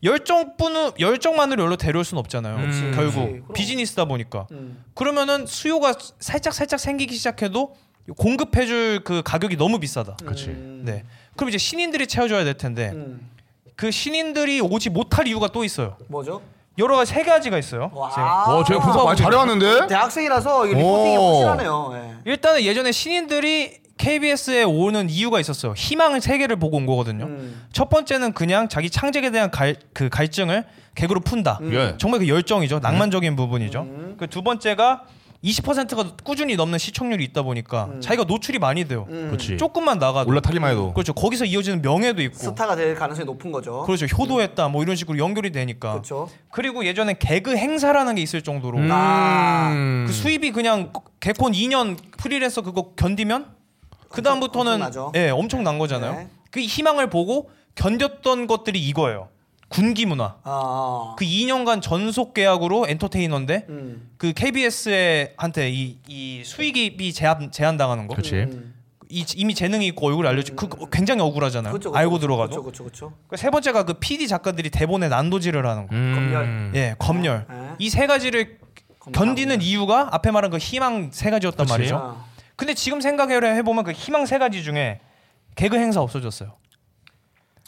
S3: 열정뿐은 열정만으로 여기로 데려올 순 없잖아요
S1: 그치,
S3: 결국
S1: 음. 네, 그치. 그럼.
S3: 비즈니스다 보니까
S1: 음.
S3: 그러면은 수요가 살짝 살짝 생기기 시작해도 공급해줄 그 가격이 너무 비싸다.
S2: 그치.
S1: 음.
S3: 네. 그럼 이제 신인들이 채워줘야 될 텐데
S1: 음.
S3: 그 신인들이 오지 못할 이유가 또 있어요.
S1: 뭐죠?
S3: 여러 가지 세 가지가 있어요. 지금.
S1: 와.
S2: 어, 제가 분석 많이 잘해왔는데?
S1: 대학생이라서 이게 리포팅이
S2: 오.
S1: 확실하네요. 예.
S3: 일단은 예전에 신인들이 KBS에 오는 이유가 있었어요. 희망 세계를 보고 온 거거든요.
S1: 음.
S3: 첫 번째는 그냥 자기 창작에 대한 갈, 그 갈증을 개그로 푼다.
S1: 음.
S2: 예.
S3: 정말 그 열정이죠. 낭만적인 부분이죠. 그 두 번째가 20%가 꾸준히 넘는 시청률이 있다 보니까
S1: 음.
S3: 자기가 노출이 많이 돼요.
S2: 그치.
S3: 조금만 나가도
S2: 올라타기만 해도.
S3: 그렇죠. 거기서 이어지는 명예도 있고
S1: 스타가 될 가능성이 높은 거죠.
S3: 그렇죠. 효도했다 뭐 이런 식으로 연결이 되니까.
S1: 그렇죠.
S3: 그리고 예전에 개그 행사라는 게 있을 정도로
S1: 아.
S2: 음.
S3: 그 수입이 그냥 개콘 2년 프리랜서 그거 견디면 그 다음부터는
S1: 엄청나죠.
S3: 예 엄청난 거잖아요.
S1: 네.
S3: 그 희망을 보고 견뎠던 것들이 이거예요. 군기 문화.
S1: 아.
S3: 그 2년간 전속 계약으로 엔터테이너인데
S1: 음.
S3: 그 KBS에 한테 이, 이 수익이 제한 제한당하는 거.
S2: 그치.
S3: 이, 이미 재능이 있고 얼굴 알려주 그 그거 굉장히
S1: 음.
S3: 억울하잖아요.
S1: 그렇죠.
S3: 알고 들어가도.
S1: 그렇죠. 그렇죠. 그렇죠.
S3: 그세 번째가 그 PD 작가들이 대본에 난도질을 하는 거.
S1: 검열.
S3: 예, 검열.
S1: 네.
S3: 이 세 가지를 견디는 이유가 앞에 말한 그 희망 세 가지였단 말이죠.
S1: 아.
S3: 근데 지금 생각해 보면 그 희망 세 가지 중에 개그 행사 없어졌어요.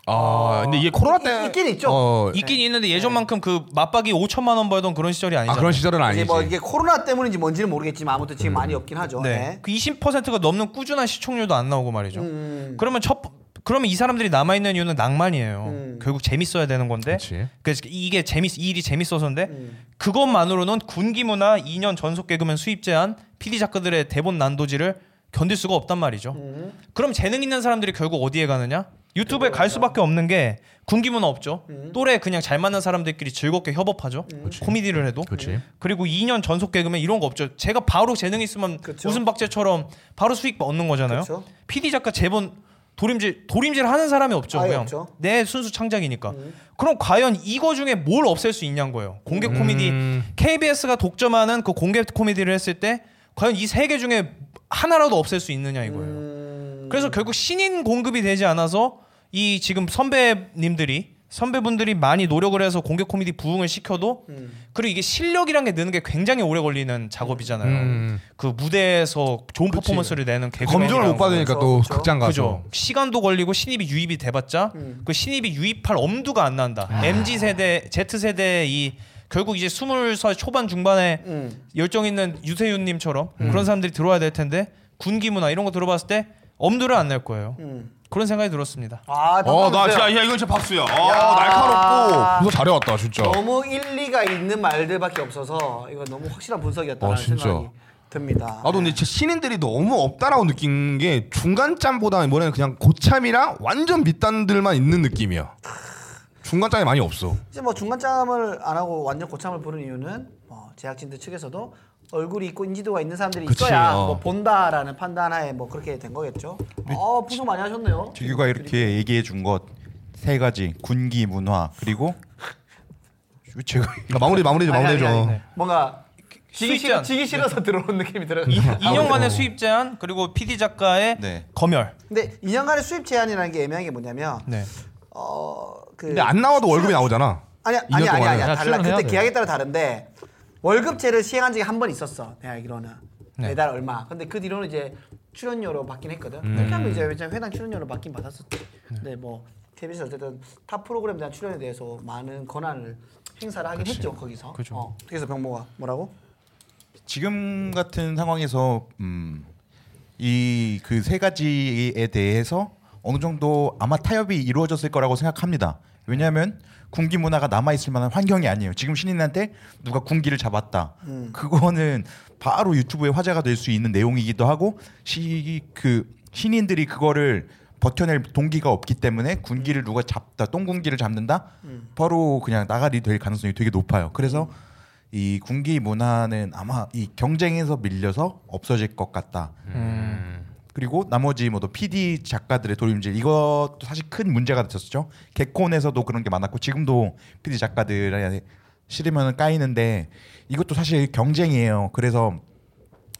S2: 아, 근데 이게 코로나 때.
S1: 있- 있긴 있죠.
S2: 어,
S3: 있긴 있는데 예전만큼 그 맞박이 5천만 원 벌던 그런 시절이
S2: 아,
S3: 아니잖아요.
S2: 그런 시절은
S1: 이제
S2: 아니지.
S1: 뭐 이게 코로나 때문인지 뭔지는 모르겠지만 아무튼 지금 많이 없긴 하죠.
S3: 네. 그 20%가 넘는 꾸준한 시청률도 안 나오고 말이죠.
S1: 음.
S3: 그러면 첫 그러면 이 사람들이 남아 있는 이유는 낭만이에요.
S1: 음.
S3: 결국 재밌어야 되는 건데.
S2: 그치.
S3: 그래서 이게 재밌 이 일이 재밌어서인데
S1: 음.
S3: 그것만으로는 군기 문화 2년 전속 개그맨 수입 제한, PD 작가들의 대본 난도질을 견딜 수가 없단 말이죠.
S1: 음.
S3: 그럼 재능 있는 사람들이 결국 어디에 가느냐? 유튜브에 갈 수밖에 없는 게 군기문 없죠.
S1: 음.
S3: 또래 그냥 잘 맞는 사람들끼리 즐겁게 협업하죠. 코미디를 해도.
S4: 그렇지.
S3: 그리고 2년 전속 개그맨 이런 거 없죠. 제가 바로 재능 있으면
S1: 그쵸.
S3: 웃음박제처럼 바로 수익 얻는 거잖아요.
S1: 그쵸.
S3: PD 작가 제본 도림질 도림질 하는 사람이 없죠.
S1: 아예
S3: 그냥
S1: 없죠. 음.
S3: 내 순수 창작이니까. 그럼 과연 이거 중에 뭘 없앨 수 있냐는 거예요. 공개 코미디 KBS가 독점하는 그 공개 코미디를 했을 때 과연 이 세 개 중에 하나라도 없앨 수 있느냐 이거예요.
S1: 음.
S3: 그래서 결국 신인 공급이 되지 않아서 이 지금 선배님들이 선배분들이 많이 노력을 해서 공개 코미디 부흥을 시켜도 그리고 이게 실력이란 게 느는 게 굉장히 오래 걸리는 작업이잖아요.
S6: 음,
S3: 그 무대에서 좋은 퍼포먼스를 내는 개그맨
S6: 검증을 못 받으니까 또
S1: 그렇죠.
S6: 극장 가서
S3: 그죠. 시간도 걸리고 신입이 유입이 돼봤자 그 신입이 유입할 엄두가 안 난다.
S6: 아.
S3: MZ 세대, Z 세대 이 결국 이제 스물 살 초반 중반에
S1: 음.
S3: 열정 있는 유세윤님처럼
S6: 음.
S3: 그런 사람들이 들어와야 될 텐데 군기 문화 이런 거 들어봤을 때 엄두를 안 낼 거예요. 그런 생각이 들었습니다.
S1: 아,
S6: 어 나
S1: 답답한데요.
S6: 진짜 야 이건 진짜 박수야 어, 날카롭고 이거 잘해왔다 진짜
S1: 너무 일리가 있는 말들밖에 없어서 이거 너무 확실한 분석이었다는
S6: 아, 진짜.
S1: 생각이 듭니다.
S6: 나도 근데 진짜 신인들이 너무 없다라고 느낀 게 중간짬보다 이번에는 그냥 고참이랑 완전 밑단들만 있는 느낌이야 중간짬이 많이 없어
S1: 이제 뭐 중간짬을 안 하고 완전 고참을 부른 이유는 뭐 제작진들 측에서도 얼굴이 있고 인지도가 있는 사람들이
S6: 그치,
S1: 있어야
S6: 어.
S1: 뭐 본다라는 판단하에 뭐 그렇게 된 거겠죠. 아 분석 많이 하셨네요.
S5: 규규가 이렇게 얘기해 준 것 세 가지 군기 문화 그리고 제가
S6: 그러니까 마무리 마무리 좀
S1: 아니,
S6: 마무리해줘
S1: 아니, 아니, 아니. 뭔가 지기,
S3: 수익지 않-
S1: 싫, 지기 싫어서 들어온 느낌이 들어요.
S6: 아,
S3: 2년간의 수입 제한 그리고 PD 작가의
S5: 네.
S3: 검열.
S1: 근데 2년간의 수입 제한이라는 게 애매한 게 뭐냐면
S3: 네.
S1: 어그
S6: 네. 근데 안 나와도 월급이
S1: 네.
S6: 나오잖아
S1: 아니 아니 아니
S6: 동안은.
S1: 아니
S4: 야,
S1: 달라
S4: 출연해야
S1: 그때
S4: 돼.
S1: 계약에 따라 다른데 월급제를 시행한 적이 한 번 있었어 내가 알기로는 매달 얼마 근데 그 뒤로는 이제 출연료로 받긴 했거든 그렇게 하면 이제 왜냐면 회당 출연료로 받긴 받았었지 근데 뭐 KBS 어쨌든 타 프로그램에 대한 출연에 대해서 많은 권한을 행사를 하긴 했죠 거기서 어, 그래서 병모가 뭐라고
S5: 지금 같은 상황에서 음, 이 그 세 가지에 대해서 어느 정도 아마 타협이 이루어졌을 거라고 생각합니다. 왜냐하면 군기 문화가 남아 있을 만한 환경이 아니에요. 지금 신인한테 누가 군기를 잡았다. 그거는 바로 유튜브에 화제가 될 수 있는 내용이기도 하고 시, 그 신인들이 그거를 버텨낼 동기가 없기 때문에 군기를 누가 잡다 똥군기를 잡는다 바로 그냥 나가리 될 가능성이 되게 높아요. 그래서 이 군기 문화는 아마 이 경쟁에서 밀려서 없어질 것 같다. 그리고 나머지 뭐또 PD 작가들의 도림질 이것도 사실 큰 문제가 됐었죠. 개콘에서도 그런 게 많았고 지금도 PD 작가들의 싫으면 까이는데 이것도 사실 경쟁이에요. 그래서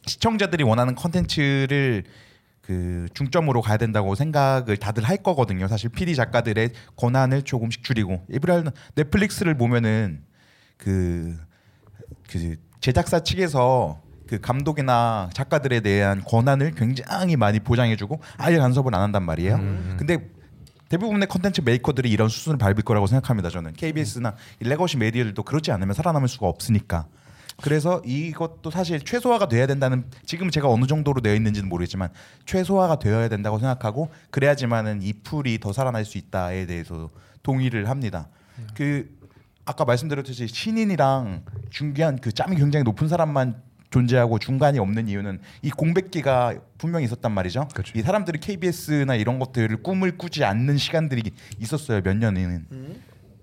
S5: 시청자들이 원하는 컨텐츠를 그 중점으로 가야 된다고 생각을 다들 할 거거든요. 사실 PD 작가들의 권한을 조금씩 줄이고 이브랄 넷플릭스를 보면은 그, 그 제작사 측에서 그 감독이나 작가들에 대한 권한을 굉장히 많이 보장해주고 아예 간섭을 안 한단 말이에요. 근데 대부분의 컨텐츠 메이커들이 이런 수순을 밟을 거라고 생각합니다. 저는 KBS나 레거시 메디어들도 그렇지 않으면 살아남을 수가 없으니까. 그래서 이것도 사실 최소화가 돼야 된다는 지금 제가 어느 정도로 되어 있는지는 모르겠지만 최소화가 되어야 된다고 생각하고 그래야지만은 이 풀이 더 살아날 수 있다에 대해서 동의를 합니다. 그 아까 말씀드렸듯이 신인이랑 중요한 그 짬이 굉장히 높은 사람만 존재하고 중간이 없는 이유는 이 공백기가 분명히 있었단 말이죠. 이 사람들이 KBS나 이런 것들을 꿈을 꾸지 않는 시간들이 있었어요. 몇 년에는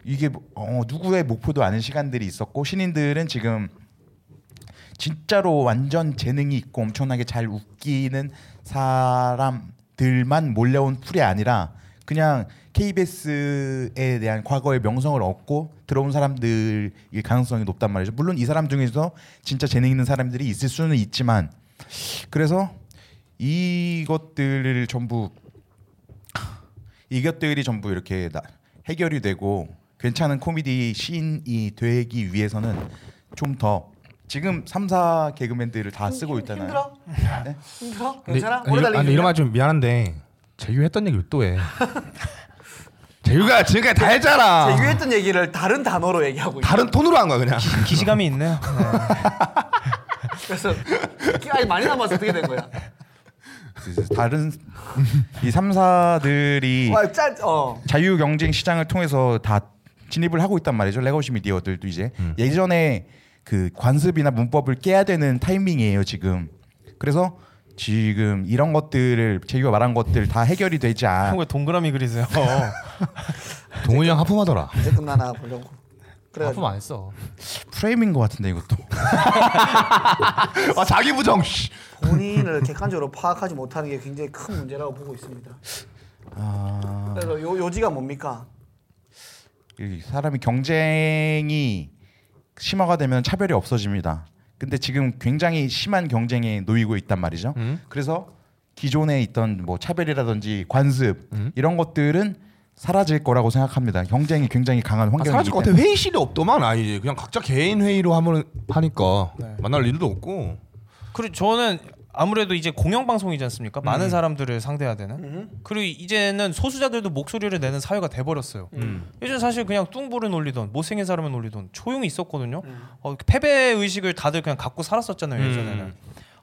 S5: 이게 뭐- 어, 누구의 목표도 아닌 시간들이 있었고 신인들은 지금 진짜로 완전 재능이 있고 엄청나게 잘 웃기는 사람들만 몰려온 풀이 아니라 그냥 KBS에 대한 과거의 명성을 얻고 들어온 사람들일 가능성이 높단 말이죠. 물론 이 사람 중에서 진짜 재능 있는 사람들이 있을 수는 있지만 그래서 이것들을 전부 이것들이 전부 이렇게 나- 해결이 되고 괜찮은 코미디 시인이 되기 위해서는 좀 더 지금 3사 개그맨들을 다 쓰고 있잖아요.
S1: 힘들어
S5: 네?
S1: 힘들어
S6: 근데,
S1: 괜찮아
S6: 아니,
S1: 오래
S6: 이런- 아니,
S1: 달리기
S6: 이런 말 좀 미안한데 재규 했던 얘기를 또 해. 재규가 지금까지 다 했잖아.
S1: 제휴했던 얘기를 다른 단어로 얘기하고 있어
S6: 다른 톤으로 한 거야 그냥.
S3: 기시감이 있네요. 네.
S1: 그래서 아니 많이 남아서 어떻게 된 거야
S5: 다른 이 3사들이
S1: 와짤어
S5: 자유 경쟁 시장을 통해서 다 진입을 하고 있단 말이죠. 레거시 미디어들도 이제 예전에 그 관습이나 문법을 깨야 되는 타이밍이에요 지금. 그래서 지금 이런 것들을 재규가 말한 것들 다 해결이 되지 않.
S3: 왜 동그라미 그리세요?
S4: 동훈이 형 하품하더라.
S1: 어쨌든 나나 보려고. 그래.
S4: 하품 안 했어.
S5: 프레임인 것 같은데 이것도.
S2: 아 자기 부정. 씨.
S1: 본인을 객관적으로 파악하지 못하는 게 굉장히 큰 문제라고 보고 있습니다. 그래서 요, 요지가 뭡니까?
S5: 이 사람이 경쟁이 심화가 되면 차별이 없어집니다. 근데 지금 굉장히 심한 경쟁에 놓이고 있단 말이죠.
S2: 음.
S5: 그래서 기존에 있던 뭐 차별이라든지 관습
S2: 음.
S5: 이런 것들은 사라질 거라고 생각합니다. 경쟁이 굉장히 강한
S2: 아,
S5: 환경이기
S2: 사라질 것 같아.
S5: 때문에.
S2: 회의실이 없더만 아니지. 그냥 각자 개인 회의로 하면 하니까 만날 일도 없고.
S3: 그리고 저는 아무래도 이제 공영 방송이지 않습니까? 많은 사람들을 상대해야 되는. 그리고 이제는 소수자들도 목소리를 내는 사회가 돼 버렸어요. 예전 사실 그냥 뚱보를 놀리던 못생긴 사람을 놀리던 조용히 있었거든요. 어, 패배 의식을 다들 그냥 갖고 살았었잖아요 예전에는.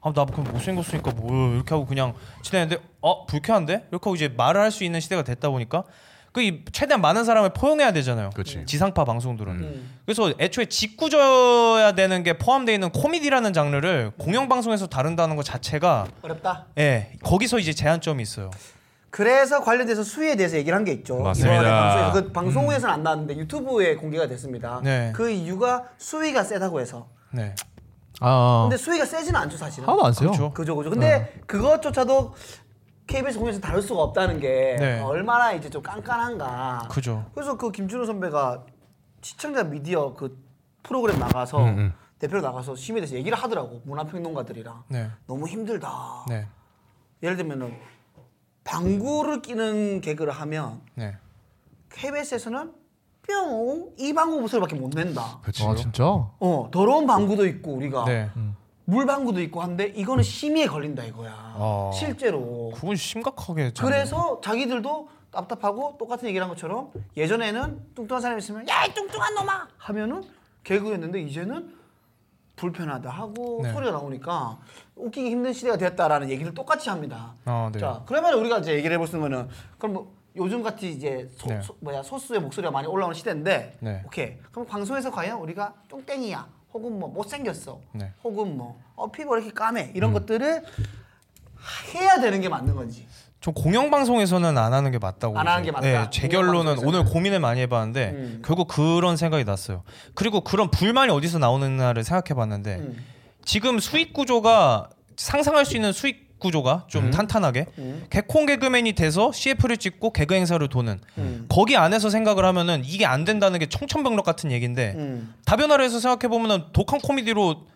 S3: 아나 그럼 못생겼으니까 뭐 이렇게 하고 그냥 지냈는데 어 불쾌한데 이렇게 하고 이제 말을 할 수 있는 시대가 됐다 보니까 그 이 최대한 많은 사람을 포용해야 되잖아요.
S2: 그치.
S3: 지상파 방송들은.
S1: 음.
S3: 그래서 애초에 짓궂어야 되는 게 포함되어 있는 코미디라는 장르를 공영방송에서 다룬다는 것 자체가
S1: 어렵다.
S3: 예 거기서 이제 제한점이 있어요
S1: 그래서 관련돼서 수위에 대해서 얘기를 한 게 있죠.
S2: 맞습니다.
S1: 이번에 방송에서 그 방송에서는 안 나왔는데 유튜브에 공개가 됐습니다.
S3: 네.
S1: 그 이유가 수위가 세다고 해서.
S3: 네
S4: 아
S1: 근데 수위가 세지는 않죠 사실은.
S4: 하나도 안 써요.
S3: 그렇죠
S1: 그죠 그죠. 근데 그것조차도 KBS 공연에서 다룰 수가 없다는 게
S3: 네.
S1: 얼마나 이제 좀 깐깐한가.
S3: 그죠
S1: 그래서 그 김준호 선배가 시청자 미디어 그 프로그램 나가서 대표로 나가서 심의에 대해서 얘기를 하더라고 문화평론가들이랑
S3: 네.
S1: 너무 힘들다.
S3: 네
S1: 예를 들면은 방구를 끼는 개그를 하면
S3: 네.
S1: KBS에서는 뿅이 방구 목소리밖에 못 낸다.
S4: 아 진짜?
S1: 어 더러운 방구도 있고 우리가
S3: 네.
S1: 물 방구도 있고 한데 이거는 심의에 걸린다 이거야.
S3: 아.
S1: 실제로.
S3: 그건 심각하게 참-
S1: 그래서 자기들도 답답하고 똑같은 얘기를 한 것처럼 예전에는 뚱뚱한 사람이 있으면 야이 뚱뚱한 놈아 하면은 개그였는데 이제는 불편하다 하고
S3: 네.
S1: 소리가 나오니까 웃기기 힘든 시대가 됐다라는 얘기를 똑같이 합니다.
S3: 아, 네.
S1: 자 그러면 우리가 이제 얘기를 해볼 수 있는 거는 그럼 뭐 요즘 같이 이제 소,
S3: 네.
S1: 소- 뭐야 소수의 목소리가 많이 올라오는 시대인데
S3: 네.
S1: 오케이 그럼 방송에서 과연 우리가 뚱땡이야 혹은 뭐 못생겼어
S3: 네. 음.
S1: 혹은 뭐 어, 피부 왜 이렇게 까매 이런 것들을 해야 되는 게 맞는 건지
S3: 좀 공영방송에서는 안 하는 게 맞다고
S1: 안 하는
S3: 이제-
S1: 게 맞다.
S3: 예, 제 결론은
S1: 공영방송에서는.
S3: 오늘 고민을 많이 해봤는데
S1: 음.
S3: 결국 그런 생각이 났어요 그리고 그런 불만이 어디서 나오느냐를 생각해봤는데
S1: 음.
S3: 지금 수익 구조가 상상할 수 있는 수익 구조가 좀 탄탄하게
S1: 음.
S3: 개콘 개그맨이 돼서 CF를 찍고 개그 행사를 도는
S1: 음.
S3: 거기 안에서 생각을 하면은 이게 안 된다는 게 청천벽력 같은 얘기인데
S1: 음.
S3: 다변화를 해서 생각해 보면은 독한 코미디로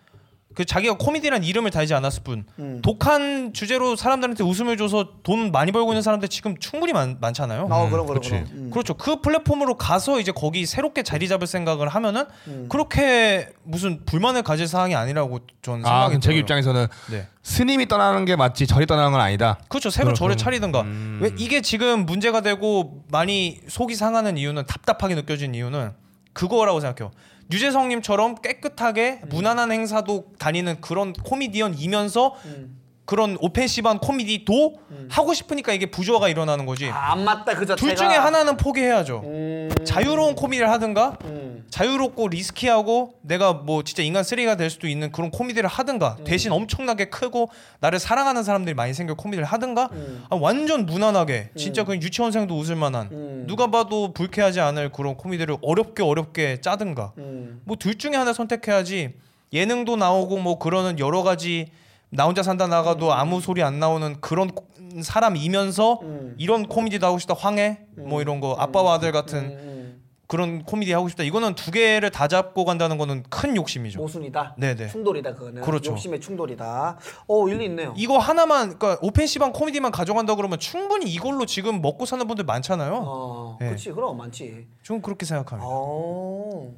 S3: 그 자기가 코미디란 이름을 달지 않았을 뿐
S1: 음.
S3: 독한 주제로 사람들한테 웃음을 줘서 돈 많이 벌고 있는 사람들 지금 충분히 많, 많잖아요.
S1: 어 그럼 그럼 그럼. 음.
S3: 그렇죠. 그 플랫폼으로 가서 이제 거기 새롭게 자리 잡을 생각을 하면은
S1: 음.
S3: 그렇게 무슨 불만을 가질 사항이 아니라고 저는
S2: 아
S3: 생각이
S2: 그럼 제기
S3: 들어요.
S2: 입장에서는
S3: 네.
S2: 스님이 떠나는 게 맞지 절이 떠나는 건 아니다.
S3: 그렇죠. 새로 절을 차리든가. 왜 이게 지금 문제가 되고 많이 속이 상하는 이유는 답답하게 느껴지는 이유는 그거라고 생각해요. 유재석님처럼 깨끗하게 무난한 행사도 다니는 그런 코미디언이면서
S1: 음.
S3: 그런 오펜시브한 코미디도 하고 싶으니까 이게 부조화가 일어나는 거지.
S1: 아, 안 맞다 그 자체가.
S3: 둘 중에 하나는 포기해야죠.
S1: 음.
S3: 자유로운 코미디를 하든가
S1: 음.
S3: 자유롭고 리스키하고 내가 뭐 진짜 인간 쓰레기가 될 수도 있는 그런 코미디를 하든가
S1: 음.
S3: 대신 엄청나게 크고 나를 사랑하는 사람들이 많이 생길 코미디를 하든가
S1: 음.
S3: 아, 완전 무난하게 진짜 그냥 유치원생도 웃을 만한
S1: 음.
S3: 누가 봐도 불쾌하지 않을 그런 코미디를 어렵게 어렵게 짜든가
S1: 음.
S3: 뭐 둘 중에 하나 선택해야지 예능도 나오고 뭐 그러는 여러 가지 나 혼자 산다 나가도 아무 소리 안 나오는 그런 코- 사람이면서
S1: 음.
S3: 이런 코미디도 하고 싶다 황해 뭐 이런 거 아빠와 아들 같은
S1: 음.
S3: 그런 코미디 하고 싶다. 이거는 두 개를 다 잡고 간다는 거는 큰 욕심이죠.
S1: 모순이다.
S3: 네네.
S1: 충돌이다 예. 그거는.
S3: 그렇죠.
S1: 욕심의 충돌이다. 어 일리 있네요.
S3: 이거 하나만 그러니까 오펜시방 코미디만 가져간다 그러면 충분히 이걸로 지금 먹고 사는 분들 많잖아요.
S1: 어. 그러니까.
S3: 네.
S1: 그렇지 그럼 많지.
S3: 좀 그렇게 생각합니다.
S1: 어.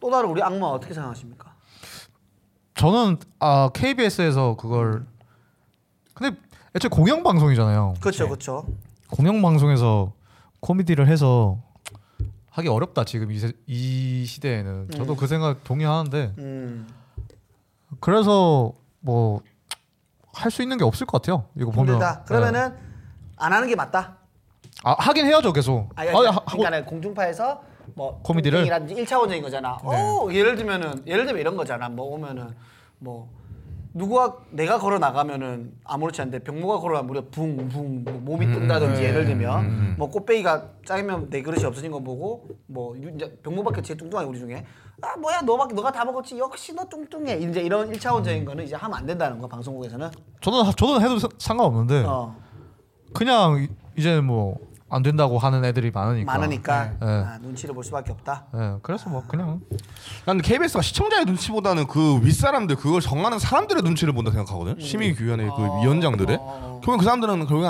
S1: 또 다른 우리 악마 어떻게 생각하십니까?
S4: 저는 아 KBS에서 그걸 근데 애초에 공영 방송이잖아요.
S1: 그렇죠 그렇죠.
S4: 공영 방송에서 코미디를 해서 하기 어렵다 지금 이, 세- 이 시대에는
S3: 네.
S4: 저도 그 생각 동의하는데
S1: 음.
S4: 그래서 뭐 할 수 있는 게 없을 것 같아요. 이거 보면
S1: 힘들다.
S4: 네.
S1: 그러면은 안 하는 게 맞다.
S4: 아 하긴 해야죠 계속.
S1: 아니,
S4: 아,
S1: 아니,
S4: 하- 하고-
S1: 그러니까 는 공중파에서 뭐
S4: 코미디를? 네.
S1: 이라든지 1차원적인 거잖아. 어, 예를 들면은 예를 들면 이런 거잖아. 뭐 오면은 뭐 누가 내가 걸어 나가면은 아무렇지 않은데 병모가 걸어가면 무려 붕붕 뭐 몸이
S4: 음,
S1: 뜬다든지 예를 들면 뭐 꽃배기가 짜이면 내 그릇이 없어진 거 보고 뭐 유- 이제 병모밖에 제일 뚱뚱한 우리 중에 아 뭐야 너밖에 너가 다 먹었지 역시 너 뚱뚱해 이제 이런 일차원적인 거는 이제 하면 안 된다는 거 방송국에서는
S4: 저는 저는 해도 사- 상관없는데
S1: 어
S4: 그냥 이- 이제는 뭐 안 된다고 하는 애들이 많으니까.
S1: 많으니까
S4: 예.
S1: 아, 눈치를 볼 수밖에 없다
S4: 예, 그래서 뭐 그냥
S6: 난 KBS가 시청자의 눈치보다는 그 윗사람들 그걸 정하는 사람들의 눈치를 본다 생각하거든. 시민위원회 그 위원장들의. 그러면 그 사람들은 결국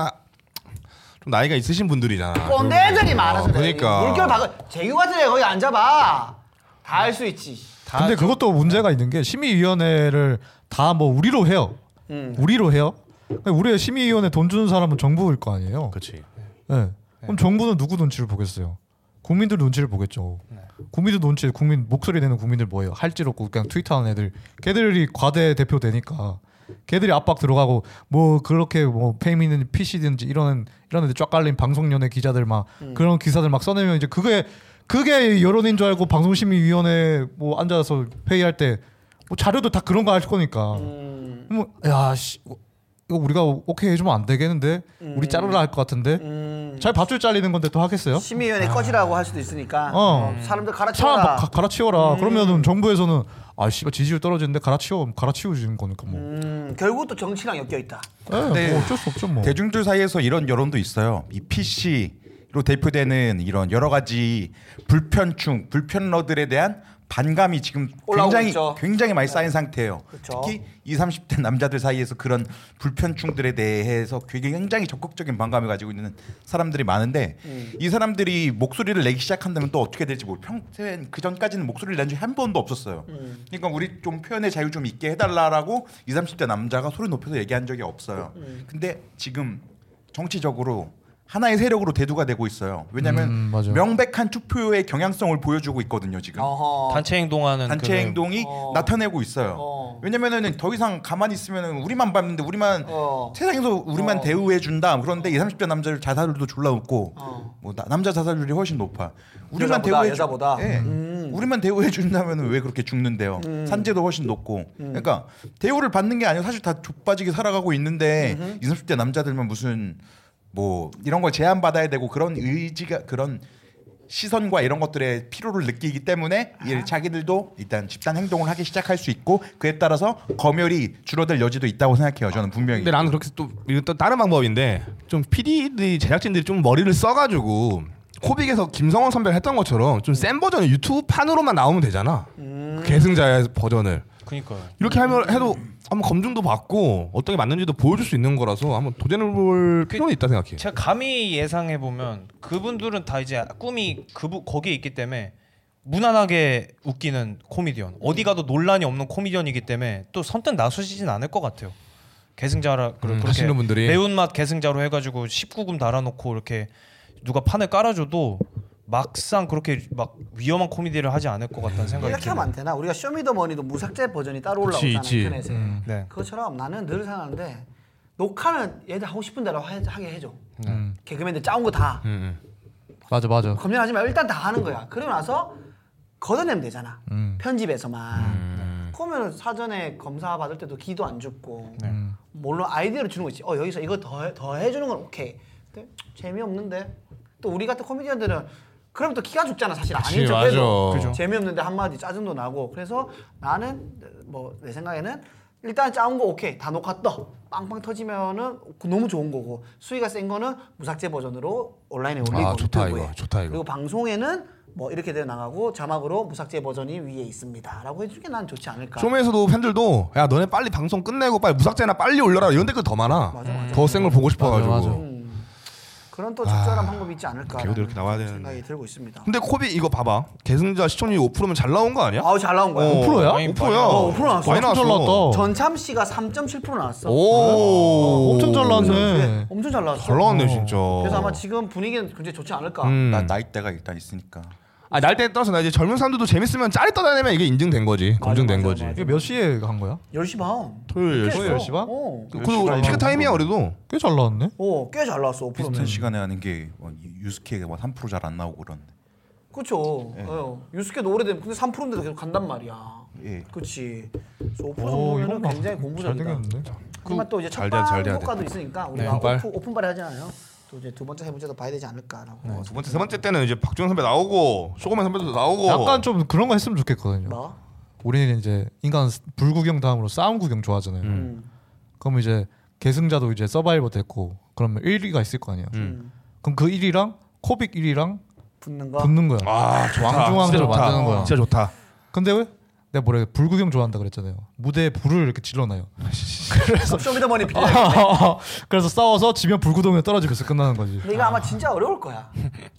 S6: 좀 나이가 있으신 분들이잖아.
S1: 꼰대들이 많아서
S6: 어,
S1: 그래.
S6: 그러니까.
S1: 물결 박을 재규 같은 애 거기 앉아봐 다 네. 할 수 있지
S4: 근데 그것도 문제가 있는 게 심의위원회를 다 뭐 우리로 해요.
S1: 음.
S4: 우리로 해요. 근데 우리의 심의위원회 돈 주는 사람은 정부일 거 아니에요.
S6: 그렇지.
S4: 예. 그럼
S1: 네.
S4: 정부는 누구 눈치를 보겠어요? 국민들 눈치를 보겠죠. 국민들 눈치, 국민 목소리 내는 국민들 뭐예요? 할지 없고 그냥 트위터하는 애들. 걔들이 과대 대표 되니까 걔들이 압박 들어가고 뭐 그렇게 뭐 페미는 PC든지 이런 이런 애들 쫙 깔린 방송연예 기자들 막 그런 기사들 막 써내면 이제 그게 그게 여론인 줄 알고 방송심의위원회 뭐 앉아서 회의할 때 뭐 자료도 다 그런 거 할 거니까. 뭐, 야, 씨, 이거 우리가 오케이 해주면 안 되겠는데 우리 자르라 할 것 같은데 잘 밧줄 잘리는 건데 또 하겠어요?
S1: 심의위원회 꺼지라고 할 수도 있으니까
S4: 어.
S1: 어, 사람들
S4: 사람 뭐 바-
S1: 갈아치워라
S4: 가-
S1: 음.
S4: 갈아치워라. 그러면은 정부에서는 아 씨발 지지율 떨어지는데 갈아치워 갈아치우지는 거니까 뭐.
S1: 음, 네. 결국 또 정치랑 엮여 있다
S4: 예, 뭐 어쩔 수 없죠 뭐.
S5: 대중들 사이에서 이런 여론도 있어요. 이 PC로 대표되는 이런 여러 가지 불편충, 불편러들에 대한 반감이 지금
S1: 올라오고
S5: 굉장히
S1: 있죠.
S5: 굉장히 많이 쌓인 상태예요.
S1: 그렇죠.
S5: 특히 20, 30대 남자들 사이에서 그런 불편충들에 대해서 굉장히 적극적인 반감을 가지고 있는 사람들이 많은데
S1: 음.
S5: 이 사람들이 목소리를 내기 시작한다면 또 어떻게 될지 모르. 평소엔 그 전까지는 목소리를 낸 적이 한 번도 없었어요.
S1: 음.
S5: 그러니까 우리 좀 표현의 자유 좀 있게 해달라라고 20, 30대 남자가 소리 높여서 얘기한 적이 없어요.
S1: 음.
S5: 근데 지금 정치적으로 하나의 세력으로 대두가 되고 있어요. 왜냐하면
S4: 음, 맞아요.
S5: 명백한 투표의 경향성을 보여주고 있거든요.
S1: 아,
S5: 지금.
S1: 어허.
S3: 단체
S5: 그
S3: 행동하는
S5: 단체
S3: 그-
S5: 행동이
S1: 어.
S5: 나타내고 있어요.
S1: 어.
S5: 왜냐면은 더 이상 가만히 있으면 우리만 밟는데 우리만
S1: 어.
S5: 세상에서 우리만
S1: 어.
S5: 대우해 준다. 그런데 20, 30대 남자들 자살률도 졸라 높고
S1: 어.
S5: 뭐 나- 남자 자살률이 훨씬 높아.
S1: 여자보다,
S5: 우리만 대우해 주-
S1: 여자보다?
S5: 예. 우리만 대우해 준다면 왜 그렇게 죽는데요? 산재도 훨씬 높고. 그러니까 대우를 받는 게 아니고 사실 다 좆빠지게 살아가고 있는데 20, 30대 남자들만 무슨 뭐 이런 걸 제한 받아야 되고 그런 의지가 그런 시선과 이런 것들의 피로를 느끼기 때문에 이 자기들도 일단 집단 행동을 하기 시작할 수 있고 그에 따라서 검열이 줄어들 여지도 있다고 생각해요. 저는 분명히.
S6: 근데 나는 그렇게 또 이건 또 다른 방법인데 좀 PD들이 제작진들이 좀 머리를 써가지고 코빅에서 김성원 선배가 했던 것처럼 좀 센 버전을 유튜브 판으로만 나오면 되잖아.
S1: 음.
S6: 그 계승자의 버전을
S3: 그니까요.
S6: 이렇게 하면 해도 한번 검증도 받고 어떻게 맞는지도 보여줄 수 있는 거라서 한번 도전해볼 필요는 있다 생각해.
S3: 제가 감히 예상해 보면 그분들은 다 이제 꿈이 그부 거기에 있기 때문에 무난하게 웃기는 코미디언 어디 가도 논란이 없는 코미디언이기 때문에 또 선뜻 나서시진 않을 것 같아요. 계승자라 그런 그렇게
S6: 음, 하시는 분들이.
S3: 매운맛 계승자로 해가지고 19금 달아놓고 이렇게 누가 판을 깔아줘도 막상 그렇게 막 위험한 코미디를 하지 않을 것 같다는 생각이
S1: 이렇게 하면 안 되나? 우리가 쇼미더머니도 무삭제 버전이 따로
S6: 그치,
S1: 올라오잖아
S6: 있지.
S1: 인터넷에.
S3: 네.
S1: 그것처럼 나는 늘 생각하는데 녹화는 얘들 하고 싶은 대로 하, 게 해줘. 개그맨들 짜온 거 다.
S4: 맞아 맞아.
S1: 검열하지 말고 일단 다 하는 거야. 그러고 나서 걷어내면 되잖아.
S6: 음.
S1: 편집에서만. 네. 그러면 사전에 검사 받을 때도 기도 안 줍고
S6: 네.
S1: 물론 아이디어를 주는 거 있지. 어 여기서 이거 더 해 주는 건 오케이. 근데 재미없는데 또 우리 같은 코미디언들은 그럼 또 기가 죽잖아 사실 아닌
S6: 그치,
S1: 척해도
S6: 맞아. 그죠.
S1: 재미없는데 한마디 짜증도 나고 그래서 나는 뭐 내 생각에는 일단 짜온 거 오케이 다 녹화 떠 빵빵 터지면은 너무 좋은 거고 수위가 센 거는 무삭제 버전으로 온라인에 올리고
S6: 아, 좋다,
S1: 유튜브에.
S6: 이거. 좋다, 이거.
S1: 그리고 방송에는 뭐 이렇게 되어 나가고 자막으로 무삭제 버전이 위에 있습니다라고 해주는 게 난 좋지 않을까.
S6: 쇼미에서도 팬들도 야 너네 빨리 방송 끝내고 빨리 무삭제나 빨리 올려라 이런 댓글 더 많아.
S1: 맞아, 음. 맞아.
S6: 더 센 걸 보고 싶어가지고.
S4: 맞아, 맞아.
S1: 그런 또 적절한 방법이 있지 않을까.
S6: 개그도 이렇게 나와야 되는데.
S1: 생각이 들고 있습니다.
S6: 아, 근데 코빅 이거 봐봐. 계승자 시청률 5%면 잘 나온 거 아니야?
S1: 아우 잘 나온 거야.
S6: 5%야?
S3: 많이
S6: 5%야.
S1: 어, 5% 나왔어.
S6: 많이 나왔어.
S4: 엄청 잘났다.
S1: 전참 씨가 3.7% 나왔어.
S6: 오,
S4: 엄청
S1: 네,
S6: 음.
S4: 잘났네.
S1: 엄청 잘 나왔어.
S6: 잘 나왔네 진짜.
S1: 그래서 아마 지금 분위기는 굉장히 좋지 않을까.
S6: 음.
S5: 나 나이대가 일단 있으니까.
S6: 아 날때 떠서 나 이제 젊은 사람들도 재밌으면 짤이 떠다니면 이게 인증된 거지, 검증된
S1: 맞아,
S6: 거지. 그,
S1: 맞아.
S4: 이게 몇 시에 한 거야?
S1: 10시 반. 꽤
S6: 토요일
S4: 토요일
S1: 했어.
S4: 10시 반?
S1: 어.
S6: 그- 그 피크 타임이야 그래도.
S4: 꽤 잘 나왔네.
S1: 어, 꽤 잘 나왔어. 5%면.
S5: 비슷한 시간에 하는 게 어, 유스케가 뭐3%잘 안 나오고 그런데.
S6: 예.
S1: 그렇죠. 어. 유스케도 오래되면 근데 3%인데도 계속 간단 말이야.
S5: 예.
S1: 그렇지. 그래서 오프 정도면 굉장히 공부적이다. 하지만 또 이제
S2: 잘
S1: 첫발
S2: 돼야 돼, 잘 돼야 돼.
S1: 효과도 있으니까 우리가
S6: 오픈발.
S1: 오픈, 오픈발을 하잖아요. 또 이제 두 번째 세 번째도 봐야 되지 않을까라고.
S6: 네. 어,
S2: 두 번째 세 번째 때는 이제 박준 선배 나오고 쇼고맨 선배도 나오고
S4: 약간 좀 그런 거 했으면 좋겠거든요.
S1: 뭐?
S4: 우리는 이제 인간 불구경 다음으로 싸움 구경 좋아하잖아요.
S1: 음.
S4: 그럼 이제 계승자도 이제 서바이버 됐고 그러면 1위가 있을 거 아니야.
S2: 음.
S4: 그럼 그 1위랑 코빅 1위랑
S1: 붙는 거.
S4: 붙는 거야.
S2: 아 좋다.
S4: 왕중왕으로
S2: 진짜 좋다.
S4: 만드는 거야.
S2: 진짜 좋다.
S4: 근데 왜? 내가 뭐래 불구경 좋아한다 그랬잖아요. 무대에 불을 이렇게 질러놔요.
S1: 아, 쇼미더머니 빌려.
S4: 네. 그래서 싸워서 지면 불구덩이에 떨어지면서 끝나는 거지.
S1: 근데 이거 아마 진짜 어려울 거야.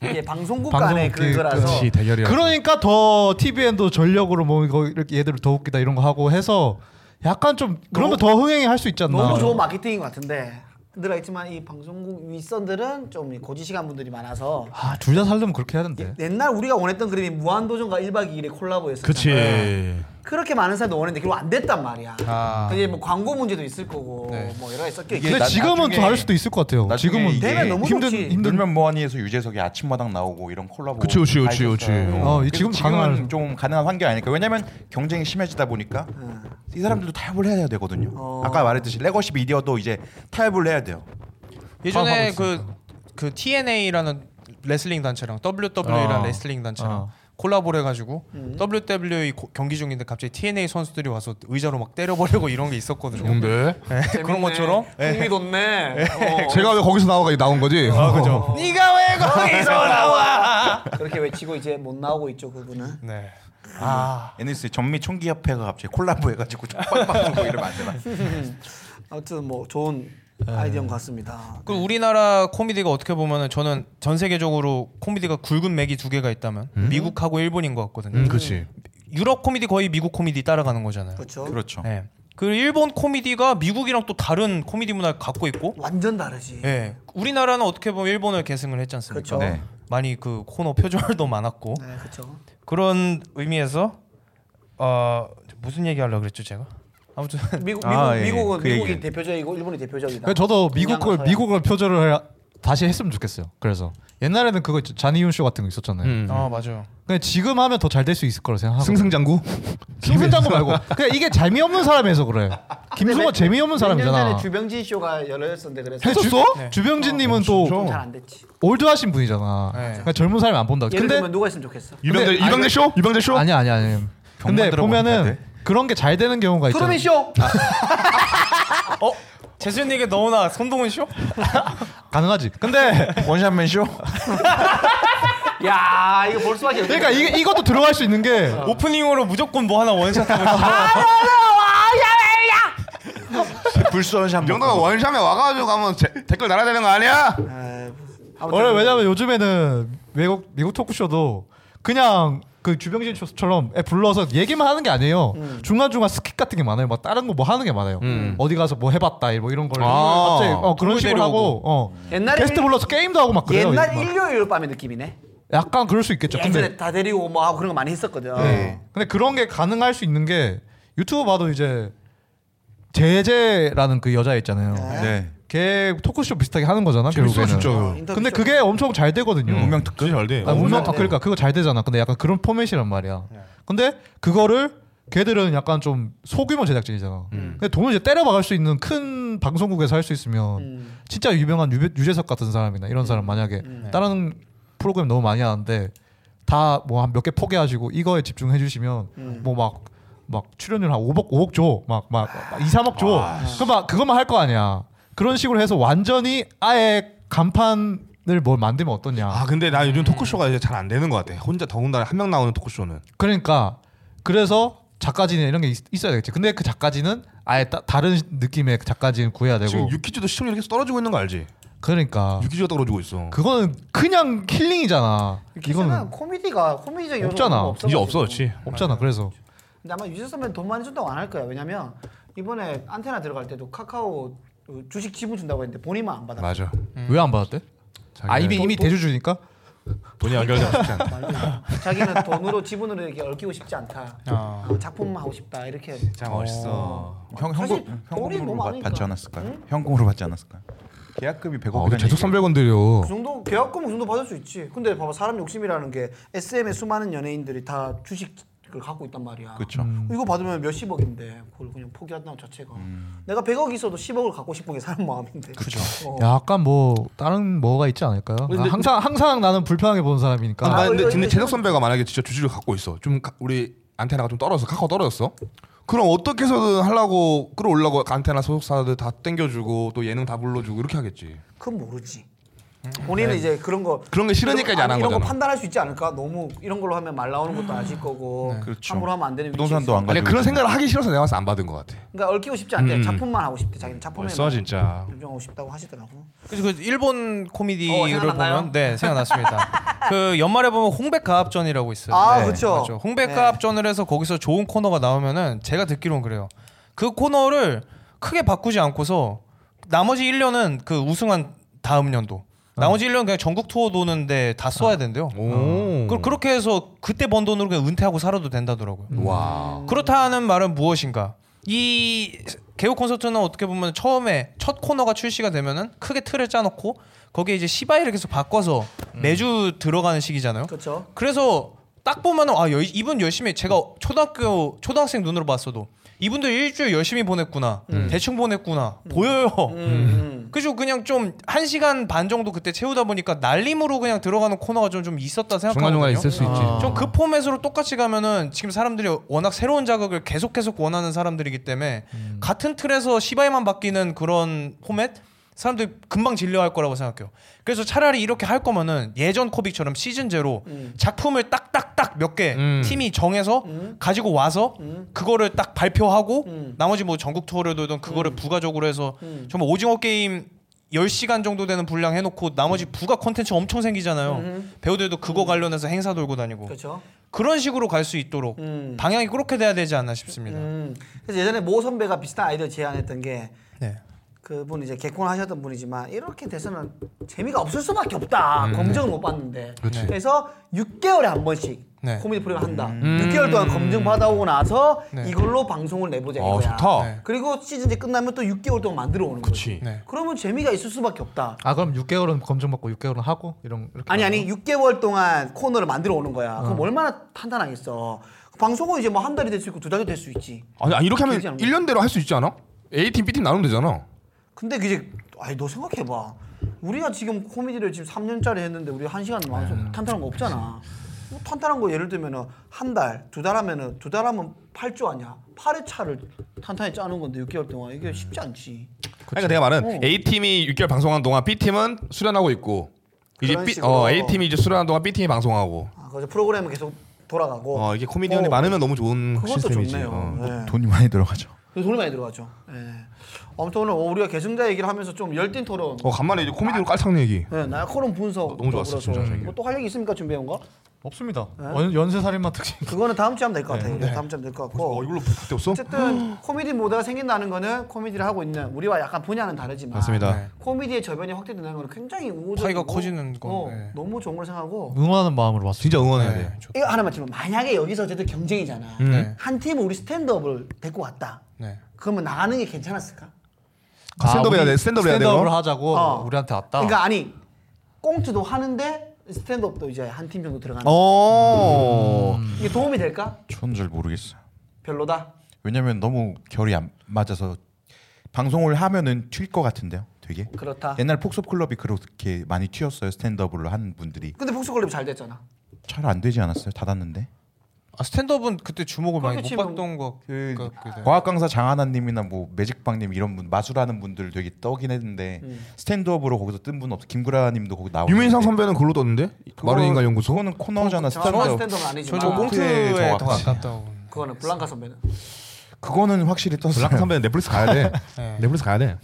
S1: 이게 방송국 간의
S4: 방송국
S1: 그거라서.
S4: 그렇지,
S6: 대결이야.
S4: 그러니까 더 TVN도 전력으로 뭐 이거 이렇게 얘들 더 웃기다 이런 거 하고 해서 약간 좀 그러면 더 흥행이 할 수 있지 않나.
S1: 너무 좋은 마케팅인 것 같은데 들어 있지만 이 방송국 윗선들은 좀 고지식한 분들이 많아서
S4: 아, 둘 다 살려면 그렇게 해야 된대.
S1: 옛날 우리가 원했던 그림이 무한도전과 1박 2일의 콜라보였었잖아.
S6: 그치.
S4: 네.
S1: 그렇게 많은 사람도 원했는데 결국 안 됐단 말이야.
S5: 아.
S1: 근데 뭐 광고 문제도 있을 거고 뭐 여러 가지 섞여
S5: 이게
S4: 근데
S1: 있겠지.
S5: 나-
S4: 지금은
S5: 나중에-
S4: 잘할 수도 있을 것 같아요.
S5: 나중에
S4: 지금은
S5: 이게
S1: 되면 너무
S4: 힘든
S1: 좋지.
S4: 힘든
S5: 놀면 뭐하니에서 유재석이 아침마당 나오고 이런 콜라보.
S6: 그치, 그치,
S5: 다
S6: 그치, 그치.
S5: 있었어요.
S4: 어, 이
S5: 그래서
S4: 지금
S5: 지금은
S4: 가능한-
S5: 좀 가능한 환경 아닐까. 왜냐면 경쟁이 심해지다 보니까 이 사람들도 타협을 해야 되거든요. 아까 말했듯이 레거시 미디어도 이제 타협을 해야 돼요.
S4: 하고
S3: 예전에 그
S4: 있으니까.
S3: 그 TNA라는 레슬링 단체랑 WWE라는
S4: 어.
S3: 레슬링 단체랑
S4: 어.
S3: 콜라보를 해가지고 WWE 고- 경기 중인데 갑자기 TNA 선수들이 와서 의자로 막 때려버리고 이런 게 있었거든요.
S6: 뭔데?
S3: 네, 그런 것처럼
S1: 흥미 돋네. 어.
S4: 예.
S6: 제가 왜 거기서 나와가 나온 거지? 아
S4: 어.
S6: 그죠.
S3: 네가 왜 거기서 나와?
S1: 그렇게 외치고 이제 못 나오고 있죠 그분은.
S3: 네.
S5: NS 전미 총기협회가 갑자기 콜라보해가지고 빡빡하고 이러면 안 되나.
S1: 아무튼 뭐 좋은 아이디어인 것 같습니다.
S3: 그 우리나라 코미디가 어떻게 보면은 저는 전 세계적으로 코미디가 굵은 맥이 두 개가 있다면 미국하고 일본인 것 같거든요.
S6: 음 그치.
S3: 유럽 코미디 거의 미국 코미디 따라가는 거잖아요.
S1: 그렇죠.
S5: 그렇죠.
S3: 네. 그리고 일본 코미디가 미국이랑 또 다른 코미디 문화를 갖고 있고
S1: 완전 다르지.
S3: 예. 우리나라는 어떻게 보면 일본을 계승을 했지
S1: 그렇죠.
S3: 않습니까?
S5: 네.
S3: 많이 그 코너 표절도 많았고
S1: 네, 그렇죠.
S3: 그런 의미에서 어 무슨 얘기 하려고 그랬죠, 제가? 아무튼
S1: 미국 미국
S5: 아, 예.
S1: 미국은
S5: 그
S1: 미국이
S5: 얘기.
S1: 대표적이고 일본이 대표적이다.
S4: 그러니까 저도 미국 걸
S1: 동양과
S4: 미국 걸 표절을 해야- 다시 했으면 좋겠어요. 그래서 옛날에는 그거 있죠. 자니윤 쇼 같은 거 있었잖아요.
S6: 음.
S3: 아, 맞아요.
S4: 그냥 지금 하면 더 잘 될 수 있을 거라 생각하고.
S6: 승승장구.
S4: 승승장구 말고 그냥 이게 재미없는 사람에서 그래. 김승호 재미없는
S1: 아, 몇년 전에
S4: 사람이잖아.
S1: 주병진 아, 쇼가 열렸었는데 그래서
S4: 했었어?
S3: 네.
S4: 주병진님은 또
S1: 좀잘안 됐지.
S4: 올드하신 분이잖아.
S3: 네.
S4: 그러니까 젊은 사람이 안 본다.
S1: 예를
S4: 근데
S1: 들면 누가 있으면 좋겠어.
S6: 유병재 유병재 쇼? 유병재 쇼?
S4: 아니 아니 아니. 근데
S5: 들어보면 다
S4: 보면은
S5: 돼?
S4: 그런 게 잘 되는 경우가 있잖아.
S1: 트루미 쇼.
S3: 어? 재수님에게 너무나 손동훈 쇼?
S4: 가능하지. 근데
S5: 원샷맨 쇼?
S1: 야 이거 볼 수밖에 없.
S4: 그러니까 이, 이것도 들어갈 수 있는 게
S1: 아.
S3: 오프닝으로 무조건 뭐 하나 원샷 하고
S5: 불수원샷.
S2: 이 정도면 원샷에 와가지고 한번 제- 댓글 달아야 되는 거 아니야?
S4: 원래 왜냐면 요즘에는 외국 미국 토크쇼도 그냥 그 주병진 쇼처럼 애 불러서 얘기만 하는 게 아니에요.
S1: 음.
S4: 중간 중간 스킵 같은 게 많아요. 막 다른 거 뭐 하는 게 많아요. 어디 가서 뭐 해봤다 뭐 이런 걸
S6: 음. 아.
S4: 갑자기 어, 그런
S3: 누구
S4: 식으로 하고
S3: 데려오고.
S4: 어.
S1: 옛날에
S4: 게스트 불러서 게임도 하고 막 그래요.
S1: 옛날
S4: 막.
S1: 일요일 밤의 느낌이네.
S4: 약간 그럴 수 있겠죠.
S1: 예전에 네.
S4: 근데 어. 네.
S1: 다 데리고 뭐 하고 그런 거 많이 했었거든.
S4: 근데 그런 게 가능할 수 있는 게 유튜브 봐도 이제 제제라는 그 여자 있잖아요.
S5: 네.
S4: 걔 토크쇼 비슷하게 하는 거잖아.
S6: 재밌어,
S4: 결국에는.
S6: 진짜.
S1: 어, 인터뷰
S4: 근데
S1: 쇼.
S4: 그게 엄청 잘 되거든요.
S6: 음. 운명 특급 잘 돼.
S4: 아, 운명
S1: 운명.
S4: 아, 그러니까 그거 잘 되잖아. 근데 약간 그런 포맷이란 말이야. 근데 그거를 걔들은 약간 좀 소규모 제작진이잖아. 근데 돈을 이제 때려박을 수 있는 큰 방송국에서 할 수 있으면
S1: 음.
S4: 진짜 유명한 유, 재석 같은 사람이나 이런 사람 만약에 다른 프로그램 너무 많이 하는데 다 뭐 한 몇 개 포기하시고 이거에 집중해 주시면 뭐 막 막 출연료 한 5억 5억 줘. 막 막 2, 3억 줘. 그럼 막 그것만 할 거 아니야. 그런 식으로 해서 완전히 아예 간판을 뭘 만들면 어떠냐.
S6: 아 근데 나 요즘 토크쇼가 이제 잘 안 되는 것 같아. 혼자 더군다나 한 명 나오는 토크쇼는.
S4: 그러니까 그래서 작가진이나 이런 게 있, 어야 되겠지. 근데 그 작가진은 아예 따- 다른 그 작가진 작가진 구해야 되고.
S6: 지금 유키즈도 시청률이 계속 떨어지고 있는 거 알지?
S4: 그러니까
S6: 유키즈가 떨어지고 있어.
S4: 그거는 그냥 힐링이잖아.
S1: 이거는
S4: 이거는
S1: 코미디가 코미디적인
S4: 없잖아.
S1: 요소가
S6: 이제
S1: 뭐 없어가지고.
S6: 없어, 그렇지?
S4: 없잖아. 그래서
S1: 근데 아마 유재 선배는 돈 많이 준다고 안 할 거야. 왜냐면 이번에 안테나 들어갈 때도 카카오 주식 지분 준다고 했는데 본인만 안 받아.
S6: 맞아.
S4: 왜 안 받았대? 아 이미 이미 대주주니까.
S6: 돈이 연결돼 쉽지 않다.
S1: 자기는 돈으로 지분으로 이렇게 얽히고 싶지 않다.
S3: 아.
S1: 어, 작품만 하고 싶다. 이렇게
S6: 진짜 멋있어.
S5: 형
S1: 사실
S5: 현금
S1: 돈이
S5: 현금으로
S1: 너무
S5: 받-
S1: 많으니까.
S5: 받지 않았을까요? 현금으로 받지 않았을까요? 계약금이 100억이라는
S6: 어, 계속 300원 들여.
S1: 그 정도 계약금 그 정도 받을 수 있지. 근데 봐봐 사람 욕심이라는 게 SM의 수많은 연예인들이 다 주식 그걸 갖고 있단 말이야.
S5: 그쵸.
S1: 이거 받으면 몇십억인데 그걸 그냥 포기한다는 자체가 내가 100억 있어도 10억을 갖고 싶은 게 사람 마음인데. 어, 그죠.
S4: 약간 뭐 다른 뭐가 있지 않을까요? 나 항상 항상 나는 불편하게 보는 사람이니까.
S2: 아,
S1: 아,
S2: 근데
S1: 이거
S2: 근데
S1: 이거
S2: 재석 선배가 만약에 진짜 주식을 갖고 있어. 좀 가- 우리 안테나가 좀 떨어져. 카카오 떨어졌어. 그럼 어떻게 해서든 하려고 끌어올라고 안테나 소속사들 다 땡겨주고 또 예능 다 불러주고 이렇게 하겠지.
S1: 그건 모르지. 본인은 이제 그런 거
S2: 그런 게 싫으니까 이제 안
S1: 이런
S2: 한
S1: 거
S2: 거잖아.
S1: 판단할 수 있지 않을까? 너무 이런 걸로 하면 말 나오는 것도 아실 거고
S5: 그렇죠.
S1: 함부로 하면 안 되는
S5: 부동산도
S1: 위치에
S5: 안
S1: 있어.
S5: 가.
S2: 아니 그런 생각을 하기 싫어서 내가 봤을 때안 받은 것 같아.
S1: 그러니까 얽히고 싶지 않대. 작품만 하고 싶대. 자기는 작품에
S2: 벌써 진짜.
S1: 인정하고 싶다고 하시더라고.
S3: 그래서 그 일본
S1: 어,
S3: 코미디를
S1: 생각났나요?
S3: 보면 네 생각났습니다. 그 연말에 보면 홍백가합전이라고 있어요.
S1: 아,
S3: 네,
S1: 그쵸.
S3: 맞죠. 홍백가합전을 해서 거기서 좋은 코너가 나오면은 제가 듣기로는 그래요. 그 코너를 크게 바꾸지 않고서 나머지 1년은 그 우승한 다음 년도. 나머지 1년 그냥 전국 투어 도는데 다 써야 된대요.
S2: 오.
S3: 그, 그렇게 해서 그때 번 돈으로 그냥 은퇴하고 살아도 된다더라고요.
S2: 그 와.
S3: 그렇다는 말은 무엇인가? 이 개그 콘서트는 어떻게 보면 처음에 첫 코너가 출시가 되면은 크게 틀을 짜놓고 거기에 이제 시바이를 계속 바꿔서 매주 들어가는 시기잖아요.
S1: 그렇죠.
S3: 그래서 딱 보면은 아 여- 이분 열심히 제가 초등학교 초등학생 눈으로 봤어도 이분들 일주일 열심히 보냈구나 대충 보냈구나 보여요.
S1: 음.
S3: 그죠 그냥 좀 한 시간 반 정도 그때 채우다 보니까 날림으로 그냥 들어가는 코너가 좀 좀 있었다 생각하거든요.
S6: 중간중간에 있을 수 있지.
S2: 아.
S3: 좀 그 포맷으로 똑같이 가면은 지금 사람들이 워낙 새로운 자극을 계속 계속 원하는 사람들이기 때문에 같은 틀에서 시바이만 바뀌는 그런 포맷 사람들이 금방 질려할 거라고 생각해요. 그래서 차라리 이렇게 할 거면은 예전 코빅처럼 시즌 제로 작품을 딱딱딱 몇 개 팀이 정해서 가지고 와서 그거를 딱 발표하고
S1: 음.
S3: 나머지 뭐 전국 투어를 돌던 그거를 부가적으로 해서 정말 오징어 게임 10시간 정도 되는 분량 해놓고 나머지
S1: 음.
S3: 부가 콘텐츠 엄청 생기잖아요. 배우들도 그거 관련해서 행사 돌고 다니고
S1: 그렇죠.
S3: 그런 식으로 갈 수 있도록
S1: 음.
S3: 방향이 그렇게 돼야 되지 않나 싶습니다.
S1: 음. 그래서 예전에 모 선배가 비슷한 아이디어 제안했던 게
S3: 네.
S1: 그분 이제 개콘하셨던 분이지만 이렇게 돼서는 재미가 없을 수밖에 없다. 검증을 못 받는데.
S2: 그치.
S1: 래서 6개월에 한 번씩
S3: 네.
S1: 코미디 프로그램 한다. 6개월 동안 검증 받아오고 나서
S3: 네.
S1: 이걸로 방송을 내보자
S2: 아
S1: 이거야.
S2: 좋다.
S3: 네.
S1: 그리고 시즌 이제 끝나면 또 6개월 동안 만들어 오는 거지.
S2: 그렇지.
S3: 네.
S1: 그러면 재미가 있을 수밖에 없다.
S4: 아 그럼 6개월은 검증받고 6개월은 하고 이런 이렇게
S1: 아니 아니 6개월 동안 코너를 만들어 오는 거야. 그럼 얼마나 탄탄하겠어. 방송은 이제 뭐 한 달이 될 수 있고 두 달이 될 수 있지.
S2: 아니 아니, 이렇게
S1: 길지
S2: 하면
S1: 않은데.
S2: 1년대로 할 수 있지 않아? A팀 B팀 나누면 되잖아.
S1: 근데 이제 아니 너 생각해 봐. 우리가 지금 코미디를 지금 3년짜리 했는데 우리 한 시간 많아서
S2: 네.
S1: 탄탄한 거 없잖아. 뭐 탄탄한 거 예를 들면은 한 달, 두 달 하면은 두 달 하면 8주 아니야. 8회 차를 탄탄히 짜는 건데 6개월 동안 이게 쉽지 않지.
S2: 그러니까 내가
S1: 어.
S2: 말은 A 팀이 6개월 방송한 동안 B 팀은 수련하고 있고 이제
S1: 그런
S2: B,
S1: 식으로.
S2: 어, A 팀이 이제 수련한 동안 B 팀이 방송하고
S1: 아, 그래서 프로그램은 계속 돌아가고.
S2: 어 이게 코미디언이
S1: 어,
S2: 많으면 너무 좋은
S1: 그것도
S2: 시스템이지.
S1: 좋네요.
S2: 어.
S1: 네.
S5: 돈이 많이 들어가죠.
S1: 그래서 돈이 많이 들어가죠. 예. 아무튼 오늘 우리가 계승자 얘기를 하면서 좀 열띤 토론.
S2: 어 간만에 이제 코미디로 깔창 얘기.
S1: 네, 나 코론 분석.
S2: 너무 좋았어, 진짜, 저기.
S1: 뭐또할 얘기 있습니까 준비해온 거?
S4: 없습니다.
S1: 네?
S4: 연, 연쇄 살인마 특징.
S1: 그거는 다음 주에 하면 될 것
S3: 네.
S1: 같아요. 다음 주에 하면 될 것 같고.
S2: 어 이걸로 그때 없어?
S1: 어쨌든 코미디 모드가 생긴다는 거는 코미디를 하고 있는 우리와 약간 분야는 다르지만 코미디의 저변이 확대된다는 거는 굉장히 우호적이고
S3: 파이가 커지는 건,
S1: 어,
S3: 네.
S1: 너무 좋은 걸 생각하고
S4: 응원하는 마음으로 봤습니다. 네.
S2: 진짜 응원해야 돼.
S1: 이거 하나만 치면 만약에 여기서 어쨌든 경쟁이잖아
S3: 네.
S1: 한 팀은 우리 스탠드업을 데리고 왔다
S3: 네.
S1: 그러면 나가는 게 괜찮았을까?
S2: 아, 스탠드업 해야 돼, 스탠드업 해야 돼요?
S4: 스탠드업을 하자고
S1: 어.
S4: 우리한테 왔다.
S1: 그러니까 아니 꽁트도 하는데 스탠드업도 이제 한 팀 정도 들어가는
S2: 어.
S1: 이게 도움이 될까?
S5: 저는 잘 모르겠어요.
S1: 별로다
S5: 왜냐면 너무 결이 안 맞아서 방송을 하면은 튈 것 같은데요. 되게
S1: 그렇다
S5: 옛날 폭소 클럽이 그렇게 많이 튀었어요. 스탠드업으로 한 분들이
S1: 근데 폭스걸립 잘 됐잖아
S5: 잘 안 되지 않았어요. 닫았는데.
S3: 아 스탠드업은 그때 주목을 많이 못
S1: 그렇지,
S3: 받던 것
S5: 그
S3: 같기도 해요.
S5: 과학 강사 장하나님이나 뭐 매직방님 이런 분 마술하는 분들 되게 떠긴 했는데 스탠드업으로 거기서 뜬 분 없어. 김구라님도 거기 나오고.
S2: 유민상 선배는 글로 떴는데 마른 인간 연구소.
S5: 아, 네. 그거는 코너잖아.
S1: 정확한
S5: 어,
S1: 스탠드업은
S5: 스탠드업.
S3: 저
S1: 아니지만
S3: 저
S5: 꽁트에
S3: 꽁트에 그 더
S5: 정확하지.
S3: 가깝다고.
S1: 그거는 블랑카 선배는
S5: 그거는 확실히 떴어요.
S2: 블락 선배는 넷플릭스 가야 돼.
S3: 네.
S2: 넷플릭스 가야 돼.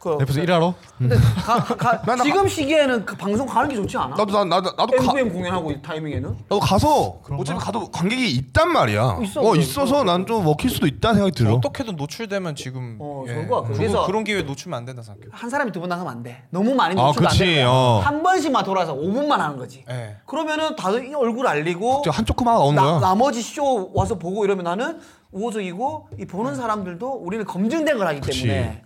S1: 그
S4: 옆에서 네, 일하러.
S1: 근데 가, 가, 지금 시기에는 그 방송 가는 게 좋지 않아?
S2: 나도 나, 나 나도 가
S1: MVM 공연하고 이 타이밍에는
S2: 나도 가서 어차피 가도 관객이 있단 말이야.
S1: 있어,
S2: 어
S1: 그래.
S2: 있어서 난 좀 먹힐 수도 있다는 생각이
S6: 뭐?
S2: 들어.
S3: 어떻게든 노출되면 지금 예.
S1: 어, 좋을 것 같아요.
S3: 그거-
S1: 그래서-
S3: 그런 기회 놓치면 안 된다 생각해요.
S1: 한 사람이 두 번 나가면 안 돼. 너무 많이
S2: 아,
S1: 노출도 안
S2: 그치,
S1: 돼.
S2: 어.
S1: 한 번씩만 돌아서 5분만 하는 거지.
S3: 예.
S1: 그러면은 다들 이 얼굴 알리고
S2: 진짜 한쪽 그만 나오는 거야.
S1: 나, 나머지 쇼 와서 음. 보고 이러면 나는 우호적이고 이 보는 사람들도 우리는 검증된 걸 하기 때문에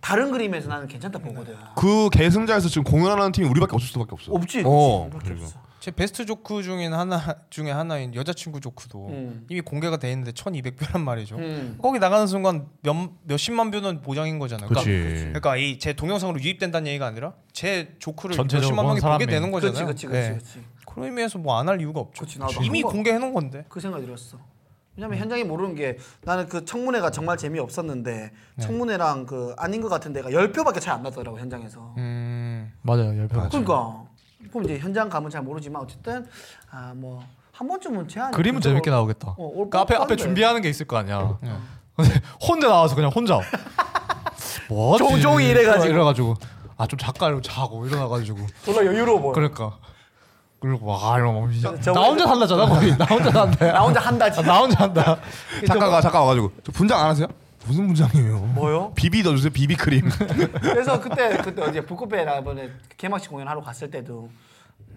S1: 다른 그림에서 나는 괜찮다 보거든.
S6: 그 계승자에서 지금 공연하는 팀이 우리밖에 없을 수밖에 없어.
S1: 없지.
S6: 어.
S1: 그렇게 없어.
S7: 제 베스트 조크 중인 하나 중에 하나인 여자친구 조크도
S1: 음.
S7: 이미 공개가 돼 있는데 1200뷰란 말이죠.
S1: 음.
S7: 거기 나가는 순간 몇 몇십만 뷰는 보장인 거잖아요. 그러니까,
S6: 그치.
S7: 그러니까 이 제 동영상으로 유입된다는 얘기가 아니라 제 조크를
S4: 전체적으로
S7: 몇십만
S4: 본
S7: 명이 보게
S4: 사람이.
S7: 되는
S1: 그렇지,
S7: 거잖아요.
S1: 그렇지, 그렇지,
S7: 네.
S1: 그렇지.
S7: 그런 의미에서 뭐 안 할 이유가 없죠.
S1: 그치, 나도
S7: 이미
S1: 한 번-
S7: 공개해 놓은 건데.
S1: 그 생각이 들었어.
S4: 음.
S1: 왜냐면 현장이 모르는 게 나는 그 청문회가 정말 재미없었는데
S4: 네.
S1: 청문회랑 그 아닌 것 같은 데가 열 표밖에 차이 안 나더라고 현장에서.
S7: 음.
S4: 맞아요 열병.
S1: 그러니까 그럼 이제 현장 가면 잘 모르지만 어쨌든 아 뭐 한 번쯤은 제한.
S4: 그림은 재밌게 나오겠다.
S1: 어,
S4: 그 앞에 앞에 준비한 게 있을 거 아니야. 근데 혼자 나와서 그냥 혼자 뭐지?
S1: 종종이 이래가지고.
S4: 이래가지고 아 좀 작가 이러고 자고 일어나가지고
S1: 졸라 여유로워. 보여.
S4: 그러니까 그리고 와 이러면 진짜
S1: 저-
S4: 나 혼자 살라잖아 거의 나 혼자 산대.
S1: 나 혼자 한다
S4: 아,
S1: 진짜.
S4: 나 혼자 한다.
S6: 작가가 작가 와가지고 저 분장 안 하세요? 무슨 분장이에요?
S1: 뭐요?
S6: 비비 넣어주세요. 비비 크림.
S1: 그래서 그때 그때 어제 북극배 라번에 개막식 공연하러 갔을 때도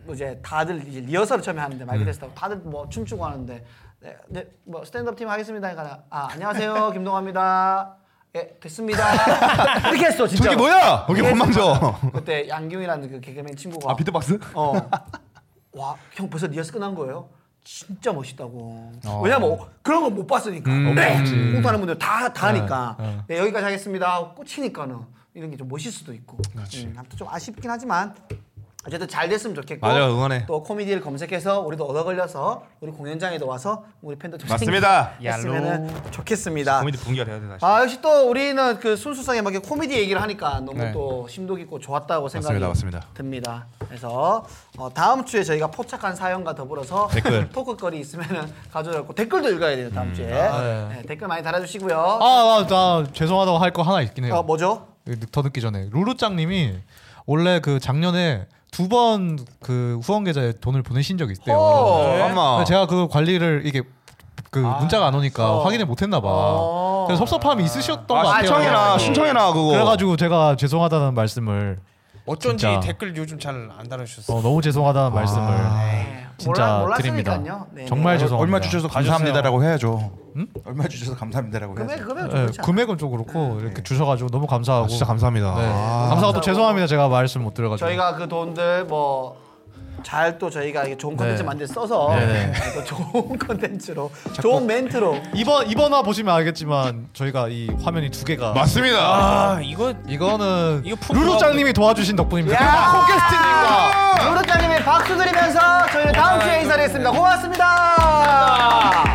S1: 뭐 이제 다들 이제 리허설을 처음에 하는데 말 그대로 했다고 다들 뭐 춤추고 하는데 네, 네, 뭐 스탠드업 팀 하겠습니다. 그러니까 아 안녕하세요 김동화입니다. 예 됐습니다. 이렇게 했어 진짜.
S6: 저게 뭐야? 여기
S2: 네.
S6: 건망져.
S1: 그때 양경이라는 그 개그맨 친구가
S6: 아 비트박스?
S1: 어. 와, 형 벌써 리허설 끝난 거예요? 진짜 멋있다고. 왜냐면 어, 그런 거 못 봤으니까.
S6: 음,
S1: 네. 공부하는 분들 다 다니까. 네, 여기까지 하겠습니다. 하고 꽂히니까는 이런 게 좀 멋있을 수도 있고. 음, 아무튼 좀 아쉽긴 하지만 어쨌든 잘 됐으면 좋겠고.
S6: 맞아요, 응원해.
S1: 또 코미디를 검색해서 우리도 얻어 걸려서 우리 공연장에도 와서 우리 팬들 좀
S6: 맞습니다.
S1: 했으면 좋겠습니다.
S6: 고민도 분기가 돼야 돼 다시.
S1: 아 역시 또 우리는 그 순수성에 맞게 코미디 얘기를 하니까 너무 또 심도 깊고 좋았다고 생각이
S6: 네. 맞습니다, 맞습니다.
S1: 듭니다. 그래서 어, 다음 주에 저희가 포착한 사연과 더불어서
S6: 댓글.
S1: 토크거리 있으면 가져오고 댓글도 읽어야 돼요 다음 주에
S6: 아,
S4: 네.
S1: 네, 댓글 많이 달아주시고요.
S4: 아나 나, 죄송하다고 할 거 하나 있긴
S6: 네.
S4: 해요.
S1: 어, 뭐죠?
S4: 더 늦기 전에 루루짱님이 원래 그 작년에 두 번 그 후원 계좌에 돈을 보내신 적이
S6: 네,
S4: 있대요.
S6: 뭐
S1: 어,
S4: 근데 제가 그 관리를 이게 그 문자가 안 오니까
S1: 어.
S4: 확인을 못 했나 봐.
S1: 어.
S4: 그래서 섭섭함이 있으셨던 것
S6: 아
S4: 같아요. 네.
S6: 신청해라, 신청해라 그거.
S4: 그래가지고 제가 죄송하다는 말씀을
S7: 어쩐지
S4: 진짜.
S7: 댓글 요즘 잘 안 달아주셨어.
S4: 어,
S7: 요
S4: 너무 죄송하다는 말씀을
S1: 네,
S4: 진짜
S1: 몰랐-
S4: 드립니다.
S1: 몰랐으니까요. 네,
S4: 정말
S1: 네.
S4: 죄송합니다.
S5: 얼마 주셔서 감사합니다라고 해야죠. 얼마 주셔서 감사합니다라고
S1: 금액
S5: 해야죠.
S1: 금액 좀
S6: 네,
S4: 예,
S1: 그렇지 않아요?
S4: 금액은 좀 그렇고 이렇게 주셔가지고 너무 감사하고
S6: 진짜 감사합니다.
S4: 네.
S6: 아.
S4: 감사하고 또 죄송합니다 제가 말씀 못 드려가지고
S1: 저희가 그 돈들 뭐. 잘 또 저희가 이게
S6: 네.
S1: 좋은 컨텐츠 만들 써서 또 좋은 컨텐츠로 좋은 멘트로
S4: 이번 이번 화 보시면 알겠지만 저희가 이 화면이 두 개가
S6: 맞습니다.
S7: 아 이거
S4: 이거는 뭐-
S7: 이거 품-
S4: 루루짱님이 도와주신 덕분입니다.
S1: 야! 콘캐스트님과 노릇자님의 박수 드리면서 저희는 다음 주에 인사드리겠습니다. 고맙습니다.